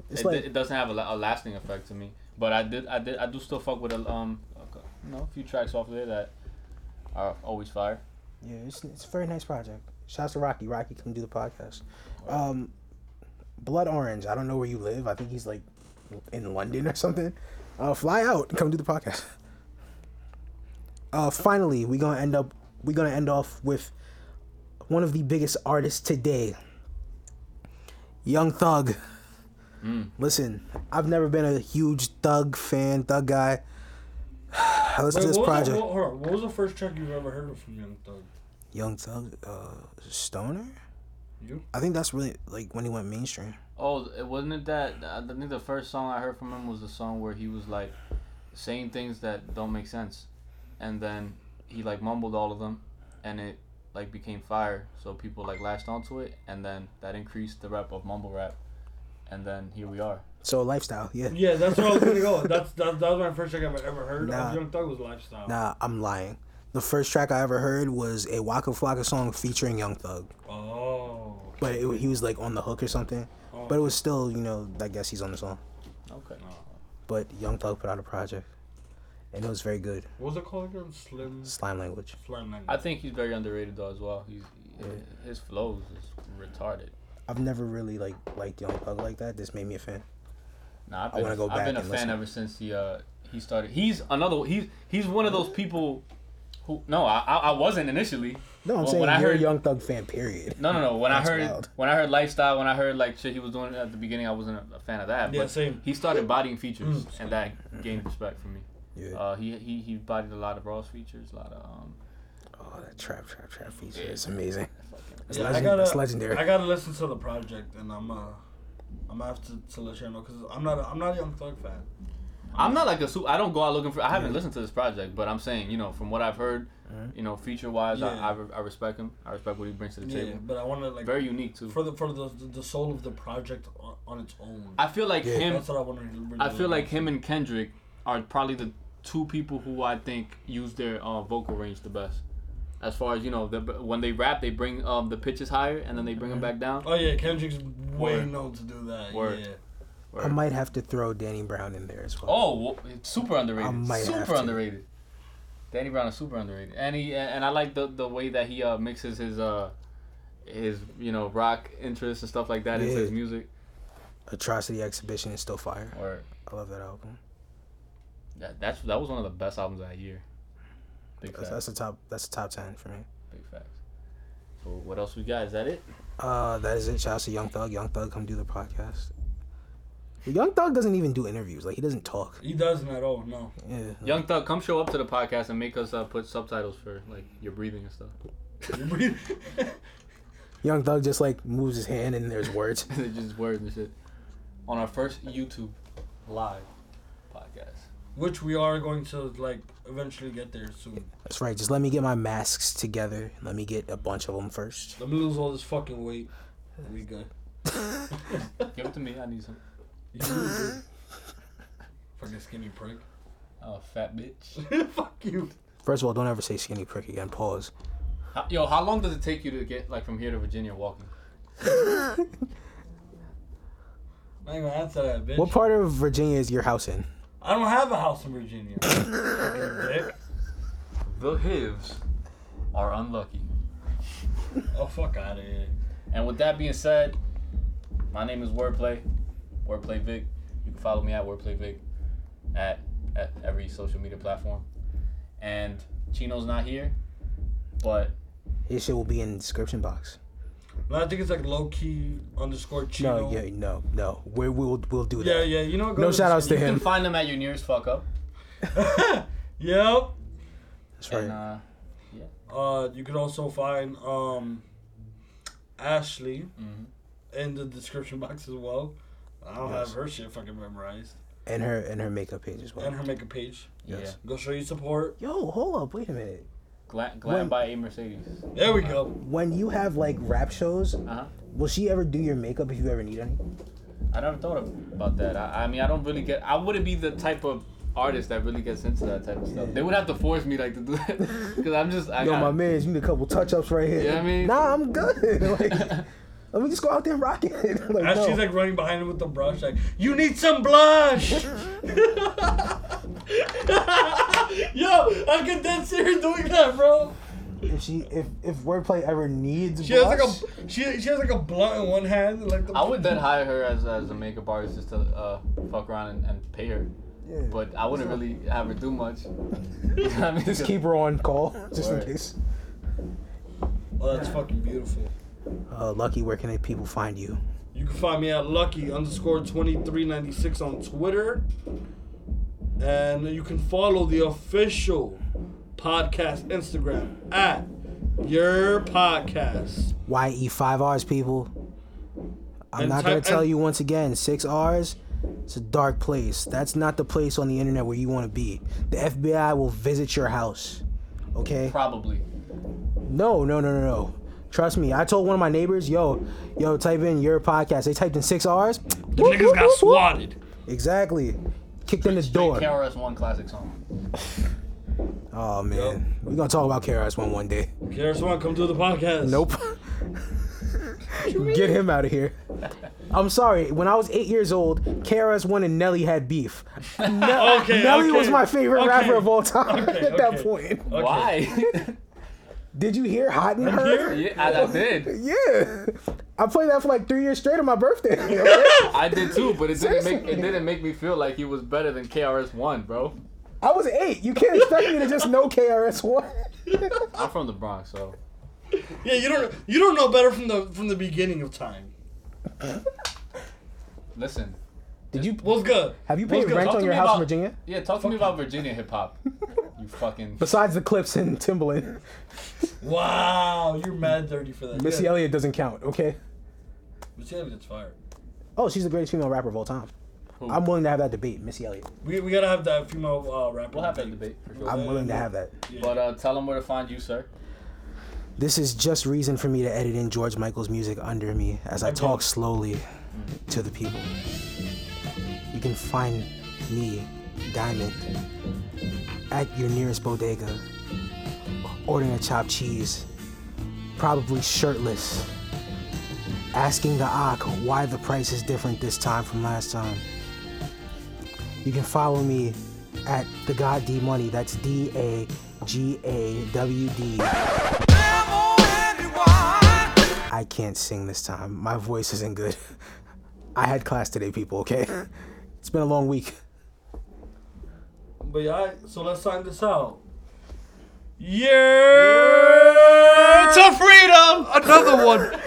[SPEAKER 2] it's
[SPEAKER 3] it,
[SPEAKER 2] like
[SPEAKER 3] it doesn't have a, la- a lasting effect to me. But I did I did I do still fuck with a um a, cou- you know a few tracks off of there that are always fire.
[SPEAKER 2] yeah, it's, it's a very nice project. Shouts to Rocky. Rocky, come do the podcast. Um, Blood Orange. I don't know where you live. I think he's like in London or something. Uh, fly out. Come do the podcast. Uh, finally, we gonna end up. We're gonna end off with one of the biggest artists today, Young Thug. Listen, I've never been a huge Thug fan, Thug guy, I listened to this
[SPEAKER 1] what was the-
[SPEAKER 2] project.
[SPEAKER 1] what- hold on, what was the first track you've ever heard of from Young Thug?
[SPEAKER 2] Young Thug, uh, Stoner.
[SPEAKER 1] You?
[SPEAKER 2] I think that's really like when he went mainstream.
[SPEAKER 3] Oh, it wasn't it that I think the first song I heard from him was the song where he was like saying things that don't make sense, and then he like mumbled all of them, and it like became fire. So people like latched onto it, and then that increased the rep of mumble rap, and then here we are.
[SPEAKER 2] So lifestyle, yeah.
[SPEAKER 1] Yeah, that's where I was gonna go. That's that, that was my first track I've ever heard
[SPEAKER 2] Nah.
[SPEAKER 1] of Young Thug was Lifestyle.
[SPEAKER 2] Nah, I'm lying. The first track I ever heard was a Waka Flocka song featuring Young Thug,
[SPEAKER 1] Oh.
[SPEAKER 2] but it, he was like on the hook or something.
[SPEAKER 1] Oh.
[SPEAKER 2] But it was still, you know, I guess he's on the song.
[SPEAKER 3] Okay.
[SPEAKER 2] But Young Thug put out a project, and it was very good.
[SPEAKER 1] what was it called again? Slim
[SPEAKER 2] Slime language.
[SPEAKER 1] Slim Language.
[SPEAKER 3] I think he's very underrated though as well. He's his flows is retarded.
[SPEAKER 2] I've never really like liked Young Thug like that. This made me a fan.
[SPEAKER 3] Nah,
[SPEAKER 2] I
[SPEAKER 3] I've been, I
[SPEAKER 2] wanna go back
[SPEAKER 3] have been a
[SPEAKER 2] and
[SPEAKER 3] fan
[SPEAKER 2] listen.
[SPEAKER 3] ever since he uh he started. He's another. He's he's one of those people who no, I I I wasn't initially.
[SPEAKER 2] No, I'm
[SPEAKER 3] Well,
[SPEAKER 2] saying
[SPEAKER 3] when
[SPEAKER 2] you're
[SPEAKER 3] I
[SPEAKER 2] a
[SPEAKER 3] heard-
[SPEAKER 2] Young Thug fan. Period.
[SPEAKER 3] No, no, no. When
[SPEAKER 2] That's
[SPEAKER 3] I heard
[SPEAKER 2] wild.
[SPEAKER 3] when I heard lifestyle, when I heard like shit he was doing at the beginning, I wasn't a, a fan of that.
[SPEAKER 1] Yeah,
[SPEAKER 3] but
[SPEAKER 1] same. Mm.
[SPEAKER 3] He started bodying features, and that gained respect for me.
[SPEAKER 2] Yeah.
[SPEAKER 3] Uh, he he he bodied a lot of Ross features, a lot of um.
[SPEAKER 2] oh, that trap, trap, trap feature is amazing.
[SPEAKER 3] fucking-
[SPEAKER 2] It's,
[SPEAKER 1] Yeah,
[SPEAKER 2] legend-
[SPEAKER 1] I gotta,
[SPEAKER 2] it's legendary.
[SPEAKER 1] I gotta listen to the project, and I'm uh, I'm gonna have to, to let you know because I'm not I'm not a Young Thug fan.
[SPEAKER 3] I'm not like a super. I don't go out looking for. I haven't listened to this project, but I'm saying you know from what I've heard,
[SPEAKER 2] Mm-hmm.
[SPEAKER 3] you know feature wise,
[SPEAKER 1] Yeah.
[SPEAKER 3] I, I, re- I respect him. I respect what he brings to the
[SPEAKER 1] Yeah,
[SPEAKER 3] table.
[SPEAKER 1] but I want to like
[SPEAKER 3] Very unique too.
[SPEAKER 1] for the for the the soul of the project on, on its own.
[SPEAKER 3] I feel like
[SPEAKER 2] Yeah.
[SPEAKER 3] him.
[SPEAKER 1] That's what I want to. Really
[SPEAKER 3] I feel like him and Kendrick are probably the two people who I think use their uh, vocal range the best. As far as you know, the, when they rap, they bring um, the pitches higher and then they bring them back down.
[SPEAKER 1] Oh yeah, Kendrick's way
[SPEAKER 3] Word.
[SPEAKER 1] known to do that.
[SPEAKER 3] Word.
[SPEAKER 1] Yeah.
[SPEAKER 2] I might have to throw Danny Brown in there as well.
[SPEAKER 3] Oh, wh- it's super underrated.
[SPEAKER 2] I might have
[SPEAKER 3] super
[SPEAKER 2] to.
[SPEAKER 3] underrated. Danny Brown is super underrated, and he and I like the the way that he uh, mixes his uh his you know rock interests and stuff like that into
[SPEAKER 2] Yeah.
[SPEAKER 3] his music.
[SPEAKER 2] Atrocity Exhibition is still fire.
[SPEAKER 3] Or
[SPEAKER 2] I love that album.
[SPEAKER 3] that that's that was one of the best albums of that year. Big
[SPEAKER 2] That's,
[SPEAKER 3] facts.
[SPEAKER 2] that's a top. That's a top ten for me.
[SPEAKER 3] big facts. So what else we got? Is that it?
[SPEAKER 2] Uh, that is it. Shout out to Young Thug. Young Thug, come do the podcast. Young Thug doesn't even do interviews. Like he doesn't talk.
[SPEAKER 1] He doesn't at all. No.
[SPEAKER 2] Yeah.
[SPEAKER 3] Young Thug, come show up to the podcast and make us uh, put subtitles for like your breathing and stuff.
[SPEAKER 2] Young Thug just like moves his hand and there's words.
[SPEAKER 3] They're just words and shit. On our first YouTube live podcast.
[SPEAKER 1] Which we are going to like eventually get there soon.
[SPEAKER 2] That's right. Just let me get my masks together. Let me get a bunch of them first.
[SPEAKER 1] Let me lose all this fucking weight. We good.
[SPEAKER 3] Give it to me. I need some.
[SPEAKER 1] You really do. Fucking skinny prick.
[SPEAKER 3] Oh, fat bitch.
[SPEAKER 1] Fuck you.
[SPEAKER 2] First of all, don't ever say skinny prick again. Pause.
[SPEAKER 3] How- Yo, how long does it take you to get like from here to Virginia walking?
[SPEAKER 1] I ain't gonna answer that, bitch.
[SPEAKER 2] What part of Virginia is your house in?
[SPEAKER 1] I don't have a house in Virginia. Fucking dick.
[SPEAKER 3] The Hivs are unlucky.
[SPEAKER 1] Oh, fuck out of here.
[SPEAKER 3] And with that being said, my name is Wordplay. Wordplay Vic. You can follow me at Wordplay Vic at, at every social media platform. And Chino's not here, but
[SPEAKER 2] This shit will be in the description box.
[SPEAKER 1] No, I think it's like low key underscore
[SPEAKER 2] No,
[SPEAKER 1] chino.
[SPEAKER 2] yeah, no, no. We will we'll do
[SPEAKER 1] yeah,
[SPEAKER 2] that.
[SPEAKER 1] yeah. You know.
[SPEAKER 2] No shout outs to
[SPEAKER 3] you can
[SPEAKER 2] him.
[SPEAKER 3] find them at your nearest fuck up.
[SPEAKER 1] Yep.
[SPEAKER 2] That's
[SPEAKER 3] And
[SPEAKER 2] right.
[SPEAKER 3] uh,
[SPEAKER 1] Uh, you can also find um, Ashley
[SPEAKER 3] Mhm.
[SPEAKER 1] in the description box as well. I don't
[SPEAKER 2] Yes.
[SPEAKER 1] have her shit fucking memorized.
[SPEAKER 2] And her and her makeup page as well.
[SPEAKER 1] And her makeup page.
[SPEAKER 2] Yes.
[SPEAKER 1] Go show you support.
[SPEAKER 2] Yo, hold up, wait a minute.
[SPEAKER 3] yeah, Glam, glam
[SPEAKER 2] When-
[SPEAKER 3] by A Mercedes.
[SPEAKER 1] There we go.
[SPEAKER 2] When you have like rap shows,
[SPEAKER 3] Uh-huh.
[SPEAKER 2] will she ever do your makeup if you ever need any?
[SPEAKER 3] I never thought of, about that. I, I mean, I don't really get. I wouldn't be the type of artist that really gets into that type of stuff. They would have to force me like to do that because I'm just. I
[SPEAKER 2] Yo,
[SPEAKER 3] got,
[SPEAKER 2] my man, you need a couple touch ups right here.
[SPEAKER 3] Yeah, I mean-
[SPEAKER 2] nah, I'm good. Like, let me just go out there and rock it. like, no.
[SPEAKER 1] Ashley's like running behind him with the brush, like, you need some blush! Yo, I could dead serious doing that, bro.
[SPEAKER 2] if she, if if wordplay ever needs,
[SPEAKER 1] She has like
[SPEAKER 2] blush,
[SPEAKER 1] a she, she has like a blunt in one hand, and like the
[SPEAKER 3] I would then hire her as, as a makeup artist just to uh, fuck around and, and pay her.
[SPEAKER 2] yeah.
[SPEAKER 3] But I wouldn't really have her do much. You know what I mean?
[SPEAKER 2] just keep her on call just
[SPEAKER 3] Word.
[SPEAKER 2] in case.
[SPEAKER 1] Oh, that's fucking beautiful.
[SPEAKER 2] Uh, Lucky, where can the people find you?
[SPEAKER 1] You can find me at lucky underscore twenty three ninety six on Twitter. And you can follow the official podcast Instagram at your podcast.
[SPEAKER 2] YE five R's people. I'm
[SPEAKER 1] And
[SPEAKER 2] not
[SPEAKER 1] type-
[SPEAKER 2] gonna tell
[SPEAKER 1] and-
[SPEAKER 2] you once again, six R's, it's a dark place. That's not the place on the internet where you wanna be. The FBI will visit your house. Okay?
[SPEAKER 3] Probably.
[SPEAKER 2] No, no, no, no, no. Trust me. I told one of my neighbors, yo, yo, type in your podcast. They typed in six R's.
[SPEAKER 1] The niggas got swatted.
[SPEAKER 2] Exactly. Kicked in the door.
[SPEAKER 3] KRS One classic song.
[SPEAKER 2] Oh man. We're gonna talk about KRS one one day.
[SPEAKER 1] Garrett Swan, come do the podcast.
[SPEAKER 2] Nope. Get him out of here. I'm sorry. When I was eight years old, KRS One and Nelly had beef. Ne-
[SPEAKER 1] Okay,
[SPEAKER 2] Nelly
[SPEAKER 1] okay,
[SPEAKER 2] was my favorite
[SPEAKER 1] okay.
[SPEAKER 2] rapper of all time
[SPEAKER 1] Okay,
[SPEAKER 2] at that
[SPEAKER 1] okay.
[SPEAKER 2] point.
[SPEAKER 1] Okay.
[SPEAKER 3] Why?
[SPEAKER 2] Did you hear Hot and Her?
[SPEAKER 3] yeah, I, I did.
[SPEAKER 2] Yeah. I played that for like three years straight on my birthday. okay?
[SPEAKER 3] I did too, but it didn't make it
[SPEAKER 2] Seriously.
[SPEAKER 3] didn't make me feel like he was better than KRS One, bro.
[SPEAKER 2] I was eight. You can't expect me to just know KRS One.
[SPEAKER 3] I'm from the Bronx, so
[SPEAKER 1] Yeah, you don't you don't know better from the from the beginning of time.
[SPEAKER 3] listen.
[SPEAKER 2] Did you
[SPEAKER 1] What's good?
[SPEAKER 2] have you paid
[SPEAKER 3] good?
[SPEAKER 2] rent
[SPEAKER 3] Talk
[SPEAKER 2] on
[SPEAKER 3] to
[SPEAKER 2] your
[SPEAKER 3] me
[SPEAKER 2] house in
[SPEAKER 3] about-
[SPEAKER 2] Virginia?
[SPEAKER 3] Yeah, talk to me about Virginia hip hop. You fucking.
[SPEAKER 2] Besides the clips in Timbaland,
[SPEAKER 4] Wow, you're mad dirty for that.
[SPEAKER 2] Missy
[SPEAKER 4] yeah.
[SPEAKER 2] Elliott doesn't count. Okay.
[SPEAKER 4] Missy Elliott's fire.
[SPEAKER 2] Oh, she's the greatest female rapper of all time.
[SPEAKER 3] Who?
[SPEAKER 2] I'm willing to have that debate, Missy Elliott.
[SPEAKER 4] We, we gotta have that female uh, rapper.
[SPEAKER 3] We'll have that debate for sure.
[SPEAKER 2] I'm willing to have that.
[SPEAKER 3] But uh, tell them where to find you, sir.
[SPEAKER 2] This is just reason for me to edit in George Michael's music under me as I talk slowly to the people. You can find me, Diamond, at your nearest bodega, ordering a chopped cheese, probably shirtless, asking the Ock why the price is different this time from last time. You can follow me at the God D Money. That's D A G A W D. I can't sing this time. My voice isn't good. I had class today, people, okay? It's been a long week.
[SPEAKER 4] But yeah, alright, so let's sign this out.
[SPEAKER 1] Yeah, to freedom. Another one.